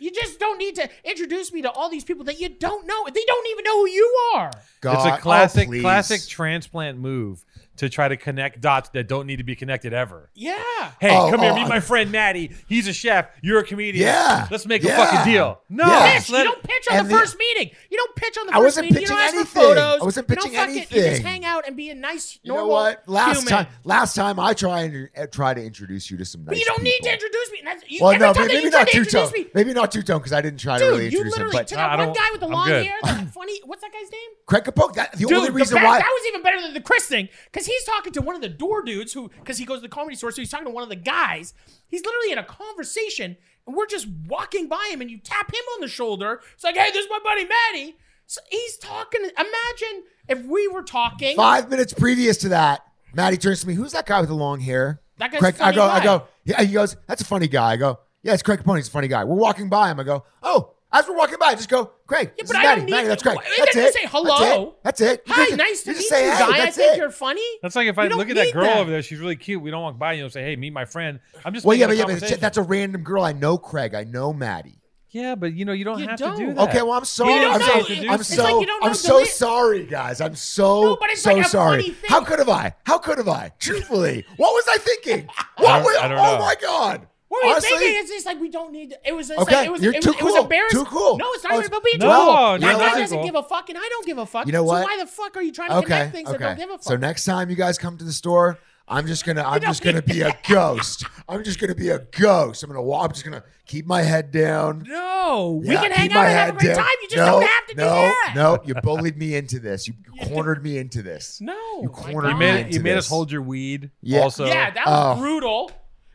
Speaker 1: You just don't need to introduce me to all these people that you don't know. They don't even know who you are.
Speaker 4: God,
Speaker 2: it's
Speaker 4: oh,
Speaker 2: a classic,
Speaker 4: please.
Speaker 2: classic transplant move to try to connect dots that don't need to be connected ever.
Speaker 1: Yeah.
Speaker 2: Hey,
Speaker 4: Oh,
Speaker 2: come here,
Speaker 4: oh,
Speaker 2: meet
Speaker 4: I-
Speaker 2: my friend Maddie. He's a chef. You're a comedian.
Speaker 4: Yeah,
Speaker 2: Let's make a
Speaker 4: yeah,
Speaker 2: fucking deal. No,
Speaker 4: yeah.
Speaker 2: let's
Speaker 1: Pitch. You
Speaker 2: let-
Speaker 1: don't pitch on
Speaker 4: and
Speaker 1: the
Speaker 4: the-
Speaker 1: first meeting. You don't pitch on the
Speaker 4: I
Speaker 1: first
Speaker 4: wasn't
Speaker 1: meeting. you
Speaker 4: pitching
Speaker 1: don't ask
Speaker 4: anything.
Speaker 1: for photos.
Speaker 4: I wasn't pitching
Speaker 1: you don't fucking, You just
Speaker 4: anything.
Speaker 1: hang out and be a nice,
Speaker 4: You know
Speaker 1: normal
Speaker 4: what? Last
Speaker 1: human.
Speaker 4: time, last time I try and uh, try to introduce you to some nice.
Speaker 1: But you don't need
Speaker 4: people.
Speaker 1: to introduce me. And that's, you,
Speaker 4: Well,
Speaker 1: every
Speaker 4: no,
Speaker 1: time
Speaker 4: maybe,
Speaker 1: that you try
Speaker 4: not
Speaker 1: to
Speaker 4: two tone.
Speaker 1: introduce me,
Speaker 4: Maybe not two tone because I didn't try to really
Speaker 1: Dude, you
Speaker 4: introduce him.
Speaker 1: literally
Speaker 4: But
Speaker 1: took
Speaker 2: I
Speaker 1: that one
Speaker 2: don't-
Speaker 1: guy with the
Speaker 2: I'm
Speaker 1: long
Speaker 2: good.
Speaker 1: hair, that funny. What's that guy's name?
Speaker 4: Craig Capote, that, the only
Speaker 1: the
Speaker 4: reason
Speaker 1: fact-
Speaker 4: why
Speaker 1: that was even better than the Chris thing, because he's talking to one of the door dudes who, because he goes to the comedy store, so he's talking to one of the guys. He's literally in a conversation, and we're just walking by him, and you tap him on the shoulder. It's like, hey, this is my buddy Maddie. So he's talking. Imagine if we were talking.
Speaker 4: five minutes previous to that, Maddie turns to me. Who's that guy with the long hair?
Speaker 1: That guy's
Speaker 4: Craig,
Speaker 1: a funny
Speaker 4: I go,
Speaker 1: guy.
Speaker 4: I go. Yeah, he goes. That's a funny guy. I go. Yeah, it's Craig Capone. He's a funny guy. We're walking by him. I go. Oh, as we're walking by, I just go, Craig.
Speaker 1: Yeah,
Speaker 4: this
Speaker 1: but
Speaker 4: is
Speaker 1: I don't
Speaker 4: Maddie.
Speaker 1: need
Speaker 4: Maddie,
Speaker 1: to-
Speaker 4: that's Craig.
Speaker 1: why-
Speaker 4: that's
Speaker 1: then
Speaker 4: it.
Speaker 1: you say
Speaker 4: That's it.
Speaker 1: hello.
Speaker 4: That's it. You
Speaker 1: Hi, nice
Speaker 4: just-
Speaker 1: to
Speaker 4: you
Speaker 1: meet
Speaker 4: just
Speaker 1: you,
Speaker 4: say, hey,
Speaker 1: guy. I
Speaker 4: that's
Speaker 1: think
Speaker 4: it.
Speaker 1: you're funny.
Speaker 2: That's like if I
Speaker 1: You don't
Speaker 2: look at that
Speaker 1: need
Speaker 2: girl
Speaker 1: that.
Speaker 2: over there, she's really cute. We don't walk by you and say, "Hey, meet my friend." I'm just
Speaker 4: Well, yeah,
Speaker 2: making
Speaker 4: but yeah,
Speaker 2: a
Speaker 4: but
Speaker 2: conversation.
Speaker 4: that's a random girl. I know Craig. I know Maddie.
Speaker 2: yeah, but you know you don't
Speaker 1: You
Speaker 2: have
Speaker 1: don't.
Speaker 2: to do that.
Speaker 4: Okay, well, I'm sorry.
Speaker 1: You don't
Speaker 4: I'm,
Speaker 1: know.
Speaker 4: so-
Speaker 1: It's-
Speaker 4: I'm
Speaker 1: it's
Speaker 4: so,
Speaker 1: like you don't know
Speaker 4: I'm so
Speaker 1: the-
Speaker 4: sorry, guys. I'm so,
Speaker 1: No, but it's
Speaker 4: so
Speaker 1: like a
Speaker 4: sorry.
Speaker 1: funny thing.
Speaker 4: How could have I? How could have I? Truthfully, what was I thinking? What
Speaker 2: I don't-
Speaker 4: was,
Speaker 2: I don't
Speaker 4: oh
Speaker 2: know.
Speaker 4: my god!
Speaker 1: What were you
Speaker 4: Honestly,
Speaker 1: thinking? It's just like we don't need. To, it was just
Speaker 4: Okay,
Speaker 1: like it was.
Speaker 4: you're
Speaker 1: it
Speaker 4: too
Speaker 1: was, It was
Speaker 4: cool,
Speaker 1: embarrassing.
Speaker 4: too cool.
Speaker 1: No, it's not
Speaker 4: Oh,
Speaker 1: even about being
Speaker 2: no,
Speaker 1: too cool.
Speaker 2: no,
Speaker 1: That
Speaker 2: that's
Speaker 1: guy doesn't
Speaker 2: cool.
Speaker 1: give a fuck, and I don't give a fuck.
Speaker 4: You know
Speaker 1: So
Speaker 4: what?
Speaker 1: why the fuck are you trying to
Speaker 4: okay,
Speaker 1: connect things that
Speaker 4: okay.
Speaker 1: don't give a fuck?
Speaker 4: So next time you guys come to the store, I'm just gonna, I'm
Speaker 1: don't
Speaker 4: just gonna
Speaker 1: need
Speaker 4: be a ghost. I'm just gonna be a ghost. I'm gonna walk. I'm just gonna keep my head down.
Speaker 1: no, we
Speaker 4: Yeah,
Speaker 1: can hang
Speaker 4: keep
Speaker 1: out
Speaker 4: my
Speaker 1: and have a
Speaker 4: head
Speaker 1: great
Speaker 4: down.
Speaker 1: time. You just
Speaker 4: No,
Speaker 1: don't have to
Speaker 4: no,
Speaker 1: do that.
Speaker 4: No, you bullied me into this. You cornered me into this.
Speaker 1: no,
Speaker 4: You
Speaker 1: my
Speaker 4: cornered
Speaker 2: you
Speaker 1: God.
Speaker 4: me
Speaker 2: made you
Speaker 4: into
Speaker 2: made
Speaker 4: this.
Speaker 2: us hold your weed.
Speaker 4: Yeah.
Speaker 2: Also,
Speaker 1: Yeah, that was
Speaker 4: Oh.
Speaker 1: brutal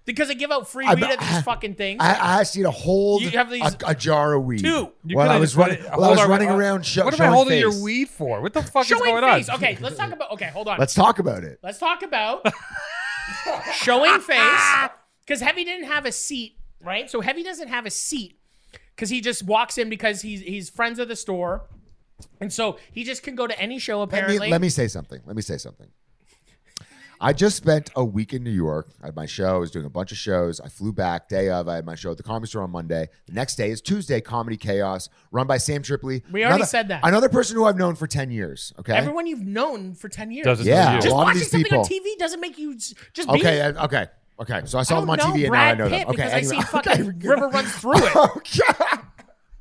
Speaker 1: because they give out free
Speaker 4: I-
Speaker 1: weed at these
Speaker 4: I-
Speaker 1: fucking things.
Speaker 4: I, I asked you to hold
Speaker 1: You have these-
Speaker 4: a, a jar of weed.
Speaker 1: Two.
Speaker 2: You
Speaker 4: While
Speaker 2: could've
Speaker 4: I was
Speaker 2: just put
Speaker 4: running,
Speaker 2: it-
Speaker 4: while I
Speaker 2: hold
Speaker 4: was
Speaker 2: our-
Speaker 4: running
Speaker 2: uh,
Speaker 4: around. Sho-
Speaker 2: what am I
Speaker 4: showing
Speaker 2: holding
Speaker 4: face.
Speaker 2: your weed for? What the fuck is
Speaker 1: showing
Speaker 2: going
Speaker 1: face.
Speaker 2: on?
Speaker 1: Okay, let's talk about. Okay, hold on.
Speaker 4: Let's talk about it.
Speaker 1: Let's talk about showing face because Heavy didn't have a seat, right? So Heavy doesn't have a seat because he just walks in because he's he's friends of the store, and so he just can go to any show
Speaker 4: Let me,
Speaker 1: apparently.
Speaker 4: let me say something. Let me say something. I just spent a week in New York. I had my show. I was doing a bunch of shows. I flew back day of. I had my show at the Comedy Store on Monday. The next day is Tuesday. Comedy Chaos, run by Sam Tripoli.
Speaker 1: We already
Speaker 4: Another-
Speaker 1: said that.
Speaker 4: Another person who I've known for ten years. Okay.
Speaker 1: Everyone you've known for ten years.
Speaker 2: Doesn't-
Speaker 4: yeah,
Speaker 2: Just
Speaker 4: a
Speaker 1: just
Speaker 4: lot of
Speaker 1: watching
Speaker 4: these
Speaker 1: something
Speaker 4: people.
Speaker 1: on TV doesn't make you s- just be.
Speaker 4: Okay, uh, okay, okay. So I
Speaker 1: I
Speaker 4: saw
Speaker 1: don't
Speaker 4: them on
Speaker 1: know
Speaker 4: TV, and now I
Speaker 1: Brad
Speaker 4: know
Speaker 1: Pitt
Speaker 4: them. Okay, Oh,
Speaker 1: because
Speaker 4: anyway.
Speaker 1: I see fucking
Speaker 4: okay.
Speaker 1: River runs through it.
Speaker 4: Okay.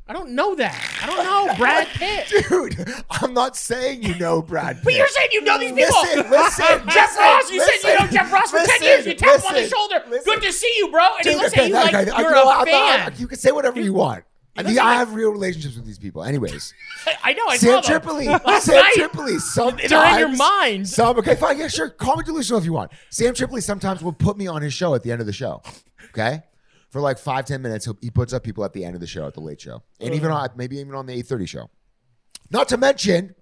Speaker 1: I don't know that. I don't know Brad Pitt.
Speaker 4: Dude, I'm not saying you know Brad Pitt.
Speaker 1: But you're saying you know these people.
Speaker 4: Listen, listen,
Speaker 1: Jeff
Speaker 4: listen,
Speaker 1: Ross, you said you know
Speaker 4: listen,
Speaker 1: Jeff Ross for ten
Speaker 4: listen,
Speaker 1: years. You tap him on the
Speaker 4: listen,
Speaker 1: shoulder.
Speaker 4: listen.
Speaker 1: Good to see you, bro. And he looks at you like
Speaker 4: okay,
Speaker 1: you're
Speaker 4: I- you
Speaker 1: a
Speaker 4: know, I'm
Speaker 1: fan.
Speaker 4: not- you can say whatever you want. I, mean,
Speaker 1: listen,
Speaker 4: I
Speaker 1: like-
Speaker 4: have real relationships with these people. Anyways,
Speaker 1: I know. I saw
Speaker 4: Sam
Speaker 1: them.
Speaker 4: Tripoli,
Speaker 1: Last
Speaker 4: Sam
Speaker 1: night.
Speaker 4: Tripoli. Sometimes
Speaker 1: mind.
Speaker 4: Some okay, fine, yeah, sure. Call me delusional if you want. Sam Tripoli sometimes will put me on his show at the end of the show. Okay, for like five ten minutes, he'll, he puts up people at the end of the show at the late show, and even on maybe even on the eight thirty show. Not to mention,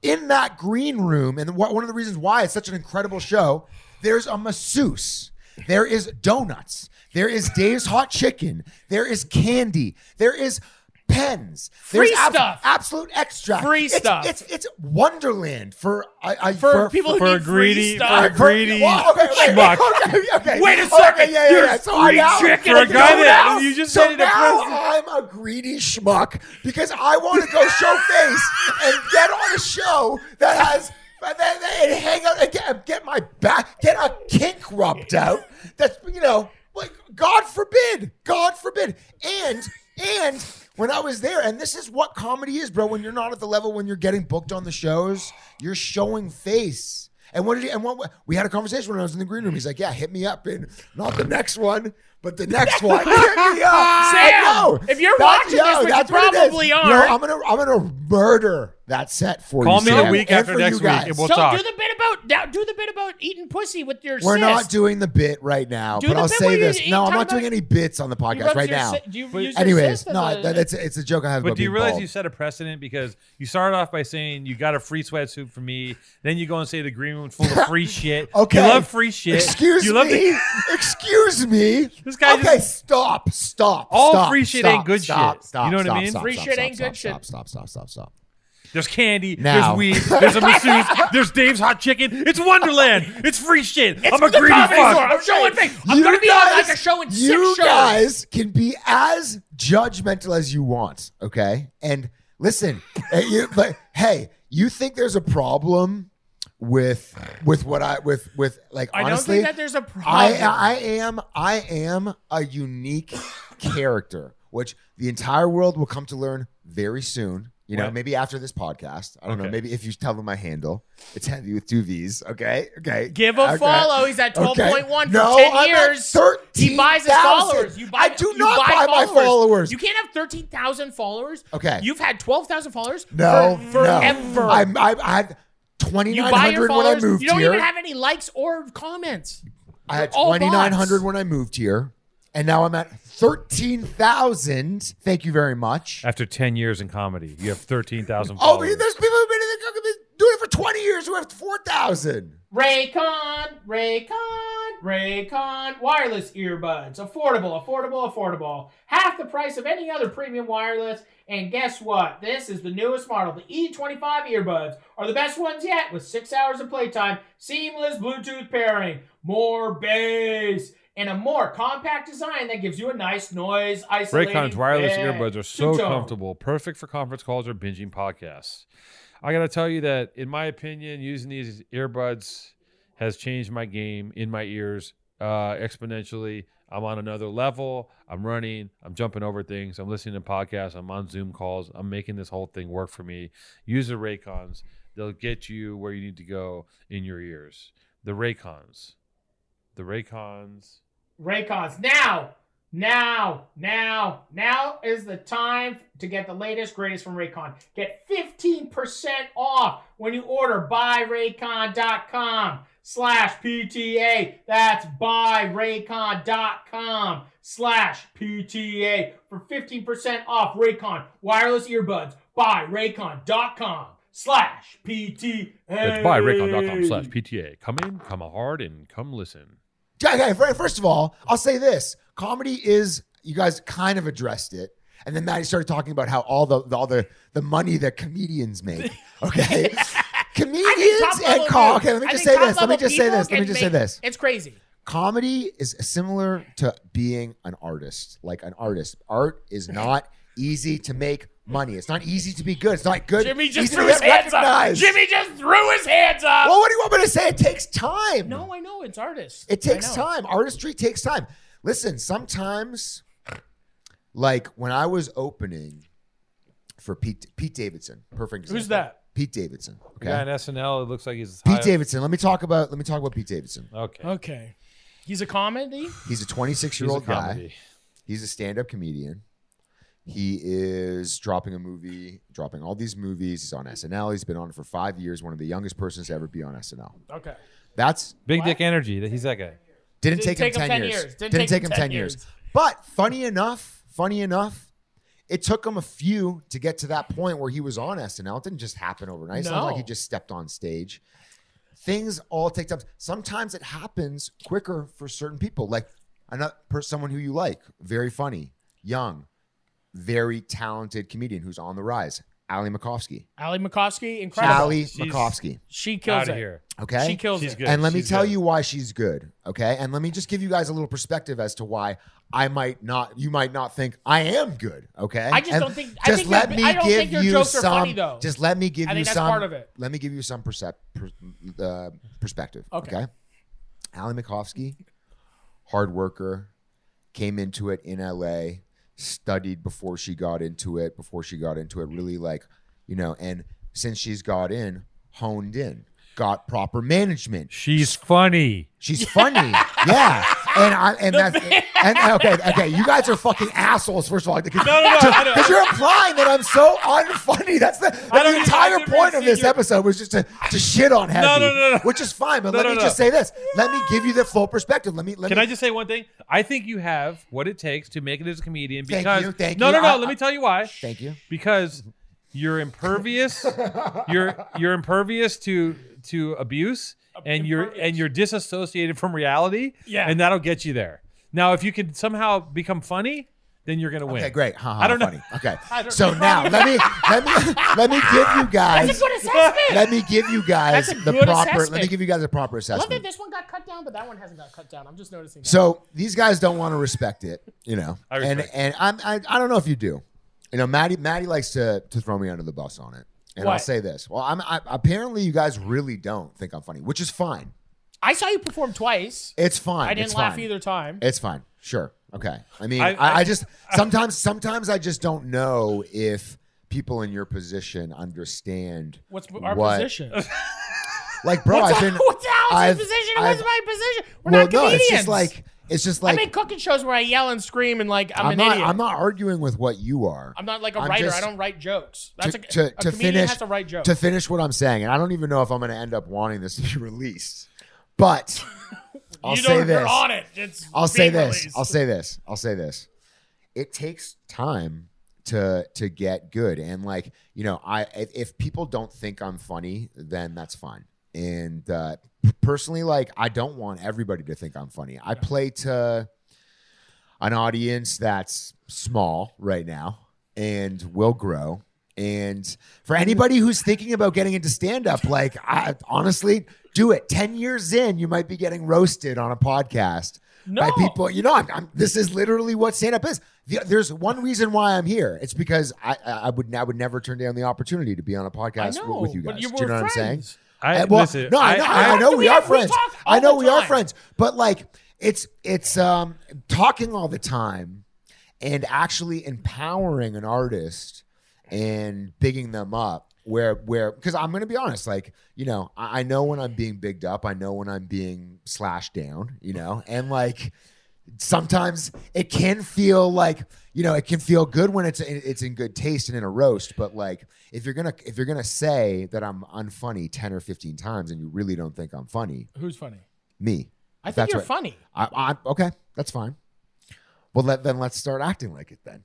Speaker 4: in that green room, and wh- one of the reasons why it's such an incredible show, there's a masseuse, there is donuts, there is Dave's Hot Chicken, there is candy, there is pens.
Speaker 1: Free
Speaker 4: There's ab-
Speaker 1: stuff.
Speaker 4: Absolute extract.
Speaker 1: Free
Speaker 4: It's-
Speaker 1: stuff.
Speaker 4: It's it's wonderland for I, I
Speaker 1: For people who
Speaker 2: for
Speaker 1: need free
Speaker 2: greedy-
Speaker 1: stuff.
Speaker 2: for- greedy
Speaker 4: Well, okay, wait,
Speaker 2: schmuck.
Speaker 4: Okay, okay.
Speaker 1: Wait a
Speaker 4: Okay,
Speaker 1: second,
Speaker 4: yeah, yeah,
Speaker 1: you're
Speaker 4: yeah.
Speaker 1: a
Speaker 4: So I
Speaker 1: free
Speaker 4: now-
Speaker 1: chicken
Speaker 2: for a guy
Speaker 4: so
Speaker 2: that-
Speaker 4: now-
Speaker 2: you just
Speaker 4: so
Speaker 2: made it a
Speaker 4: now
Speaker 2: prison.
Speaker 4: I'm a greedy schmuck because I want to go show face and get on a show that has and then- and hang out and get, get my back get a kink rubbed out. That's you know like God forbid, God forbid, and and. When I was there, and this is what comedy is, bro. When you're not at the level, when you're getting booked on the shows, you're showing face. And what did he, and what we had a conversation when I was in the green room. He's like, "Yeah, hit me up in not the next one, but the next one. Hit me up,
Speaker 1: Sam,
Speaker 4: I know.
Speaker 1: if you're watching this, which you
Speaker 4: that's what it is.
Speaker 1: probably
Speaker 4: Yo,
Speaker 1: aren't.
Speaker 4: I'm gonna I'm gonna murder that set for
Speaker 2: Call
Speaker 4: you.
Speaker 2: me
Speaker 4: Sam,
Speaker 2: a week
Speaker 4: and
Speaker 2: after
Speaker 4: for
Speaker 2: next
Speaker 4: you
Speaker 2: week,
Speaker 4: guys.
Speaker 2: and we'll
Speaker 1: so
Speaker 2: talk.
Speaker 1: do the bit about now, do the bit about eating pussy with your
Speaker 4: We're
Speaker 1: sis.
Speaker 4: not doing the bit right now,
Speaker 1: Do
Speaker 4: but
Speaker 1: the
Speaker 4: I'll
Speaker 1: bit where
Speaker 4: say
Speaker 1: you-
Speaker 4: this:
Speaker 1: you
Speaker 4: no, I'm
Speaker 1: talk
Speaker 4: not doing
Speaker 1: about-
Speaker 4: any bits on the
Speaker 1: You
Speaker 4: podcast
Speaker 1: rub
Speaker 4: right
Speaker 1: your
Speaker 4: now.
Speaker 1: si- do you use your
Speaker 4: Anyways,
Speaker 1: sis as
Speaker 4: no,
Speaker 1: a-
Speaker 4: that, that's it's a joke I have.
Speaker 2: But
Speaker 4: about
Speaker 2: do you
Speaker 4: being
Speaker 2: realize
Speaker 4: bald.
Speaker 2: you set a precedent because you started off by saying you got a free sweatsuit from me, then you go and say the green room's full of free shit.
Speaker 4: Okay.
Speaker 2: you love free shit.
Speaker 4: Excuse
Speaker 2: you love
Speaker 4: me.
Speaker 2: The,
Speaker 4: Excuse me.
Speaker 2: This guy
Speaker 4: Okay,
Speaker 2: just-
Speaker 4: stop, stop.
Speaker 2: All
Speaker 4: stop,
Speaker 2: free shit
Speaker 4: stop,
Speaker 2: ain't good
Speaker 4: stop,
Speaker 2: shit.
Speaker 4: Stop,
Speaker 2: You know what I
Speaker 4: stop,
Speaker 2: mean?
Speaker 4: Stop,
Speaker 1: Free
Speaker 4: stop,
Speaker 1: shit
Speaker 4: stop,
Speaker 1: ain't
Speaker 4: stop,
Speaker 1: good
Speaker 4: stop,
Speaker 1: shit.
Speaker 4: Stop, stop, stop, stop,
Speaker 2: there's candy.
Speaker 4: Now.
Speaker 2: There's weed. There's a masseuse. there's Dave's hot chicken. It's Wonderland. It's free shit. I'm a
Speaker 1: the
Speaker 2: greedy
Speaker 1: comedy store.
Speaker 2: fuck.
Speaker 1: I'm showing
Speaker 4: Okay.
Speaker 1: face. I'm
Speaker 4: You
Speaker 1: gonna be on like a
Speaker 4: guys-
Speaker 1: show in six
Speaker 4: You
Speaker 1: shows.
Speaker 4: guys can be as judgmental as you want, okay? And listen, eh, you, but hey, you think there's a problem with with what I with with like
Speaker 1: I don't
Speaker 4: honestly
Speaker 1: think that there's a problem.
Speaker 4: I, I am I am a unique character, which the entire world will come to learn very soon. You know,
Speaker 2: Right.
Speaker 4: maybe after this podcast. I don't know.
Speaker 2: Okay.
Speaker 4: Maybe if you tell them my handle, it's Hendy with two V's. Okay, okay.
Speaker 1: Give a
Speaker 4: Okay.
Speaker 1: follow. Oh, He's at twelve
Speaker 4: Okay.
Speaker 1: point one for
Speaker 4: No,
Speaker 1: 10
Speaker 4: I'm at
Speaker 1: years. He buys his
Speaker 4: 13,000.
Speaker 1: followers. You buy,
Speaker 4: I do
Speaker 1: you
Speaker 4: not buy, my followers.
Speaker 1: You can't have thirteen thousand followers.
Speaker 4: Okay.
Speaker 1: You've had twelve thousand followers
Speaker 4: no,
Speaker 1: for, forever.
Speaker 4: No. I'm, I, I had
Speaker 1: you buy your
Speaker 4: 2,900 when I
Speaker 1: followers.
Speaker 4: moved
Speaker 1: you don't
Speaker 4: here.
Speaker 1: even have any likes or comments.
Speaker 4: I had
Speaker 1: They're all
Speaker 4: 2,900
Speaker 1: bots.
Speaker 4: when I moved here, and now I'm at 13,000. Thank you very much.
Speaker 2: After 10 years in comedy, you have 13,000
Speaker 4: Oh,
Speaker 2: followers.
Speaker 4: there's people who've been, in the, who've been doing it for 20 years who have 4,000.
Speaker 1: Raycon, Raycon, Raycon wireless earbuds. Affordable, affordable, affordable. Half the price of any other premium wireless. And guess what? This is the newest model. The E25 earbuds are the best ones yet with six hours of playtime, seamless Bluetooth pairing, more bass, and a more compact design that gives you a nice noise isolating.
Speaker 2: Raycon's wireless
Speaker 1: fit.
Speaker 2: earbuds are so
Speaker 1: Two-tone.
Speaker 2: comfortable, perfect for conference calls or binging podcasts. I got to tell you that, in my opinion, using these earbuds has changed my game in my ears uh, exponentially. I'm on another level. I'm running. I'm jumping over things. I'm listening to podcasts. I'm on Zoom calls. I'm making this whole thing work for me. Use the Raycons. They'll get you where you need to go in your ears. The Raycons. The Raycons.
Speaker 1: Raycons. Now, now, now, now is the time to get the latest, greatest from Raycon. Get 15% off when you order buyraycon.com slash PTA. That's buyraycon.com slash PTA for 15% off Raycon wireless earbuds. Buyraycon.com slash PTA.
Speaker 2: That's by Raycon.com slash PTA. Come in, come hard, and come listen.
Speaker 4: Okay, fir- first of all, I'll say this: comedy is you guys kind of addressed it, and then Maddie started talking about how all the, all the the money that comedians make. Okay, comedians and
Speaker 1: level
Speaker 4: com-
Speaker 1: dudes-
Speaker 4: Okay, let me
Speaker 1: I
Speaker 4: just
Speaker 1: think
Speaker 4: say
Speaker 1: top
Speaker 4: this. Let me
Speaker 1: level
Speaker 4: just say
Speaker 1: people
Speaker 4: this. Let
Speaker 1: can
Speaker 4: me just say
Speaker 1: make-
Speaker 4: this.
Speaker 1: It's crazy.
Speaker 4: comedy is similar to being an artist like an artist art is not easy to make money it's not easy to be good it's not good
Speaker 1: Jimmy just
Speaker 4: easy
Speaker 1: threw
Speaker 4: to
Speaker 1: his
Speaker 4: get
Speaker 1: hands up.
Speaker 4: recognized. Oh.
Speaker 1: Jimmy just threw his hands up.
Speaker 4: well what do you want me to say it takes time
Speaker 1: no, I know it's artists.
Speaker 4: it
Speaker 1: I
Speaker 4: takes
Speaker 1: know.
Speaker 4: time artistry takes time listen sometimes like when i was opening for pete pete davidson perfect example.
Speaker 1: Who's that?
Speaker 4: pete davidson
Speaker 2: The guy on
Speaker 4: okay
Speaker 2: SNL, it looks like he's high-
Speaker 4: pete davidson let me talk about let me talk about pete davidson
Speaker 2: Okay,
Speaker 1: Okay, he's a comedy.
Speaker 4: he's a 26
Speaker 2: he's
Speaker 4: year
Speaker 2: a
Speaker 4: old guy
Speaker 2: comedy.
Speaker 4: He's a stand-up comedian. He is dropping a movie, dropping all these movies. He's on SNL. He's been on it for five years. One of the youngest persons to ever be on SNL.
Speaker 1: Okay,
Speaker 4: That's
Speaker 2: Big
Speaker 1: What?
Speaker 2: Dick Energy. that- He's that guy.
Speaker 4: didn't, take, him ten, years. Didn't, take him ten years. But funny enough, funny enough, it took him a few to get to that point where he was on SNL. It didn't just happen overnight. It's not like
Speaker 1: No.
Speaker 4: he just stepped on stage. Things all take time. Sometimes it happens quicker for certain people, like another per someone who you like, very funny, young, very talented comedian who's on the rise, Ali Makovsky.
Speaker 1: Ali Makovsky, incredible.
Speaker 4: Ali
Speaker 2: She's-
Speaker 4: Makovsky.
Speaker 1: She kills
Speaker 2: Out of
Speaker 1: it.
Speaker 2: here.
Speaker 4: Okay.
Speaker 1: She kills
Speaker 2: She's
Speaker 1: it.
Speaker 2: good.
Speaker 4: And let me
Speaker 2: She's
Speaker 4: tell
Speaker 2: good.
Speaker 4: you why she's good, okay? And let me just give you guys a little perspective as to why I might not, you might not think I am good, okay?
Speaker 1: I just
Speaker 4: And
Speaker 1: don't think- I
Speaker 4: Just
Speaker 1: think
Speaker 4: let
Speaker 1: your-
Speaker 4: me
Speaker 1: I don't
Speaker 4: give
Speaker 1: think your
Speaker 4: you
Speaker 1: jokes are
Speaker 4: some.
Speaker 1: funny, though.
Speaker 4: Just let me give
Speaker 1: I
Speaker 4: you
Speaker 1: think that's
Speaker 4: some.
Speaker 1: part of it.
Speaker 4: Let me give you some percep- per, uh, perspective,
Speaker 1: Okay.
Speaker 4: okay? Ali Makovsky, hard worker, came into it in LA, studied before she got into it, before she got into it, really like, you know, and since she's got in, honed in, got proper management.
Speaker 2: She's funny.
Speaker 4: She's funny. yeah. And I and that's and okay, okay, you guys are fucking assholes, first of all. Because
Speaker 2: No, no, no, I don't-
Speaker 4: you're implying that I'm so unfunny. That's the, that's
Speaker 2: I don't
Speaker 4: the
Speaker 2: even- I
Speaker 4: entire
Speaker 2: didn't
Speaker 4: point
Speaker 2: really
Speaker 4: of this
Speaker 2: see your-
Speaker 4: episode was just to, to shit on Heavy.
Speaker 2: no, no, no.
Speaker 4: Which is fine, but
Speaker 2: No,
Speaker 4: let
Speaker 2: no,
Speaker 4: me
Speaker 2: no.
Speaker 4: just say this. Let me give you the full perspective. Let me let
Speaker 2: Can
Speaker 4: me
Speaker 2: I just say one thing? I think you have what it takes to make it as a comedian
Speaker 4: Thank
Speaker 2: because
Speaker 4: you, thank
Speaker 2: no,
Speaker 4: you.
Speaker 2: no, no.
Speaker 4: I-
Speaker 2: let me tell you why.
Speaker 4: thank you.
Speaker 2: Because you're impervious. you're you're impervious to to abuse, and you're
Speaker 1: Impervious.
Speaker 2: and you're disassociated from reality.
Speaker 1: Yeah.
Speaker 2: and that'll get you there. Now, if you can somehow become funny, then you're gonna win.
Speaker 4: Okay, great. Ha, ha,
Speaker 2: I don't know.
Speaker 4: funny. Okay.
Speaker 1: don't-
Speaker 4: So now let me let me let me give you guys
Speaker 1: That's a good assessment.
Speaker 4: let me give you guys
Speaker 1: That's a
Speaker 4: the
Speaker 1: good
Speaker 4: proper let me
Speaker 1: assessment.
Speaker 4: give you guys a proper
Speaker 1: Love that
Speaker 4: assessment.
Speaker 1: this one got cut down, but that one hasn't got cut down. I'm just noticing. That.
Speaker 4: So these guys don't want to respect it, you know.
Speaker 2: I
Speaker 4: and
Speaker 2: respect
Speaker 4: and I'm, I I don't know if you do. You know, Maddie Maddie likes to to throw me under the bus on it. And I'll
Speaker 1: What?
Speaker 4: say this. Well, I'm I, apparently you guys really don't think I'm funny, which is fine.
Speaker 1: I saw you perform twice.
Speaker 4: It's fine.
Speaker 1: I didn't
Speaker 4: It's
Speaker 1: laugh
Speaker 4: fine.
Speaker 1: either time.
Speaker 4: It's fine. Sure. Okay. I mean,
Speaker 2: I-
Speaker 4: I, I, just sometimes sometimes I just don't know if people in your position understand
Speaker 1: What's our
Speaker 4: what-
Speaker 1: position?
Speaker 4: Like, bro,
Speaker 1: What's
Speaker 4: I've
Speaker 1: our,
Speaker 4: been.
Speaker 1: what's Alex's
Speaker 4: I've-
Speaker 1: position?
Speaker 4: I've-
Speaker 1: What's my position? We're
Speaker 4: well,
Speaker 1: not
Speaker 4: no,
Speaker 1: comedians.
Speaker 4: it's just like it's just
Speaker 1: I
Speaker 4: like
Speaker 1: make cooking shows where I yell and scream and like I'm,
Speaker 4: I'm
Speaker 1: an
Speaker 4: not
Speaker 1: idiot.
Speaker 4: I'm not arguing with what you are.
Speaker 1: I'm not like a
Speaker 4: I'm
Speaker 1: writer.
Speaker 4: just-
Speaker 1: I don't write jokes.
Speaker 4: to,
Speaker 1: That's a,
Speaker 4: to,
Speaker 1: a
Speaker 4: to
Speaker 1: comedian
Speaker 4: finish
Speaker 1: has to write jokes.
Speaker 4: to finish what I'm saying, and I don't even know if I'm going to end up wanting this to be released. But I'll
Speaker 1: you
Speaker 4: say
Speaker 1: know
Speaker 4: this.
Speaker 1: you're on it. It's
Speaker 4: I'll say
Speaker 1: being
Speaker 4: this.
Speaker 1: released.
Speaker 4: I'll say this. I'll say this. It takes time to to get good, and like you know, I if, if people don't think I'm funny, then that's fine. And uh, p- personally, like I don't want everybody to think I'm funny. I play to an audience that's small right now and will grow. And for anybody who's thinking about getting into stand up, like I, honestly, do it. 10 years in, you might be getting roasted on a podcast by
Speaker 1: No.
Speaker 4: people. You know, I'm, I'm, this is literally what stand up is. The- there's one reason why I'm here. It's because I, I I would I would never turn down the opportunity to be on a
Speaker 1: I
Speaker 4: podcast
Speaker 1: know,
Speaker 4: with you guys.
Speaker 1: but you
Speaker 4: do
Speaker 1: were
Speaker 4: you know what I'm saying?
Speaker 1: friends.
Speaker 2: I,
Speaker 4: Uh, well,
Speaker 2: listen,
Speaker 4: no, I know, I, I know we,
Speaker 1: We
Speaker 4: are
Speaker 1: have- we
Speaker 4: friends.
Speaker 1: talk all
Speaker 4: I know
Speaker 1: the
Speaker 4: we are
Speaker 1: time.
Speaker 4: friends, but like it's it's um talking all the time and actually empowering an artist and bigging them up. Where where because I'm gonna be honest, like you know, I, I know when I'm being bigged up, I know when I'm being slashed down, you know, and like sometimes it can feel like you know it can feel good when it's it's in good taste and in a roast but like if you're gonna if you're gonna say that i'm unfunny 10 or 15 times and you really don't think i'm funny
Speaker 1: Who's funny?
Speaker 4: me
Speaker 1: I think
Speaker 4: That's
Speaker 1: you're
Speaker 4: what-
Speaker 1: funny.
Speaker 4: I, I okay that's fine well let, then let's start acting like it then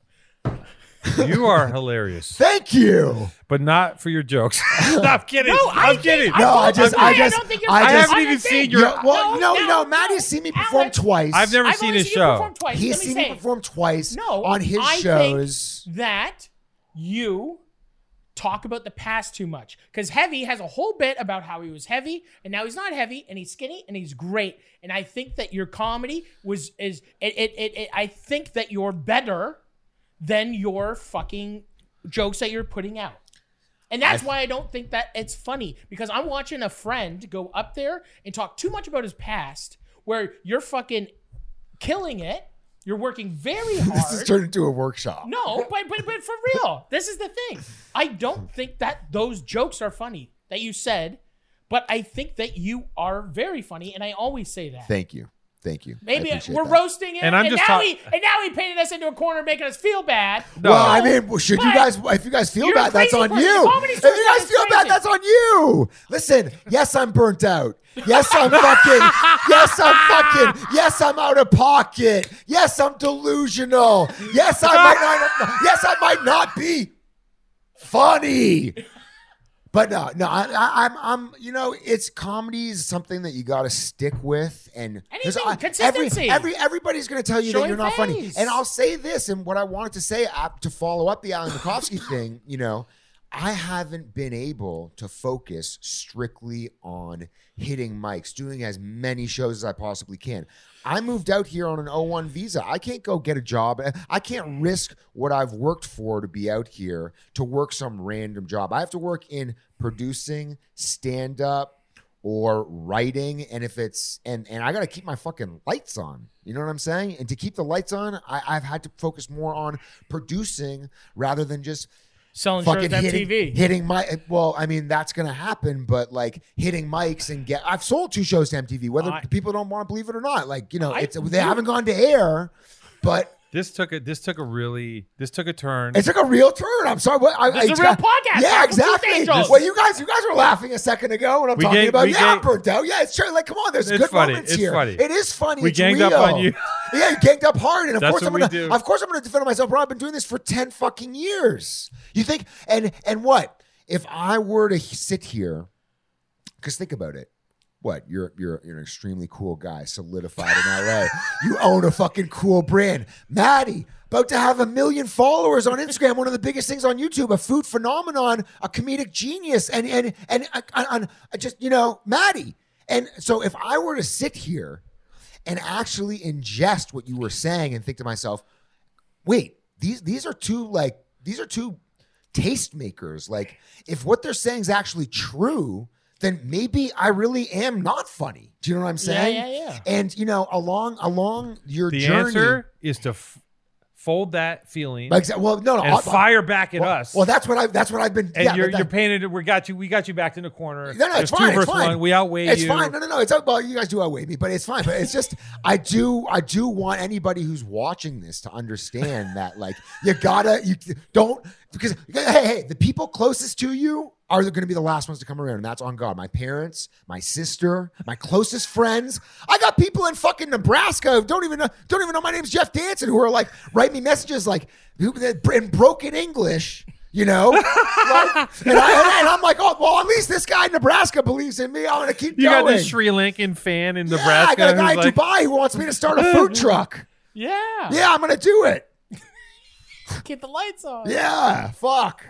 Speaker 2: you are hilarious,
Speaker 4: thank you
Speaker 2: but not for your jokes. Stop kidding.
Speaker 1: No, I
Speaker 2: I'm
Speaker 1: think-
Speaker 2: kidding.
Speaker 1: I
Speaker 4: No,
Speaker 1: don't
Speaker 4: I just-
Speaker 1: agree.
Speaker 4: I just-
Speaker 1: don't think you're
Speaker 4: I
Speaker 1: funny.
Speaker 4: just-
Speaker 1: I'm
Speaker 4: haven't
Speaker 1: not
Speaker 2: even
Speaker 1: saying-
Speaker 2: seen your-
Speaker 4: Yeah, well
Speaker 1: No,
Speaker 4: no
Speaker 1: no,
Speaker 4: no,
Speaker 1: no.
Speaker 4: maddie's seen me perform
Speaker 1: Alex,
Speaker 4: twice
Speaker 2: I've never
Speaker 1: I've
Speaker 2: seen
Speaker 1: only
Speaker 2: his
Speaker 1: seen you
Speaker 2: show.
Speaker 1: perform twice.
Speaker 4: he's
Speaker 1: Let me
Speaker 4: seen
Speaker 1: say-
Speaker 4: me perform twice
Speaker 1: No,
Speaker 4: on his
Speaker 1: I think-
Speaker 4: shows
Speaker 1: that you talk about the past too much because heavy has a whole bit about how he was heavy and now he's not heavy and he's skinny and he's great and i think that your comedy was is it it, it, it i think that you're better than your fucking jokes that you're putting out and that's why I don't think that it's funny because I'm watching a friend go up there and talk too much about his past where you're fucking killing it. You're working very hard.
Speaker 4: this has turned into a workshop
Speaker 1: No, but, but but for real, this is the thing. I don't think that those jokes are funny that you said, but I think that you are very funny, and I always say that.
Speaker 4: thank you thank you I
Speaker 1: Maybe
Speaker 4: appreciate
Speaker 1: we're
Speaker 4: that.
Speaker 1: roasting it, and,
Speaker 2: And I'm just
Speaker 1: now
Speaker 2: talk-
Speaker 1: he and now he painted us into a corner, making us feel bad.
Speaker 2: No.
Speaker 4: Well, I mean, well, should you
Speaker 1: But
Speaker 4: guys? If you guys feel
Speaker 1: you're a
Speaker 4: bad, that's
Speaker 1: crazy
Speaker 4: on
Speaker 1: person.
Speaker 4: you.
Speaker 1: The comedy
Speaker 4: If
Speaker 1: store
Speaker 4: you guys
Speaker 1: is
Speaker 4: feel bad,
Speaker 1: crazy.
Speaker 4: that's on you. Listen, yes, I'm burnt out. Yes, I'm fucking. yes, I'm fucking. Yes, I'm out of pocket. Yes, I'm delusional. Yes, I might not. Yes, I might not be funny. But no, no, I, I, I'm, I'm, you know, it's comedy is something that you got to stick with, and there's-
Speaker 1: Anything,
Speaker 4: I-
Speaker 1: consistency.
Speaker 4: Every, every everybody's going to tell you
Speaker 1: Showing
Speaker 4: that you're not funny,
Speaker 1: face.
Speaker 4: and I'll say this, and what I wanted to say uh, to follow up the Alan Makovsky thing, you know, I haven't been able to focus strictly on hitting mics, doing as many shows as I possibly can. I moved out here on an O1 visa. I can't go get a job. I can't risk what I've worked for to be out here to work some random job. I have to work in producing, stand up, or writing. And if it's and and I gotta keep my fucking lights on. You know what I'm saying? And to keep the lights on, I, I've had to focus more on producing rather than just
Speaker 1: Selling shows
Speaker 4: fucking
Speaker 1: at
Speaker 4: hitting,
Speaker 1: MTV.
Speaker 4: hitting my well i mean that's gonna happen but like hitting mics and get i've sold two shows to mtv whether
Speaker 1: I-
Speaker 4: people don't want to believe it or not like you know
Speaker 1: I-
Speaker 4: it's they haven't gone to air but
Speaker 2: This took a this took a really this took a turn.
Speaker 4: it took a real turn i'm sorry what I,
Speaker 1: This is a
Speaker 4: I-
Speaker 1: real podcast.
Speaker 4: yeah
Speaker 1: Apple Juice
Speaker 4: exactly
Speaker 1: Angels.
Speaker 4: well you guys you guys were laughing a second ago when i'm
Speaker 2: We
Speaker 4: talking
Speaker 2: gave-
Speaker 4: about
Speaker 2: we
Speaker 4: yeah
Speaker 2: gave-
Speaker 4: i'm burnt out yeah it's true like come on there's
Speaker 2: It's
Speaker 4: good
Speaker 2: funny,
Speaker 4: moments
Speaker 2: it's
Speaker 4: here
Speaker 2: funny.
Speaker 4: it is funny
Speaker 2: We
Speaker 4: it's
Speaker 2: ganged up on
Speaker 4: real.
Speaker 2: you.
Speaker 4: yeah you ganged up hard and of
Speaker 2: That's
Speaker 4: course i'm
Speaker 2: what we
Speaker 4: gonna
Speaker 2: do.
Speaker 4: of course I'm gonna defend myself, bro. I've been doing this for 10 fucking years. You think and and what? If I were to sit here, because think about it. What? You're you're you're an extremely cool guy, solidified in LA. You own a fucking cool brand. Maddie, about to have a million followers on Instagram, one of the biggest things on YouTube, a food phenomenon, a comedic genius, and and and uh, on uh, just, you know, Maddie. And so if I were to sit here and actually ingest what you were saying and think to myself, wait, these these are two like these are two tastemakers. Like if what they're saying is actually true, then maybe I really am not funny. Do you know what I'm saying?
Speaker 1: yeah, yeah.
Speaker 4: And you know, along along your
Speaker 2: the
Speaker 4: journey,
Speaker 2: answer is to f- fold that feeling
Speaker 4: like well, no, no,
Speaker 2: and
Speaker 4: I- I-
Speaker 2: fire back at
Speaker 4: well,
Speaker 2: us.
Speaker 4: Well, that's what I that's what I've been.
Speaker 2: and
Speaker 4: yeah,
Speaker 2: you're,
Speaker 4: but that-
Speaker 2: you're painted. We got you. We got you backed in the corner.
Speaker 4: No, no,
Speaker 2: There's
Speaker 4: it's fine.
Speaker 2: Two
Speaker 4: It's
Speaker 2: versus
Speaker 4: fine.
Speaker 2: one. We outweigh
Speaker 4: it's
Speaker 2: you.
Speaker 4: fine. No, no, no. It's well, you guys do outweigh me, but it's fine. But it's just I do, I do want anybody who's watching this to understand that, like, you gotta, you don't, because hey, hey, the people closest to you are going to be the last ones to come around, and that's on God. My parents, my sister, my closest friends. I got people in fucking Nebraska who don't even know, don't even know my name's Jeff Danson, who are like, write me messages like in broken English. You know, Like, and, I, and I'm like, oh, well, at least this guy in Nebraska believes in me. I'm gonna keep
Speaker 2: You
Speaker 4: going.
Speaker 2: got this Sri Lankan fan in
Speaker 4: Yeah, I
Speaker 2: Nebraska.
Speaker 4: got a guy
Speaker 2: who's
Speaker 4: in
Speaker 2: like,
Speaker 4: Dubai who wants me to start a food truck.
Speaker 1: Yeah.
Speaker 4: Yeah, I'm gonna do it.
Speaker 1: Keep the lights on.
Speaker 4: Yeah, fuck.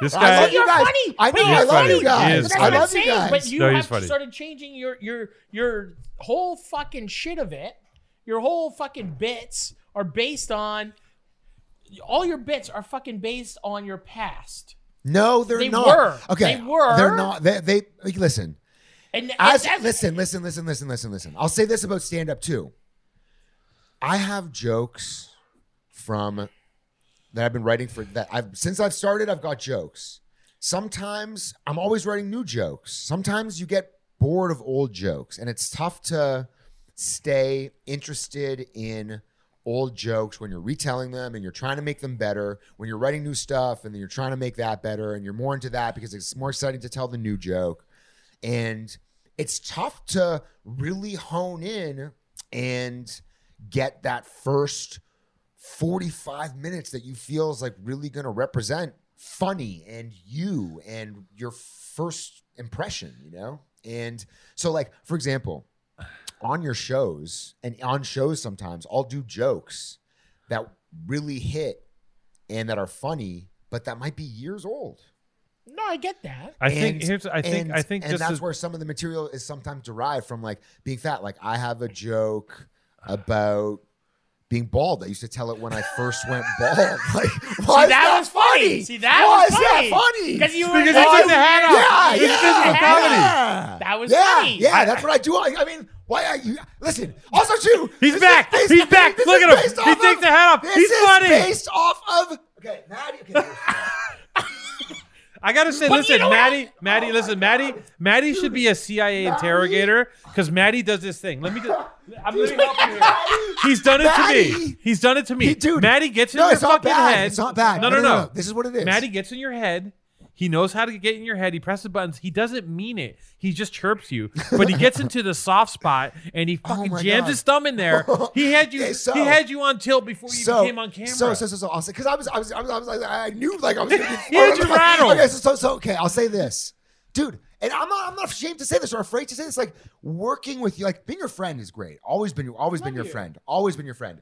Speaker 2: this
Speaker 4: I
Speaker 2: guy.
Speaker 4: love you
Speaker 1: You're
Speaker 4: guys.
Speaker 1: funny.
Speaker 4: I know.
Speaker 1: But
Speaker 4: I
Speaker 1: you're
Speaker 4: love
Speaker 1: funny.
Speaker 4: you
Speaker 2: He
Speaker 4: guys.
Speaker 2: is
Speaker 1: That's
Speaker 4: I
Speaker 1: what I'm
Speaker 4: love you
Speaker 1: saying.
Speaker 4: guys.
Speaker 1: But you
Speaker 2: No, he's
Speaker 1: have
Speaker 2: funny.
Speaker 1: started changing your your your whole fucking shit of it. Your whole fucking bits are based on all your bits are fucking based on your past.
Speaker 4: no, they're
Speaker 1: They
Speaker 4: not.
Speaker 1: were.
Speaker 4: Okay,
Speaker 1: They were.
Speaker 4: They're not. They. they like, listen.
Speaker 1: And and
Speaker 4: As,
Speaker 1: that's-
Speaker 4: listen, listen, listen, listen, listen, listen. I'll say this about stand up too. I have jokes from that I've been writing for that I've since I've started, I've got jokes. Sometimes I'm always writing new jokes. Sometimes you get bored of old jokes, and it's tough to stay interested in old jokes when you're retelling them and you're trying to make them better when you're writing new stuff and then you're trying to make that better and you're more into that because it's more exciting to tell the new joke and it's tough to really hone in and get that first 45 minutes that you feel is like really going to represent funny and you and your first impression, you know? And so, like, for example, on your shows and on shows sometimes, I'll do jokes that really hit and that are funny, but that might be years old.
Speaker 1: no, I get that.
Speaker 2: I think
Speaker 4: And-
Speaker 2: here's. I think.
Speaker 4: and-
Speaker 2: I think
Speaker 4: and
Speaker 2: just
Speaker 4: that's
Speaker 2: as,
Speaker 4: where some of the material is sometimes derived from, like being fat. Like I have a joke about being bald. I used to tell it when I first went bald. Like why
Speaker 1: See,
Speaker 4: is that
Speaker 1: was funny. See, that
Speaker 4: why
Speaker 1: was
Speaker 4: is
Speaker 1: funny.
Speaker 4: that funny?
Speaker 1: Because you were
Speaker 2: Because
Speaker 1: you
Speaker 2: I took
Speaker 1: were-
Speaker 2: the hat off.
Speaker 4: Yeah,
Speaker 2: It's
Speaker 4: yeah,
Speaker 1: physical comedy.
Speaker 4: yeah.
Speaker 1: That was
Speaker 4: yeah,
Speaker 1: funny.
Speaker 4: Yeah, that's what I do. I, I mean, why are you listen? Also, too,
Speaker 2: He's
Speaker 4: this is
Speaker 2: back.
Speaker 4: based-
Speaker 2: He's back.
Speaker 4: this
Speaker 2: Look
Speaker 4: is
Speaker 2: at him.
Speaker 4: based
Speaker 2: He
Speaker 4: off
Speaker 2: takes
Speaker 4: of-
Speaker 2: the hat off.
Speaker 4: This
Speaker 2: He's
Speaker 4: is
Speaker 2: funny.
Speaker 4: Based off of okay, Maddie. Okay,
Speaker 2: I gotta say,
Speaker 1: But you
Speaker 2: listen,
Speaker 1: know what?
Speaker 2: Maddie, Maddie, listen, Maddie, Maddie should be a CIA interrogator because Maddie does this thing. Let me just, I'm living up here. He's done it to me.
Speaker 4: Maddie.
Speaker 2: He's done it to me.
Speaker 4: He- dude,
Speaker 2: Maddie gets in
Speaker 4: no,
Speaker 2: your
Speaker 4: it's not
Speaker 2: fucking
Speaker 4: bad.
Speaker 2: head.
Speaker 4: It's not bad.
Speaker 2: No, no, no.
Speaker 4: This is what it is.
Speaker 2: Maddie gets in your head. He knows how to get in your head. He presses buttons. He doesn't mean it. He just chirps you, but he gets into the soft spot and he fucking
Speaker 4: Oh my
Speaker 2: jams
Speaker 4: God.
Speaker 2: his thumb in there. He had you.
Speaker 4: Okay, so-
Speaker 2: he had you on tilt before you came on camera.
Speaker 4: So so so so I'll say because I was I was I was, I was like I knew like I was. Gonna be
Speaker 2: Here's your rattle.
Speaker 4: Okay, so, so so okay, I'll say this. dude. And I'm not, I'm not ashamed to say this or afraid to say this. Like working with you, like being your friend is great. Always been, always been
Speaker 1: Love
Speaker 4: your
Speaker 1: you.
Speaker 4: friend. Always been your friend.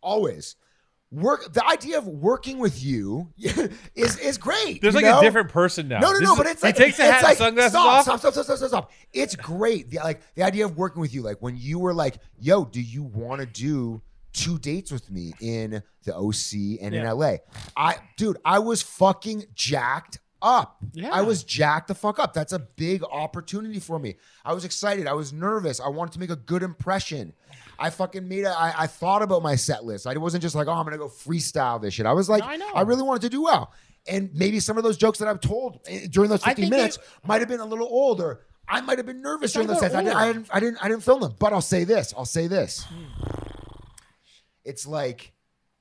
Speaker 4: Always. Work. The idea of working with you is is great.
Speaker 2: There's
Speaker 4: you
Speaker 2: like
Speaker 4: know?
Speaker 2: a different person now.
Speaker 4: No, no,
Speaker 2: This
Speaker 4: no.
Speaker 2: is-
Speaker 4: But it's
Speaker 2: he
Speaker 4: like
Speaker 2: takes the
Speaker 4: it's
Speaker 2: hat
Speaker 4: like,
Speaker 2: and sunglasses
Speaker 4: stop,
Speaker 2: off.
Speaker 4: Stop, stop, stop, stop, stop, stop. It's great. The, like the idea of working with you. Like when you were like, "Yo, do you want to do two dates with me in the OC and in
Speaker 1: Yeah.
Speaker 4: LA?" I, dude, I was fucking jacked up.
Speaker 1: Yeah.
Speaker 4: I was jacked the fuck up. That's a big opportunity for me. I was excited. I was nervous. I wanted to make a good impression. I fucking made a, I, I thought about my set list. I wasn't just like, oh, I'm gonna go freestyle this shit. I was like,
Speaker 1: No, I know.
Speaker 4: I really wanted to do well. And maybe some of those jokes that I've told eh, during those
Speaker 1: I
Speaker 4: 15
Speaker 1: think they-
Speaker 4: minutes might have been a little older. I might have been nervous during
Speaker 1: Some
Speaker 4: those
Speaker 1: were
Speaker 4: sets. I didn't, I,
Speaker 1: old.
Speaker 4: didn't, I didn't, I didn't film them. But I'll say this. I'll say this. It's like,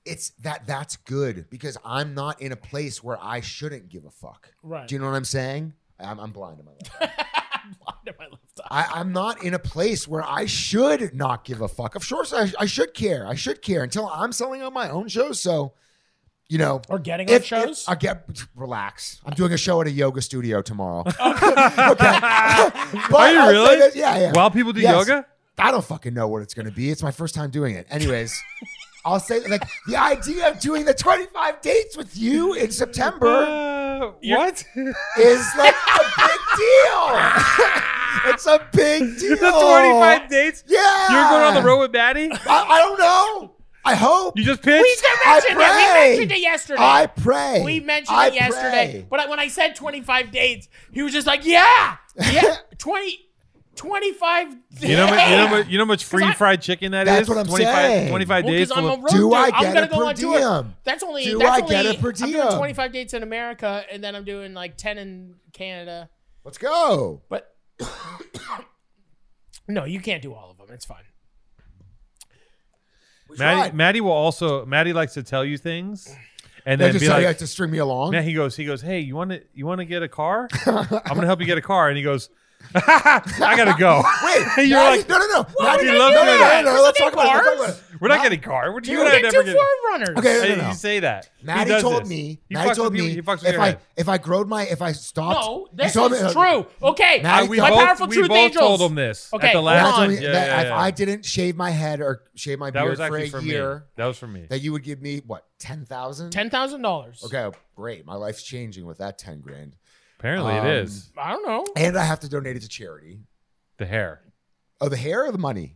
Speaker 4: it's that that's good because I'm not in a place where I shouldn't give a fuck.
Speaker 1: Right.
Speaker 4: Do you know what I'm saying? I'm, I'm blind in my life.
Speaker 1: Blind in my left eye.
Speaker 4: I, I'm not in a place where I should not give a fuck. Of course, I, I should care. I should care until I'm selling on my own shows. So, you know,
Speaker 1: Or getting on
Speaker 4: if,
Speaker 1: shows.
Speaker 4: if I get relax. I'm doing a show at a yoga studio tomorrow. okay.
Speaker 2: Are
Speaker 4: But
Speaker 2: you
Speaker 4: I'll say
Speaker 2: really?
Speaker 4: that- yeah, yeah.
Speaker 2: While people do
Speaker 4: Yes.
Speaker 2: yoga,
Speaker 4: I don't fucking know what it's gonna be. It's my first time doing it. Anyways, I'll say like the idea of doing the 25 dates with you in September
Speaker 2: uh,
Speaker 1: You're-
Speaker 2: what?
Speaker 4: is like a big deal. it's a big
Speaker 2: the
Speaker 4: deal.
Speaker 2: 25 dates.
Speaker 4: Yeah.
Speaker 2: You're going on the road with Maddie.
Speaker 4: I, I don't know. I hope.
Speaker 2: You just pitched.
Speaker 1: We just
Speaker 4: I
Speaker 1: mentioned it.
Speaker 4: pray.
Speaker 1: We mentioned it yesterday.
Speaker 4: I pray.
Speaker 1: we mentioned
Speaker 4: I
Speaker 1: it yesterday.
Speaker 4: pray.
Speaker 1: But I- when I said 25 dates, he was just like, yeah, yeah, 20, 25
Speaker 2: You know, mu- you know, mu- you know, how much free
Speaker 1: I-
Speaker 2: fried chicken that is.
Speaker 4: That's what I'm
Speaker 2: 25,
Speaker 4: saying.
Speaker 2: 25
Speaker 1: Well,
Speaker 2: days.
Speaker 1: 'cause I'm
Speaker 2: full
Speaker 1: a
Speaker 2: of-
Speaker 1: road
Speaker 4: Do
Speaker 1: dog.
Speaker 4: I
Speaker 1: I'm
Speaker 4: get
Speaker 1: gonna
Speaker 4: a
Speaker 1: go
Speaker 4: per
Speaker 1: on tour.
Speaker 4: diem?
Speaker 1: That's only.
Speaker 4: Do
Speaker 1: that's
Speaker 4: I get
Speaker 1: only-
Speaker 4: a per
Speaker 1: I'm doing
Speaker 4: diem?
Speaker 1: 25 dates in America, and then I'm doing like 10 in Canada.
Speaker 4: Let's go.
Speaker 1: But no, you can't do all of them. It's fine.
Speaker 4: We
Speaker 2: Maddie,
Speaker 4: tried.
Speaker 2: Maddie will also. Maddie likes to tell you things, and
Speaker 4: They
Speaker 2: then
Speaker 4: just
Speaker 2: be
Speaker 4: tell you
Speaker 2: like,
Speaker 4: like to string me along.
Speaker 2: Now he goes, he goes, hey, you want to, you want to get a car? I'm gonna help you get a car, and he goes, I gotta go.
Speaker 4: Wait,
Speaker 2: You're
Speaker 4: Maddie-
Speaker 2: like,
Speaker 4: no, no, no.
Speaker 2: Why
Speaker 4: Maddie-
Speaker 2: would I do
Speaker 4: no, no,
Speaker 2: that?
Speaker 4: no, no, no,
Speaker 1: Isn't
Speaker 4: Let's
Speaker 1: it
Speaker 4: talk about it. Let's talk
Speaker 1: ours?
Speaker 4: about it.
Speaker 2: We're not getting a car. What do you and I
Speaker 1: Get
Speaker 2: never
Speaker 1: two
Speaker 2: get?
Speaker 1: forerunners.
Speaker 4: Okay,
Speaker 2: Hey,
Speaker 4: no, no, no.
Speaker 2: You say that. He
Speaker 4: Maddie
Speaker 2: does
Speaker 4: told
Speaker 2: this.
Speaker 4: me.
Speaker 2: He
Speaker 4: Maddie
Speaker 2: fucks
Speaker 4: told
Speaker 2: with you-
Speaker 4: me
Speaker 2: He fucks with
Speaker 4: if
Speaker 2: your
Speaker 4: I
Speaker 2: head.
Speaker 4: if I growed my if I stopped.
Speaker 1: No,
Speaker 4: you
Speaker 1: this
Speaker 4: told
Speaker 1: is
Speaker 4: me- uh,
Speaker 1: true. Okay,
Speaker 4: Maddie,
Speaker 2: I- we
Speaker 1: my
Speaker 2: both,
Speaker 1: powerful
Speaker 2: we
Speaker 1: truth
Speaker 2: both
Speaker 1: angels.
Speaker 2: told him this at
Speaker 1: Okay,
Speaker 2: the
Speaker 4: Maddie
Speaker 2: last.
Speaker 4: told me
Speaker 2: yeah,
Speaker 4: that
Speaker 2: yeah,
Speaker 4: if
Speaker 2: yeah.
Speaker 4: I didn't shave my head or shave my
Speaker 2: that
Speaker 4: beard
Speaker 2: was
Speaker 4: for
Speaker 2: actually
Speaker 4: a
Speaker 2: for
Speaker 4: year,
Speaker 2: me. That was for me.
Speaker 4: that you would give me what ten thousand?
Speaker 1: Ten thousand dollars.
Speaker 4: Okay, great. My life's changing with that ten grand,
Speaker 2: Apparently,
Speaker 4: Um,
Speaker 2: it is
Speaker 1: I don't know.
Speaker 4: and I have to donate it to charity.
Speaker 2: the hair.
Speaker 4: Oh, the hair or the money?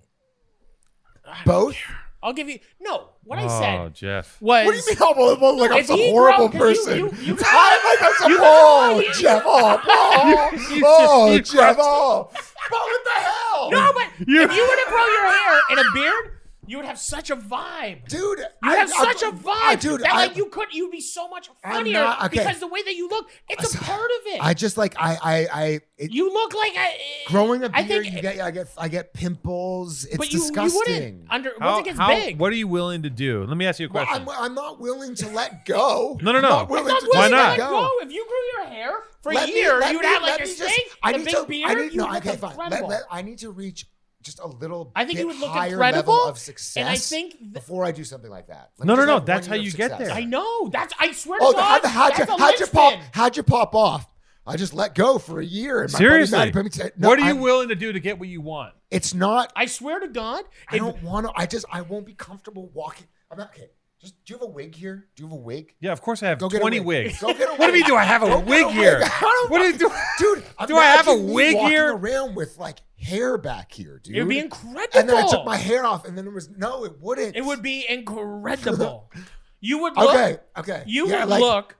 Speaker 4: Both.
Speaker 1: I'll give you no. What
Speaker 2: oh,
Speaker 1: I said
Speaker 2: Jeff.
Speaker 1: was
Speaker 4: What do you mean? I'm I'm like I'm
Speaker 1: If
Speaker 4: some
Speaker 1: he
Speaker 4: horrible
Speaker 1: grow- 'cause
Speaker 4: person.
Speaker 1: you- you- you-
Speaker 4: I'm like I'm some
Speaker 1: you-
Speaker 4: oh,
Speaker 1: you-
Speaker 4: Jeff. Oh, oh,
Speaker 2: you- you-
Speaker 4: oh,
Speaker 2: you-
Speaker 4: Jeff. Oh, but what the hell?
Speaker 1: no, but
Speaker 2: You-
Speaker 1: if you were to grow your hair and a beard, you would have such a vibe.
Speaker 4: dude,
Speaker 1: You would have such a
Speaker 4: I'm-
Speaker 1: vibe,
Speaker 4: I- dude.
Speaker 1: That
Speaker 4: I,
Speaker 1: like you could, you'd be so much
Speaker 4: I'm
Speaker 1: funnier
Speaker 4: not- okay.
Speaker 1: because the way that you look, it's a part of it.
Speaker 4: I just like I, I, I. It,
Speaker 1: you look like a
Speaker 4: growing a
Speaker 1: I
Speaker 4: beard,
Speaker 1: think-
Speaker 4: you get, I get, I get pimples. It's
Speaker 1: but you, you
Speaker 4: disgusting.
Speaker 1: wouldn't under
Speaker 2: How,
Speaker 1: once it gets
Speaker 2: how-
Speaker 1: big.
Speaker 2: What are you willing to do? Let me ask you a
Speaker 4: Well,
Speaker 2: question.
Speaker 4: I'm, I'm not willing to let go.
Speaker 2: No, no,
Speaker 4: I'm
Speaker 2: no.
Speaker 4: not
Speaker 2: I'm
Speaker 4: willing
Speaker 1: Not
Speaker 4: to
Speaker 1: willing
Speaker 2: Why
Speaker 1: to
Speaker 2: not?
Speaker 1: let go. If you grew your hair for
Speaker 4: Let
Speaker 1: a
Speaker 4: me-
Speaker 1: year,
Speaker 4: let
Speaker 1: you would
Speaker 4: me-
Speaker 1: have
Speaker 4: let
Speaker 1: like your
Speaker 4: me
Speaker 1: snake,
Speaker 4: just-
Speaker 1: the big beard.
Speaker 4: I need,
Speaker 1: you
Speaker 4: no,
Speaker 1: would look
Speaker 4: okay, fine. Let,
Speaker 1: incredible.
Speaker 4: let, I need to reach just a little.
Speaker 1: I think
Speaker 4: bit
Speaker 1: you would look
Speaker 4: higher
Speaker 1: incredible,
Speaker 4: level of success.
Speaker 1: and I think th-
Speaker 4: before I do something like that. Let
Speaker 2: No, no,
Speaker 4: me just
Speaker 2: no,
Speaker 4: have one
Speaker 2: that's how
Speaker 4: year of
Speaker 2: you get
Speaker 4: success.
Speaker 2: there.
Speaker 1: I know. That's I swear
Speaker 4: Oh,
Speaker 1: to God.
Speaker 4: how'd, how'd, you,
Speaker 1: that's a
Speaker 4: how'd you pop?
Speaker 1: linchpin.
Speaker 4: How'd you pop off? I just let go for a year. And my buddy
Speaker 2: Seriously,
Speaker 4: Matt put me to- no,
Speaker 2: what are you
Speaker 4: I'm-
Speaker 2: willing to do to get what you want?
Speaker 4: It's not.
Speaker 1: I swear to God.
Speaker 4: I
Speaker 1: it-
Speaker 4: don't want to. I just. I won't be comfortable walking. I'm not. Okay. Just. Do you have a wig here? Do you have a wig?
Speaker 2: Yeah, of course I have
Speaker 4: Go get
Speaker 2: twenty
Speaker 4: a wig.
Speaker 2: wigs.
Speaker 4: Go get a wig.
Speaker 2: What do you do? I have a
Speaker 4: Go get
Speaker 2: wig
Speaker 4: a
Speaker 2: here. Oh
Speaker 4: wig. I don't
Speaker 2: What do you do?
Speaker 4: dude?
Speaker 2: Do I have a
Speaker 4: imagine me
Speaker 2: wig
Speaker 4: walking
Speaker 2: here?
Speaker 4: Around with like hair back here, dude.
Speaker 1: it would be incredible.
Speaker 4: And then I took my hair off, and then it was no, it wouldn't.
Speaker 1: It would be incredible. you would look.
Speaker 4: Okay, okay.
Speaker 1: You
Speaker 4: Yeah,
Speaker 1: would
Speaker 4: like-
Speaker 1: look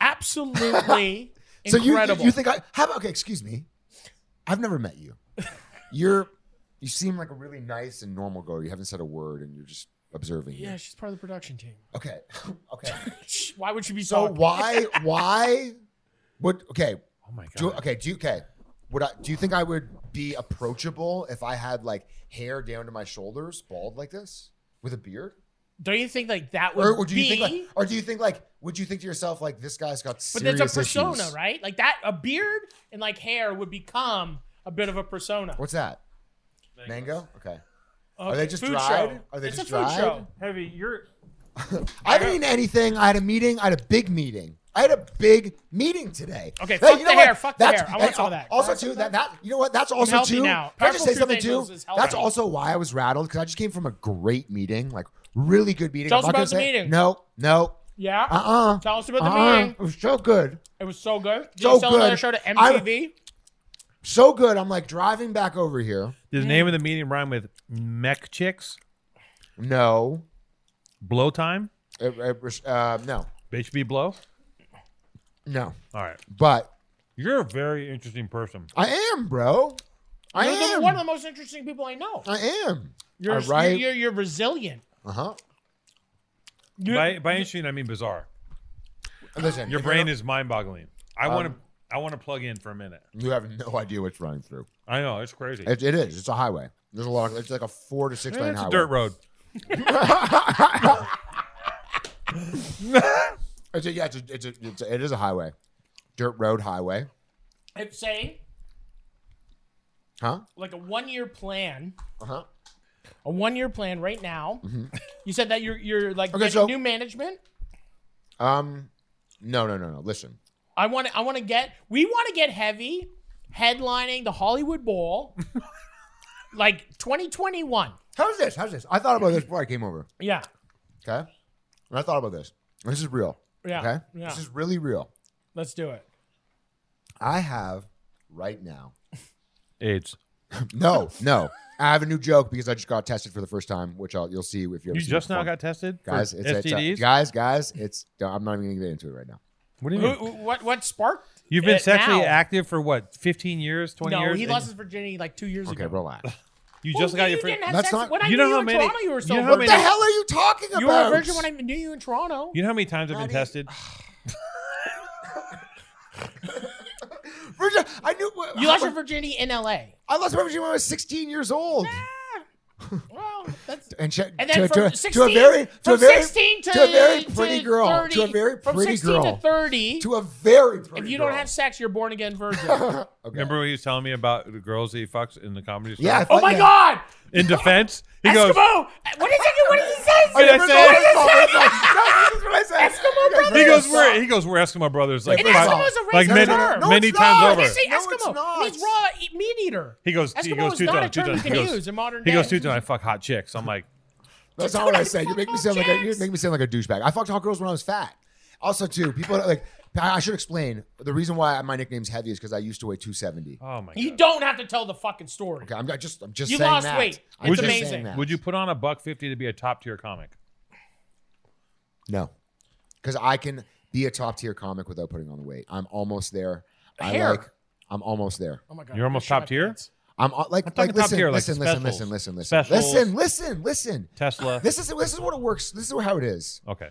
Speaker 1: absolutely
Speaker 4: So you
Speaker 1: incredible.
Speaker 4: you think I have? Okay, excuse me. I've never met you. You're you seem like a really nice and normal girl. You haven't said a word, and you're just observing.
Speaker 1: yeah, she's part of the production team.
Speaker 4: Okay. okay.
Speaker 1: Shh, Why would she be
Speaker 4: So
Speaker 1: talking?
Speaker 4: why why would okay
Speaker 2: Oh my
Speaker 4: do,
Speaker 2: god!
Speaker 4: okay do you okay would I do you think I would be approachable if I had like hair down to my shoulders, bald like this, with a beard?
Speaker 1: Don't you think like that would
Speaker 4: Or, or do you
Speaker 1: be?
Speaker 4: think like, or do you think like, would you think to yourself like, this guy's got
Speaker 1: but
Speaker 4: serious
Speaker 1: there's a persona,
Speaker 4: issues?
Speaker 1: right? Like that, a beard and like hair would become a bit of a persona.
Speaker 4: What's that? Mango? Okay.
Speaker 1: Okay,
Speaker 4: they just
Speaker 1: food
Speaker 4: dried?
Speaker 1: show.
Speaker 4: Are they
Speaker 1: it's
Speaker 4: just
Speaker 1: a food
Speaker 4: dried?
Speaker 1: show.
Speaker 2: Heavy, you're
Speaker 4: I didn't eat anything. I had a meeting. I had a big meeting. I had a big meeting today.
Speaker 1: Okay,
Speaker 4: Hey,
Speaker 1: fuck
Speaker 4: you
Speaker 1: the
Speaker 4: know what?
Speaker 1: hair, fuck the
Speaker 4: That's-
Speaker 1: hair. I want
Speaker 4: that's-
Speaker 1: all that.
Speaker 4: Also, too, that, that you know what? That's also
Speaker 1: healthy
Speaker 4: too.
Speaker 1: now.
Speaker 4: Can I
Speaker 1: Powerful
Speaker 4: just say
Speaker 1: Truth
Speaker 4: something too?
Speaker 1: Angels is healthy.
Speaker 4: That's also why I was rattled because I just came from a great meeting, like really good meeting.
Speaker 1: Tell
Speaker 4: I'm
Speaker 1: us
Speaker 4: not
Speaker 1: about
Speaker 4: gonna
Speaker 1: the
Speaker 4: say-
Speaker 1: meeting.
Speaker 4: No, no.
Speaker 1: Yeah.
Speaker 4: Uh uh
Speaker 1: Tell us about the meeting.
Speaker 4: It was so good.
Speaker 1: It was so good. Did
Speaker 4: So
Speaker 1: you sell another
Speaker 4: good.
Speaker 1: show to
Speaker 4: I-
Speaker 1: MTV?
Speaker 4: So good. I'm like driving back over here.
Speaker 2: Does the name of the meeting rhyme with mech chicks?
Speaker 4: No.
Speaker 2: Blow time?
Speaker 4: It- it was- uh, no.
Speaker 2: HB blow?
Speaker 4: No.
Speaker 2: All right.
Speaker 4: But
Speaker 2: You're a very interesting person.
Speaker 4: I am, bro. I
Speaker 1: You're the-
Speaker 4: am.
Speaker 1: one of the most interesting people I know.
Speaker 4: I am.
Speaker 1: You're,
Speaker 4: All right.
Speaker 1: you're, you're, you're resilient.
Speaker 4: Uh huh.
Speaker 1: You-
Speaker 2: By, by interesting, I mean bizarre.
Speaker 4: Listen,
Speaker 2: Your
Speaker 4: if
Speaker 2: brain
Speaker 4: you're-
Speaker 2: is mind-boggling. I
Speaker 4: Um,
Speaker 2: want to. I want to plug in for a minute.
Speaker 4: You have no idea what's running through.
Speaker 2: I know it's crazy. Eh,
Speaker 4: It, it is. It's a highway. There's a lot. Of, Eh, it's like a four to six lane
Speaker 2: It's
Speaker 4: highway.
Speaker 2: a dirt road.
Speaker 4: It's a, yeah, it's a, it's a, it's a, it is a highway, dirt road highway,
Speaker 1: I'm saying,
Speaker 4: huh?
Speaker 1: like a one year plan,
Speaker 4: Uh huh.
Speaker 1: a one year plan right now. You said that you're you're like
Speaker 4: Mm-hmm. Okay,
Speaker 1: getting
Speaker 4: so-
Speaker 1: new management.
Speaker 4: Um, no, no, no, no. Listen,
Speaker 1: I want to I want to get we want to get heavy headlining the Hollywood Bowl, like 2021.
Speaker 4: how's this? How's this? I thought about this before I came over.
Speaker 1: Yeah,
Speaker 4: Okay, and I thought about this. This is real.
Speaker 1: yeah,
Speaker 4: Okay,
Speaker 1: yeah.
Speaker 4: this is really real.
Speaker 1: Let's do it.
Speaker 4: I have right now.
Speaker 2: AIDS.
Speaker 4: No, no. I have a new joke because I just got tested for the first time, which I'll, you'll see if you. ever
Speaker 2: You
Speaker 4: see
Speaker 2: just
Speaker 4: me
Speaker 2: now
Speaker 4: perform.
Speaker 2: got tested for
Speaker 4: guys. It's, it's, uh,
Speaker 2: STDs.
Speaker 4: guys, guys. It's I'm not even gonna get into it right now.
Speaker 2: what do you
Speaker 1: Who,
Speaker 2: mean?
Speaker 1: who- what what sparked?
Speaker 2: You've been
Speaker 1: it
Speaker 2: sexually
Speaker 1: now?
Speaker 2: active for what? Fifteen years? Twenty
Speaker 1: No,
Speaker 2: years?
Speaker 1: he
Speaker 2: And
Speaker 1: lost his virginity like two years
Speaker 4: Okay,
Speaker 1: ago.
Speaker 4: relax.
Speaker 2: You
Speaker 1: Well,
Speaker 2: just got
Speaker 1: you
Speaker 2: your. Free-
Speaker 1: didn't have
Speaker 4: That's
Speaker 1: sex
Speaker 4: not-
Speaker 1: when I
Speaker 2: You
Speaker 1: knew
Speaker 2: know
Speaker 1: you
Speaker 2: how
Speaker 1: were in
Speaker 2: many-
Speaker 1: Toronto. You were
Speaker 2: you
Speaker 1: so
Speaker 2: know how
Speaker 4: What
Speaker 2: many-
Speaker 4: the hell are you talking about?
Speaker 1: You were a virgin when I knew you in Toronto.
Speaker 2: you know how many times I've been
Speaker 1: e-
Speaker 4: Not
Speaker 2: tested?
Speaker 4: Virgin, I knew.
Speaker 1: You lost your virginity in L.A.
Speaker 4: I lost my virginity when I was 16 years old.
Speaker 1: Well, that's
Speaker 4: And, she,
Speaker 1: And then
Speaker 4: to,
Speaker 1: from
Speaker 4: to,
Speaker 1: 16,
Speaker 4: to a very, to
Speaker 1: from
Speaker 4: a very,
Speaker 1: 16 to,
Speaker 4: to a very
Speaker 1: to
Speaker 4: pretty girl,
Speaker 1: 30
Speaker 4: to a very
Speaker 1: from
Speaker 4: pretty
Speaker 1: 16
Speaker 4: girl.
Speaker 1: to 30,
Speaker 4: to a very pretty
Speaker 1: if you don't
Speaker 4: girl. Oh
Speaker 1: have sex, you're born again virgin.
Speaker 4: okay.
Speaker 2: Remember when he was telling me about the girls that he fucks in the comedy store?
Speaker 4: Yeah. I
Speaker 1: oh
Speaker 4: thought
Speaker 1: my
Speaker 4: you-
Speaker 1: God!
Speaker 2: In defense, he goes.
Speaker 1: Eskimo! What did he do? What did he say?
Speaker 2: I didn't say it.
Speaker 4: No, this is what I said.
Speaker 1: Eskimo brothers.
Speaker 2: He goes, we're he goes, we're Eskimo brothers. Like,
Speaker 1: An
Speaker 4: Eskimo's
Speaker 2: five-
Speaker 1: Eskimo's a racist
Speaker 2: like many,
Speaker 1: term.
Speaker 4: No,
Speaker 2: many
Speaker 4: it's
Speaker 2: times
Speaker 4: not.
Speaker 1: They
Speaker 2: over.
Speaker 1: say
Speaker 4: No, it's
Speaker 1: Eskimo.
Speaker 4: not.
Speaker 1: It means raw e- meat eater.
Speaker 2: He goes, he
Speaker 1: Eskimo
Speaker 2: goes
Speaker 1: is
Speaker 2: two
Speaker 1: not a
Speaker 2: times, two
Speaker 1: term you
Speaker 2: times. He
Speaker 1: can
Speaker 2: goes,
Speaker 1: use in modern
Speaker 2: he
Speaker 1: day.
Speaker 2: goes two times. I fuck hot chicks. I'm like,
Speaker 4: That's not what I said. You
Speaker 1: fucking
Speaker 4: make me sound like a, you
Speaker 1: jacks.
Speaker 4: make me sound like a douchebag. I fucked hot girls when I was fat. Also, too, people are like I I should explain the reason why my nickname's heavy is because I used to weigh 270.
Speaker 2: oh my
Speaker 1: You
Speaker 2: god.
Speaker 1: don't have to tell the fucking story.
Speaker 4: Okay, I'm, I just I'm just
Speaker 1: You
Speaker 4: saying
Speaker 1: lost
Speaker 4: that.
Speaker 1: weight.
Speaker 4: I'm
Speaker 2: It's
Speaker 4: just saying
Speaker 1: amazing.
Speaker 4: that.
Speaker 2: Would you put on a buck fifty to be a top tier comic?
Speaker 4: No, because I can be a top tier comic without putting on the weight. I'm almost there. I
Speaker 1: Hair.
Speaker 4: like. I'm almost there.
Speaker 1: Oh my God.
Speaker 2: You're almost
Speaker 1: shit my
Speaker 2: top tier?
Speaker 1: pants.
Speaker 4: I'm uh, like
Speaker 2: talking
Speaker 4: like
Speaker 2: top
Speaker 4: listen,
Speaker 2: tier, like
Speaker 4: listen, listen,
Speaker 2: specials.
Speaker 4: listen, listen, listen,
Speaker 2: Specials.
Speaker 4: listen, listen, listen.
Speaker 2: Tesla.
Speaker 4: This is this is what it works. This is how it is.
Speaker 2: Okay.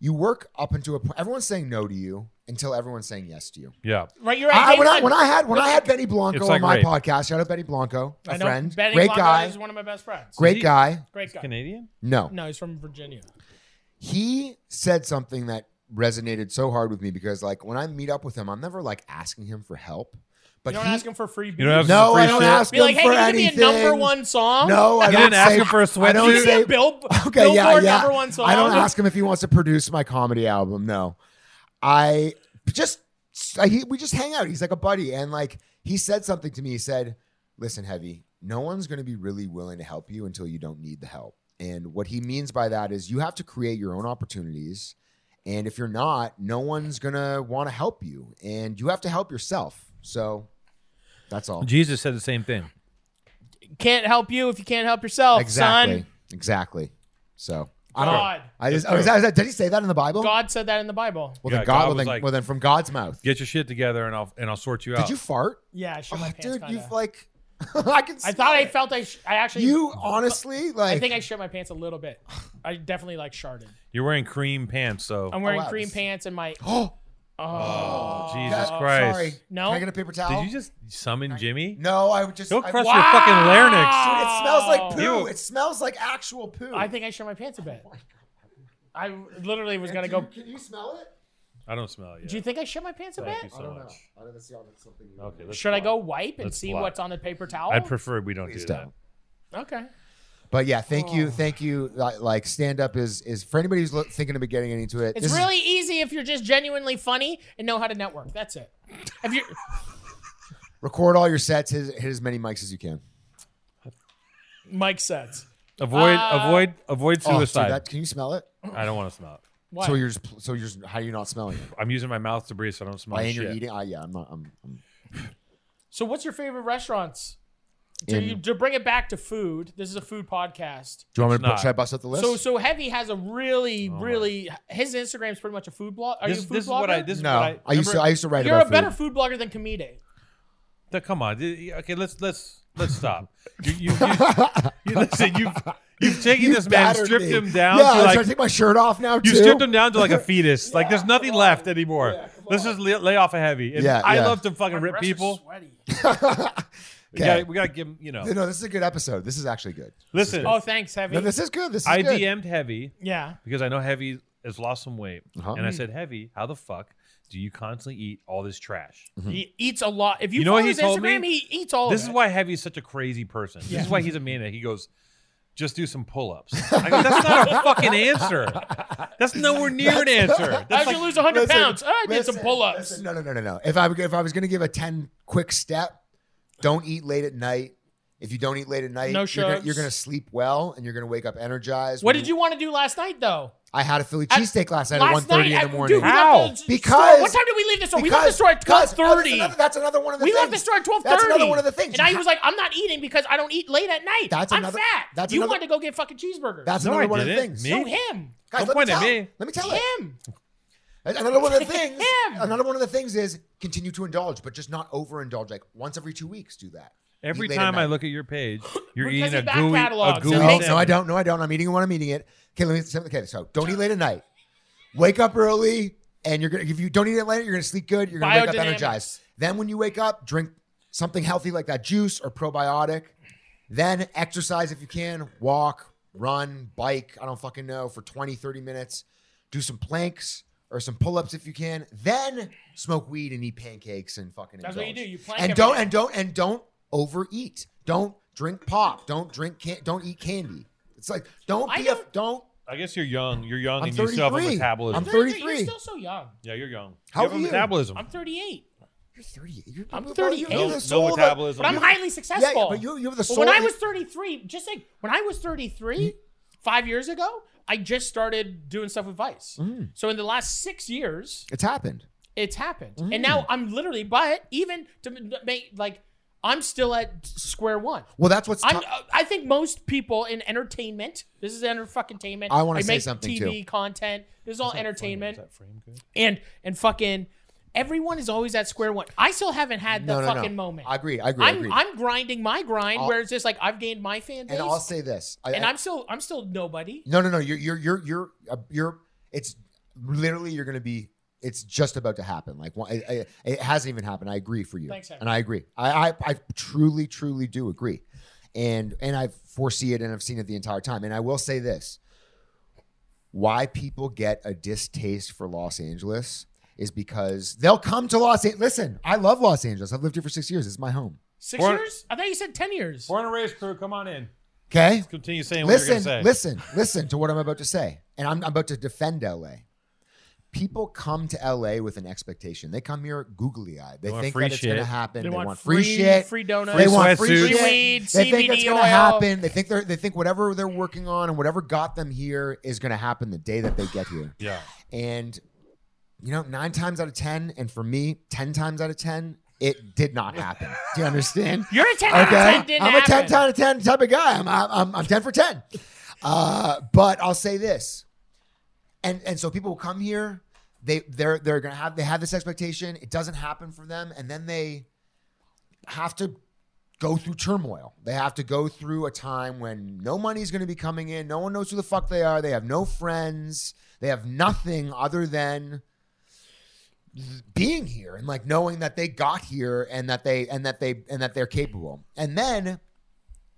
Speaker 4: You work up into a point. Everyone's saying no to you until everyone's saying yes to you.
Speaker 2: Yeah.
Speaker 1: Right, you're at
Speaker 4: I,
Speaker 1: day
Speaker 4: when, I,
Speaker 1: one.
Speaker 4: when I had when I had Benny Blanco
Speaker 2: It's like
Speaker 4: on my
Speaker 2: rape.
Speaker 4: podcast, shout out Benny Blanco, a
Speaker 1: I know
Speaker 4: friend,
Speaker 1: Benny
Speaker 4: great
Speaker 1: Blanco
Speaker 4: guy,
Speaker 1: is one of my best friends.
Speaker 4: great
Speaker 2: He-
Speaker 4: guy.
Speaker 1: Great guy.
Speaker 2: Canadian?
Speaker 4: No,
Speaker 1: No, he's from Virginia.
Speaker 4: he said something that resonated so hard with me because, like, when I meet up with him, I'm never like asking him for help, but
Speaker 1: You don't
Speaker 4: he,
Speaker 1: ask him for free beer.
Speaker 2: You don't ask him
Speaker 4: no,
Speaker 2: for free
Speaker 4: I don't
Speaker 2: shit.
Speaker 4: ask
Speaker 1: Be
Speaker 4: him
Speaker 1: like, hey,
Speaker 4: for
Speaker 1: can you give
Speaker 4: anything.
Speaker 1: me a number one song?
Speaker 4: No, I
Speaker 2: You
Speaker 4: don't
Speaker 2: didn't ask
Speaker 4: say-
Speaker 2: him for a
Speaker 4: I
Speaker 2: sweatsuit?
Speaker 4: don't
Speaker 1: Can you
Speaker 4: say,
Speaker 1: give me a bill,
Speaker 4: okay,
Speaker 1: billboard
Speaker 4: yeah, yeah.
Speaker 1: number one song?
Speaker 4: I don't ask him if he wants to produce my comedy album. No, I just I, he, we just hang out. He's like a buddy, and like he said something to me. He said, "Listen, heavy, no one's going to be really willing to help you until you don't need the help." And what he means by that is you have to create your own opportunities. And if you're not, no one's going to want to help you. And you have to help yourself. So that's all.
Speaker 2: Jesus said the same thing.
Speaker 1: Can't help you if you can't help yourself,
Speaker 4: Exactly.
Speaker 1: son.
Speaker 4: Exactly. So I don't
Speaker 1: God.
Speaker 4: I just, oh, is that, is that, did he say that in the Bible?
Speaker 1: God said that in the Bible.
Speaker 4: Well,
Speaker 2: Yeah,
Speaker 4: then
Speaker 2: God
Speaker 4: God,
Speaker 2: was
Speaker 4: well, then,
Speaker 2: like-
Speaker 4: well, then from God's mouth.
Speaker 2: Get your shit together and I'll and I'll sort you out.
Speaker 4: Did you fart?
Speaker 1: Yeah, I shit my
Speaker 4: Oh,
Speaker 1: pants.
Speaker 4: dude,
Speaker 1: kinda.
Speaker 4: you've like, I can.
Speaker 1: I
Speaker 4: smell
Speaker 1: thought I
Speaker 4: it.
Speaker 1: felt I, sh- I actually.
Speaker 4: You honestly like. Oh,
Speaker 1: I think I shit my pants a little bit. I definitely like sharded.
Speaker 2: You're wearing cream pants, so
Speaker 1: I'm wearing
Speaker 4: wow,
Speaker 1: cream
Speaker 4: this-
Speaker 1: pants and my.
Speaker 4: Oh,
Speaker 1: Oh,
Speaker 2: Jesus
Speaker 4: God,
Speaker 2: Christ.
Speaker 4: Sorry.
Speaker 1: No?
Speaker 4: Can I get a paper towel?
Speaker 2: Did you just summon Jimmy?
Speaker 4: No, I would just.
Speaker 2: Go
Speaker 4: I-
Speaker 2: crush
Speaker 4: Wow.
Speaker 2: your fucking larynx.
Speaker 4: Dude, it smells like
Speaker 1: Wow.
Speaker 4: poo.
Speaker 2: You-
Speaker 4: It smells like actual poo.
Speaker 1: I think I shit my pants a bit. I literally was gonna
Speaker 4: Do
Speaker 1: go.
Speaker 4: you- Can you smell it?
Speaker 2: I don't smell it yet.
Speaker 1: Do you think I shit my pants a
Speaker 2: Thank you
Speaker 1: bit?
Speaker 2: so much.
Speaker 4: I don't know. That's something. you-
Speaker 2: Okay, let's
Speaker 1: Should I
Speaker 2: block.
Speaker 1: go wipe and
Speaker 2: Let's
Speaker 1: see
Speaker 2: block.
Speaker 1: Oh. what's on the paper towel?
Speaker 2: I'd prefer we don't do
Speaker 4: Please
Speaker 2: that.
Speaker 4: don't.
Speaker 1: okay.
Speaker 4: But yeah, thank
Speaker 1: Oh.
Speaker 4: you, thank you. Li- Like stand up is is for anybody who's lo- thinking about getting into it.
Speaker 1: It's
Speaker 4: this is-
Speaker 1: really easy if you're just genuinely funny and know how to network. That's it. If you
Speaker 4: record all your sets, hit, hit as many mics as you can.
Speaker 1: Mike says.
Speaker 2: Avoid,
Speaker 1: Uh,
Speaker 2: avoid, avoid
Speaker 4: Oh, dude,
Speaker 2: suicide.
Speaker 4: that- can you smell it?
Speaker 2: I don't want to smell it.
Speaker 1: What?
Speaker 4: So you're just, pl- so you're just, how are you not smelling it?
Speaker 2: I'm using my mouth to breathe, so I don't smell
Speaker 4: and
Speaker 2: Oh, shit.
Speaker 4: you're eating. I yeah, I'm not. I'm, I'm
Speaker 1: So what's your favorite restaurants? To,
Speaker 4: in-
Speaker 1: you, to bring it back to food, this is a food podcast.
Speaker 4: do you want
Speaker 2: It's
Speaker 4: me to put,
Speaker 2: not.
Speaker 4: should I bust out the list?
Speaker 1: So so heavy has a
Speaker 4: Oh
Speaker 1: really really his Instagram's pretty much a food blog. Are
Speaker 2: This,
Speaker 1: you a food
Speaker 2: this is
Speaker 1: blogger?
Speaker 2: what I. This is
Speaker 4: no,
Speaker 2: what
Speaker 4: I,
Speaker 2: I.
Speaker 4: used to I
Speaker 2: remember-
Speaker 4: used to write
Speaker 1: You're a
Speaker 4: about
Speaker 1: better
Speaker 4: food.
Speaker 1: food blogger than comedian.
Speaker 2: Th- Come on. d- Okay, let's let's let's stop. You, you, you, you- listen. You've you've taken
Speaker 4: You
Speaker 2: this man,
Speaker 4: battered
Speaker 2: stripped
Speaker 4: me.
Speaker 2: him down
Speaker 4: Yeah,
Speaker 2: to
Speaker 4: should I
Speaker 2: like
Speaker 4: take my shirt off now too?
Speaker 2: You stripped him down to like a fetus. like there's nothing left anymore. Let's just lay, lay off a heavy. And
Speaker 4: Yeah,
Speaker 2: I
Speaker 4: yeah.
Speaker 2: love to fucking rip people. We
Speaker 4: Okay.
Speaker 2: gotta, we gotta give him, you know.
Speaker 4: No, this is a good episode. This is actually good.
Speaker 2: Listen,
Speaker 1: Oh, thanks, heavy.
Speaker 4: No, this is good. This is
Speaker 2: I
Speaker 4: good.
Speaker 2: DM'd Heavy
Speaker 1: yeah.
Speaker 2: because I know Heavy has lost some weight,
Speaker 4: Uh-huh.
Speaker 2: and I said, Heavy, how the fuck do you constantly eat all this trash?
Speaker 4: Mm-hmm.
Speaker 1: He eats a lot. If you,
Speaker 2: You know
Speaker 1: follow
Speaker 2: what he
Speaker 1: his
Speaker 2: told
Speaker 1: Instagram,
Speaker 2: me?
Speaker 1: he eats
Speaker 4: Oh,
Speaker 1: all
Speaker 2: This
Speaker 1: of
Speaker 2: is
Speaker 1: it.
Speaker 2: why Heavy's such a crazy person. This
Speaker 1: Yeah.
Speaker 2: is why he's a maniac. He goes, just do some pull-ups. I go, that's not a fucking answer. That's nowhere near an answer.
Speaker 1: How'd
Speaker 2: That's like,
Speaker 1: you lose 100
Speaker 4: Listen,
Speaker 1: pounds? Oh, I did some
Speaker 4: listen,
Speaker 1: pull-ups.
Speaker 4: listen, No, no, no, no, no. If I if I was gonna give a ten quick step, don't eat late at night. If you don't eat late at night,
Speaker 1: No
Speaker 4: you're, gonna,
Speaker 1: shows.
Speaker 4: you're gonna sleep well and you're gonna wake up energized.
Speaker 1: What
Speaker 4: When
Speaker 1: did you want to do last night, though?
Speaker 4: I had a Philly
Speaker 1: At-
Speaker 4: cheesesteak last night
Speaker 1: Last
Speaker 4: at 1.30
Speaker 1: night,
Speaker 4: in the
Speaker 1: I-
Speaker 4: morning.
Speaker 1: Dude, we
Speaker 2: How?
Speaker 1: left the
Speaker 4: Because-
Speaker 1: store. what time did we leave the store? we left the store at
Speaker 4: because- oh, that's
Speaker 1: 12:30.
Speaker 4: another- That's another one of the
Speaker 1: we
Speaker 4: things.
Speaker 1: left the store at 12:30.
Speaker 4: That's another one of the things.
Speaker 1: And
Speaker 4: You
Speaker 1: I
Speaker 4: ha-
Speaker 1: was like, I'm not eating because I don't eat late at night.
Speaker 4: That's
Speaker 1: I'm
Speaker 4: another-
Speaker 1: fat.
Speaker 4: that's
Speaker 1: you
Speaker 4: another-
Speaker 1: want to go get fucking cheeseburgers.
Speaker 4: That's
Speaker 2: No,
Speaker 4: another
Speaker 2: I
Speaker 4: one of the
Speaker 2: didn't.
Speaker 4: things.
Speaker 2: Me?
Speaker 1: so him.
Speaker 4: Guys,
Speaker 2: Don't
Speaker 4: let
Speaker 2: point
Speaker 4: me
Speaker 2: at
Speaker 4: tell.
Speaker 2: me.
Speaker 4: Let me tell it.
Speaker 1: Him.
Speaker 4: Another one of the things.
Speaker 1: Him.
Speaker 4: Another one of the things is continue to indulge, but just not overindulge. Like once every two weeks, do that.
Speaker 2: every
Speaker 4: Eat late at
Speaker 2: time
Speaker 4: night.
Speaker 2: I look at your page, you're
Speaker 1: Because
Speaker 2: eating
Speaker 1: he
Speaker 2: a
Speaker 1: back
Speaker 2: gooey, a
Speaker 1: catalogs
Speaker 2: gooey
Speaker 1: and
Speaker 4: No,
Speaker 1: makes-
Speaker 2: sandwich.
Speaker 4: Oh, no, I don't. No, I don't. I'm eating it when I'm eating it. Okay, let me. Okay, so don't eat late at night. Wake up early, and you're gonna. If you don't eat it late, you're gonna sleep good. You're gonna wake up
Speaker 1: Biodynamics.
Speaker 4: energized. Then when you wake up, drink something healthy like that juice or probiotic. Then exercise if you can. Walk, run, bike. I don't fucking know for 20, 30 minutes. Do some planks or some pull-ups if you can. Then smoke weed and eat pancakes and fucking.
Speaker 1: That's what you do.
Speaker 4: indulge
Speaker 1: You plank
Speaker 4: and
Speaker 1: every
Speaker 4: don't
Speaker 1: day.
Speaker 4: and don't and don't overeat. Don't drink pop. Don't drink can- don't eat candy. It's like don't
Speaker 1: I
Speaker 4: be a
Speaker 1: don't-
Speaker 4: don't.
Speaker 2: I guess you're young. You're young
Speaker 4: I'm
Speaker 2: and you still have a
Speaker 4: 33.
Speaker 2: metabolism.
Speaker 4: I'm
Speaker 1: You're- You're
Speaker 4: 33.
Speaker 1: still so young.
Speaker 2: yeah, you're young.
Speaker 4: How
Speaker 2: you have a
Speaker 4: old are you?
Speaker 2: metabolism.
Speaker 1: I'm 38,
Speaker 4: You're 38. You're,
Speaker 1: I'm
Speaker 4: you're-
Speaker 1: 38.
Speaker 4: you're the
Speaker 1: No- no
Speaker 4: soul of a-
Speaker 2: metabolism.
Speaker 1: but I'm
Speaker 2: You-
Speaker 1: highly
Speaker 4: yeah,
Speaker 1: successful.
Speaker 4: yeah, but you you have the
Speaker 1: But
Speaker 4: soul.
Speaker 1: when I was 33, just like when I was 33, five years ago, I just started doing stuff with Vice.
Speaker 4: Mm.
Speaker 1: So in the last six years,
Speaker 4: it's happened.
Speaker 1: it's happened,
Speaker 4: Mm.
Speaker 1: and now I'm literally. But even to m- make like, I'm still at square one.
Speaker 4: Well, that's what's.
Speaker 1: I'm,
Speaker 4: tou-
Speaker 1: uh, I think most people in entertainment. This is enter fucking tainment.
Speaker 4: I wanna say
Speaker 1: make
Speaker 4: something,
Speaker 1: TV
Speaker 4: too.
Speaker 1: content. This is all entertainment,
Speaker 2: Is that frame good?
Speaker 1: and and fucking everyone is always at square one. I still haven't had the
Speaker 4: no, no, no.
Speaker 1: fucking moment.
Speaker 4: I agree. I agree. I agree.
Speaker 1: I'm, I'm grinding my grind,
Speaker 4: I'll-
Speaker 1: where it's just like I've gained my fan base,
Speaker 4: and I'll say this. I,
Speaker 1: and
Speaker 4: I-
Speaker 1: I'm still I'm still nobody.
Speaker 4: no no no. You're you're you're you're uh, you're. It's literally you're gonna be. It's just about to happen. Like one- I, I, it hasn't even happened. I agree for you,
Speaker 1: Thanks, Henry.
Speaker 4: and I agree. I, I I truly truly do agree, and and I foresee it, and I've seen it the entire time. And I will say this: why people get a distaste for Los Angeles is because they'll come to Los Angeles. Listen, I love Los Angeles. I've lived here for six years. It's my home.
Speaker 1: Six
Speaker 2: Born-
Speaker 1: years? I thought you said ten years.
Speaker 2: Born and raised crew, come on in.
Speaker 4: Okay,
Speaker 2: Continue saying what you're
Speaker 4: listen,
Speaker 2: going to say.
Speaker 4: listen, listen to what I'm about to say. And I'm, I'm about to defend LA. People come to LA with an expectation. They come here googly eyed. They
Speaker 2: want
Speaker 4: think
Speaker 2: free
Speaker 4: that it's going to
Speaker 2: shit.
Speaker 4: happen. They, want, free, shit.
Speaker 1: free donuts,
Speaker 4: they want free
Speaker 2: sweatsuits.
Speaker 4: shit.
Speaker 1: Free weed,
Speaker 4: they think
Speaker 1: CBD
Speaker 4: it's gonna
Speaker 1: oil.
Speaker 4: happen. They think they're, they think whatever they're working on and whatever got them here is going to happen the day that they get here.
Speaker 2: Yeah.
Speaker 4: And you know, nine times out of ten, and for me, ten times out of ten, it did not happen. Do you understand?
Speaker 1: You're a ten out of
Speaker 4: Okay,
Speaker 1: ten. Didn't
Speaker 4: I'm
Speaker 1: happen.
Speaker 4: a ten out of ten type of guy. I'm I'm, I'm, I'm ten for ten. Uh, but I'll say this, and and so people will come here. They they're they're gonna have they have this expectation. It doesn't happen for them, and then they have to go through turmoil. They have to go through a time when no money's going to be coming in. No one knows who the fuck they are. They have no friends. They have nothing other than being here and like knowing that they got here and that they and that they and that they're capable. And then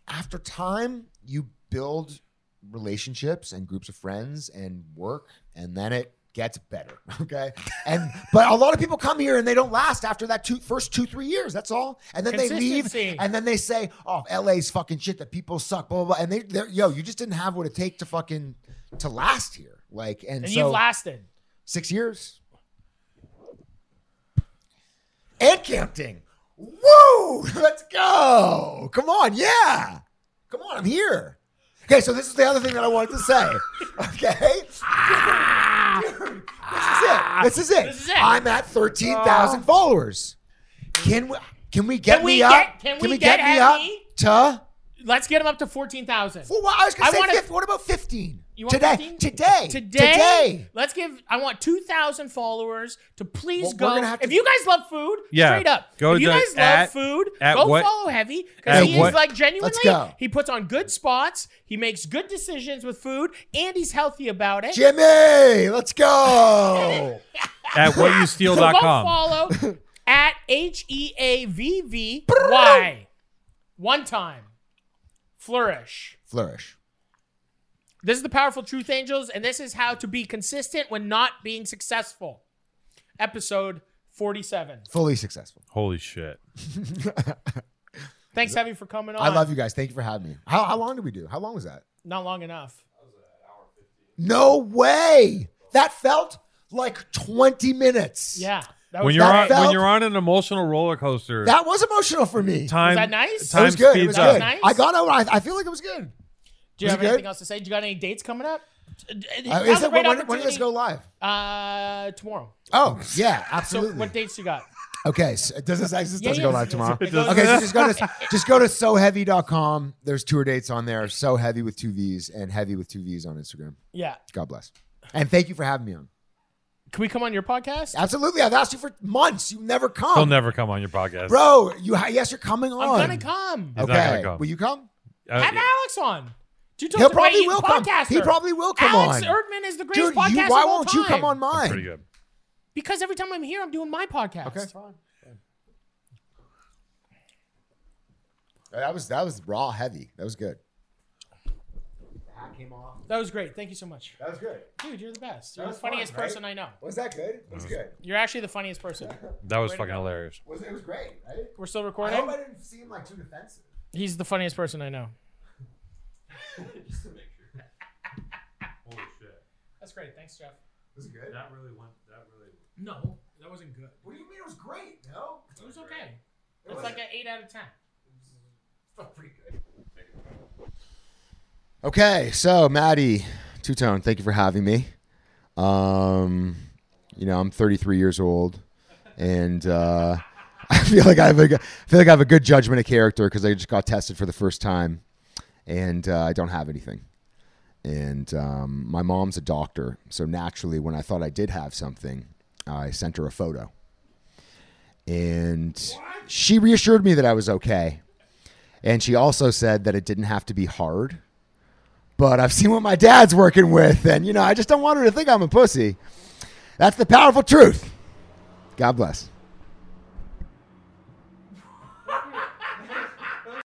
Speaker 4: after time, you build relationships and groups of friends and work, and then it gets better. Okay. And but a lot of people come here and they don't last after that two first two, three years. That's all. And then they leave
Speaker 1: Consistency.
Speaker 4: and then they say, Oh, LA's fucking shit, the people suck, blah blah blah. And they they're yo, you just didn't have what it take to fucking to last here. Like and,
Speaker 1: and
Speaker 4: so
Speaker 1: you've lasted.
Speaker 4: six years. And camping. Woo! Let's go. Come on, yeah. Come on, I'm here. Okay, so this is the other thing that I wanted to say. Okay. Dude, this is it. This is it.
Speaker 1: This is it. Oh.
Speaker 4: I'm at 13,000 followers. Can we can we get
Speaker 1: Can
Speaker 4: me
Speaker 1: we
Speaker 4: up?
Speaker 1: get- can we get
Speaker 4: me
Speaker 1: at
Speaker 4: up
Speaker 1: me?
Speaker 4: to
Speaker 1: Let's get him up to fourteen thousand.
Speaker 4: well, I was gonna
Speaker 1: I
Speaker 4: say
Speaker 1: wanna-
Speaker 4: 50. What about 15?
Speaker 1: You want
Speaker 4: Today.
Speaker 1: 15?
Speaker 4: Today.
Speaker 1: Today,
Speaker 4: Today.
Speaker 1: let's give. I want two thousand followers to please
Speaker 4: Well, we're
Speaker 1: go.
Speaker 4: gonna have to-
Speaker 1: if you guys love food,
Speaker 2: Yeah.
Speaker 1: straight up.
Speaker 2: Go
Speaker 1: if you
Speaker 2: to-
Speaker 1: guys love
Speaker 2: at-
Speaker 1: food,
Speaker 2: at
Speaker 1: go
Speaker 2: what-
Speaker 1: follow Heavy
Speaker 2: at
Speaker 1: because he
Speaker 2: what-
Speaker 1: is like genuinely.
Speaker 4: Let's go.
Speaker 1: He puts on good spots. He makes good decisions with food, and he's healthy about it.
Speaker 4: Jimmy, let's go.
Speaker 2: at
Speaker 1: so go
Speaker 2: whatyousteel.com.
Speaker 1: follow at H E A V V Y. One time, flourish.
Speaker 4: Flourish.
Speaker 1: This is the Powerful Truth Angels, and this is how to be consistent when not being successful. Episode 47.
Speaker 4: Fully successful.
Speaker 2: Holy shit.
Speaker 1: Thanks, Heavy, for coming on.
Speaker 4: I love you guys. Thank you for having me. How, how long did we do? How long was that?
Speaker 1: Not long enough.
Speaker 4: No way. That felt like 20 minutes.
Speaker 1: Yeah. That
Speaker 2: When you're
Speaker 4: That
Speaker 2: on, when
Speaker 4: felt-
Speaker 2: you're on an emotional roller coaster,
Speaker 4: That was emotional for me.
Speaker 2: time
Speaker 1: Was that nice?
Speaker 2: Time
Speaker 4: it was good. It
Speaker 2: speeds
Speaker 4: was
Speaker 1: That was
Speaker 4: good.
Speaker 2: up.
Speaker 1: nice.
Speaker 4: I got over. I, I feel like it was good.
Speaker 1: Do you
Speaker 4: Was
Speaker 1: have
Speaker 4: it good?
Speaker 1: anything else to say? Do you got any dates coming up?
Speaker 4: Uh,
Speaker 1: That
Speaker 4: is
Speaker 1: was a
Speaker 4: it,
Speaker 1: great
Speaker 4: when, when did this
Speaker 1: opportunity.
Speaker 4: go live?
Speaker 1: Uh, tomorrow.
Speaker 4: Oh, yeah,
Speaker 1: So,
Speaker 4: absolutely.
Speaker 1: what dates you got?
Speaker 4: okay, so does this, this
Speaker 1: Yeah,
Speaker 4: doesn't
Speaker 1: yeah,
Speaker 4: go live
Speaker 1: it's-
Speaker 4: tomorrow?
Speaker 1: it's-
Speaker 2: doesn't.
Speaker 4: Okay, so just go to just go to soheavy.com. There's tour dates on there. So heavy with two V's and heavy with two V's on Instagram.
Speaker 1: Yeah.
Speaker 4: God bless. And thank you for having me on.
Speaker 1: Can we come on your podcast?
Speaker 4: Absolutely. I've asked you for months. You never come.
Speaker 2: he'll never come on your podcast.
Speaker 4: Bro, you yes, you're coming on.
Speaker 1: I'm going to come.
Speaker 2: He's not
Speaker 4: Okay.
Speaker 2: gonna come.
Speaker 4: Will you come?
Speaker 2: Uh,
Speaker 1: Have Alex on. Dude,
Speaker 4: He'll probably will come. He probably will come
Speaker 1: Alex
Speaker 4: on.
Speaker 1: Erdman is the greatest
Speaker 4: Dude,
Speaker 1: podcaster
Speaker 4: you,
Speaker 1: of
Speaker 4: why
Speaker 1: all
Speaker 4: won't you come
Speaker 1: time.
Speaker 4: on mine?
Speaker 2: pretty good.
Speaker 1: Because every time I'm here, I'm doing my podcast.
Speaker 4: Okay, fine. That was that was raw heavy. That was good. That came off.
Speaker 1: That was great. Thank you so much.
Speaker 4: That was good.
Speaker 1: Dude, you're the best. You're the
Speaker 4: was fun,
Speaker 1: funniest
Speaker 4: right?
Speaker 1: person I know.
Speaker 4: Was that good? It was good.
Speaker 1: You're actually the funniest person.
Speaker 2: That was
Speaker 1: Way to
Speaker 2: fucking
Speaker 1: go.
Speaker 2: hilarious.
Speaker 4: Was it was great, right?
Speaker 1: We're still
Speaker 4: I
Speaker 1: recording.
Speaker 4: hope I didn't seem like too defensive.
Speaker 1: He's the funniest person I know.
Speaker 2: Holy shit.
Speaker 1: That's great. Thanks, Jeff.
Speaker 4: Was it good?
Speaker 2: That really went. That really.
Speaker 1: No, that wasn't good.
Speaker 4: What do you mean it was great? No,
Speaker 1: It was okay.
Speaker 4: It
Speaker 1: It's
Speaker 4: was-
Speaker 1: like an 8 out of 10.
Speaker 4: felt pretty good. Okay, so Maddie, Two Tone, thank you for having me. Um, you know, I'm 33 years old, and uh, I feel like I have a, good- I feel like I have a good judgment of character because I just got tested for the first time, and uh, I don't have anything. And um, my mom's a doctor, so naturally, when I thought I did have something, I sent her a photo, and she reassured me that I was okay. And she also said that it didn't have to be hard. But I've seen what my dad's working with, and you know, I just don't want her to think I'm a pussy. That's the powerful truth. God bless.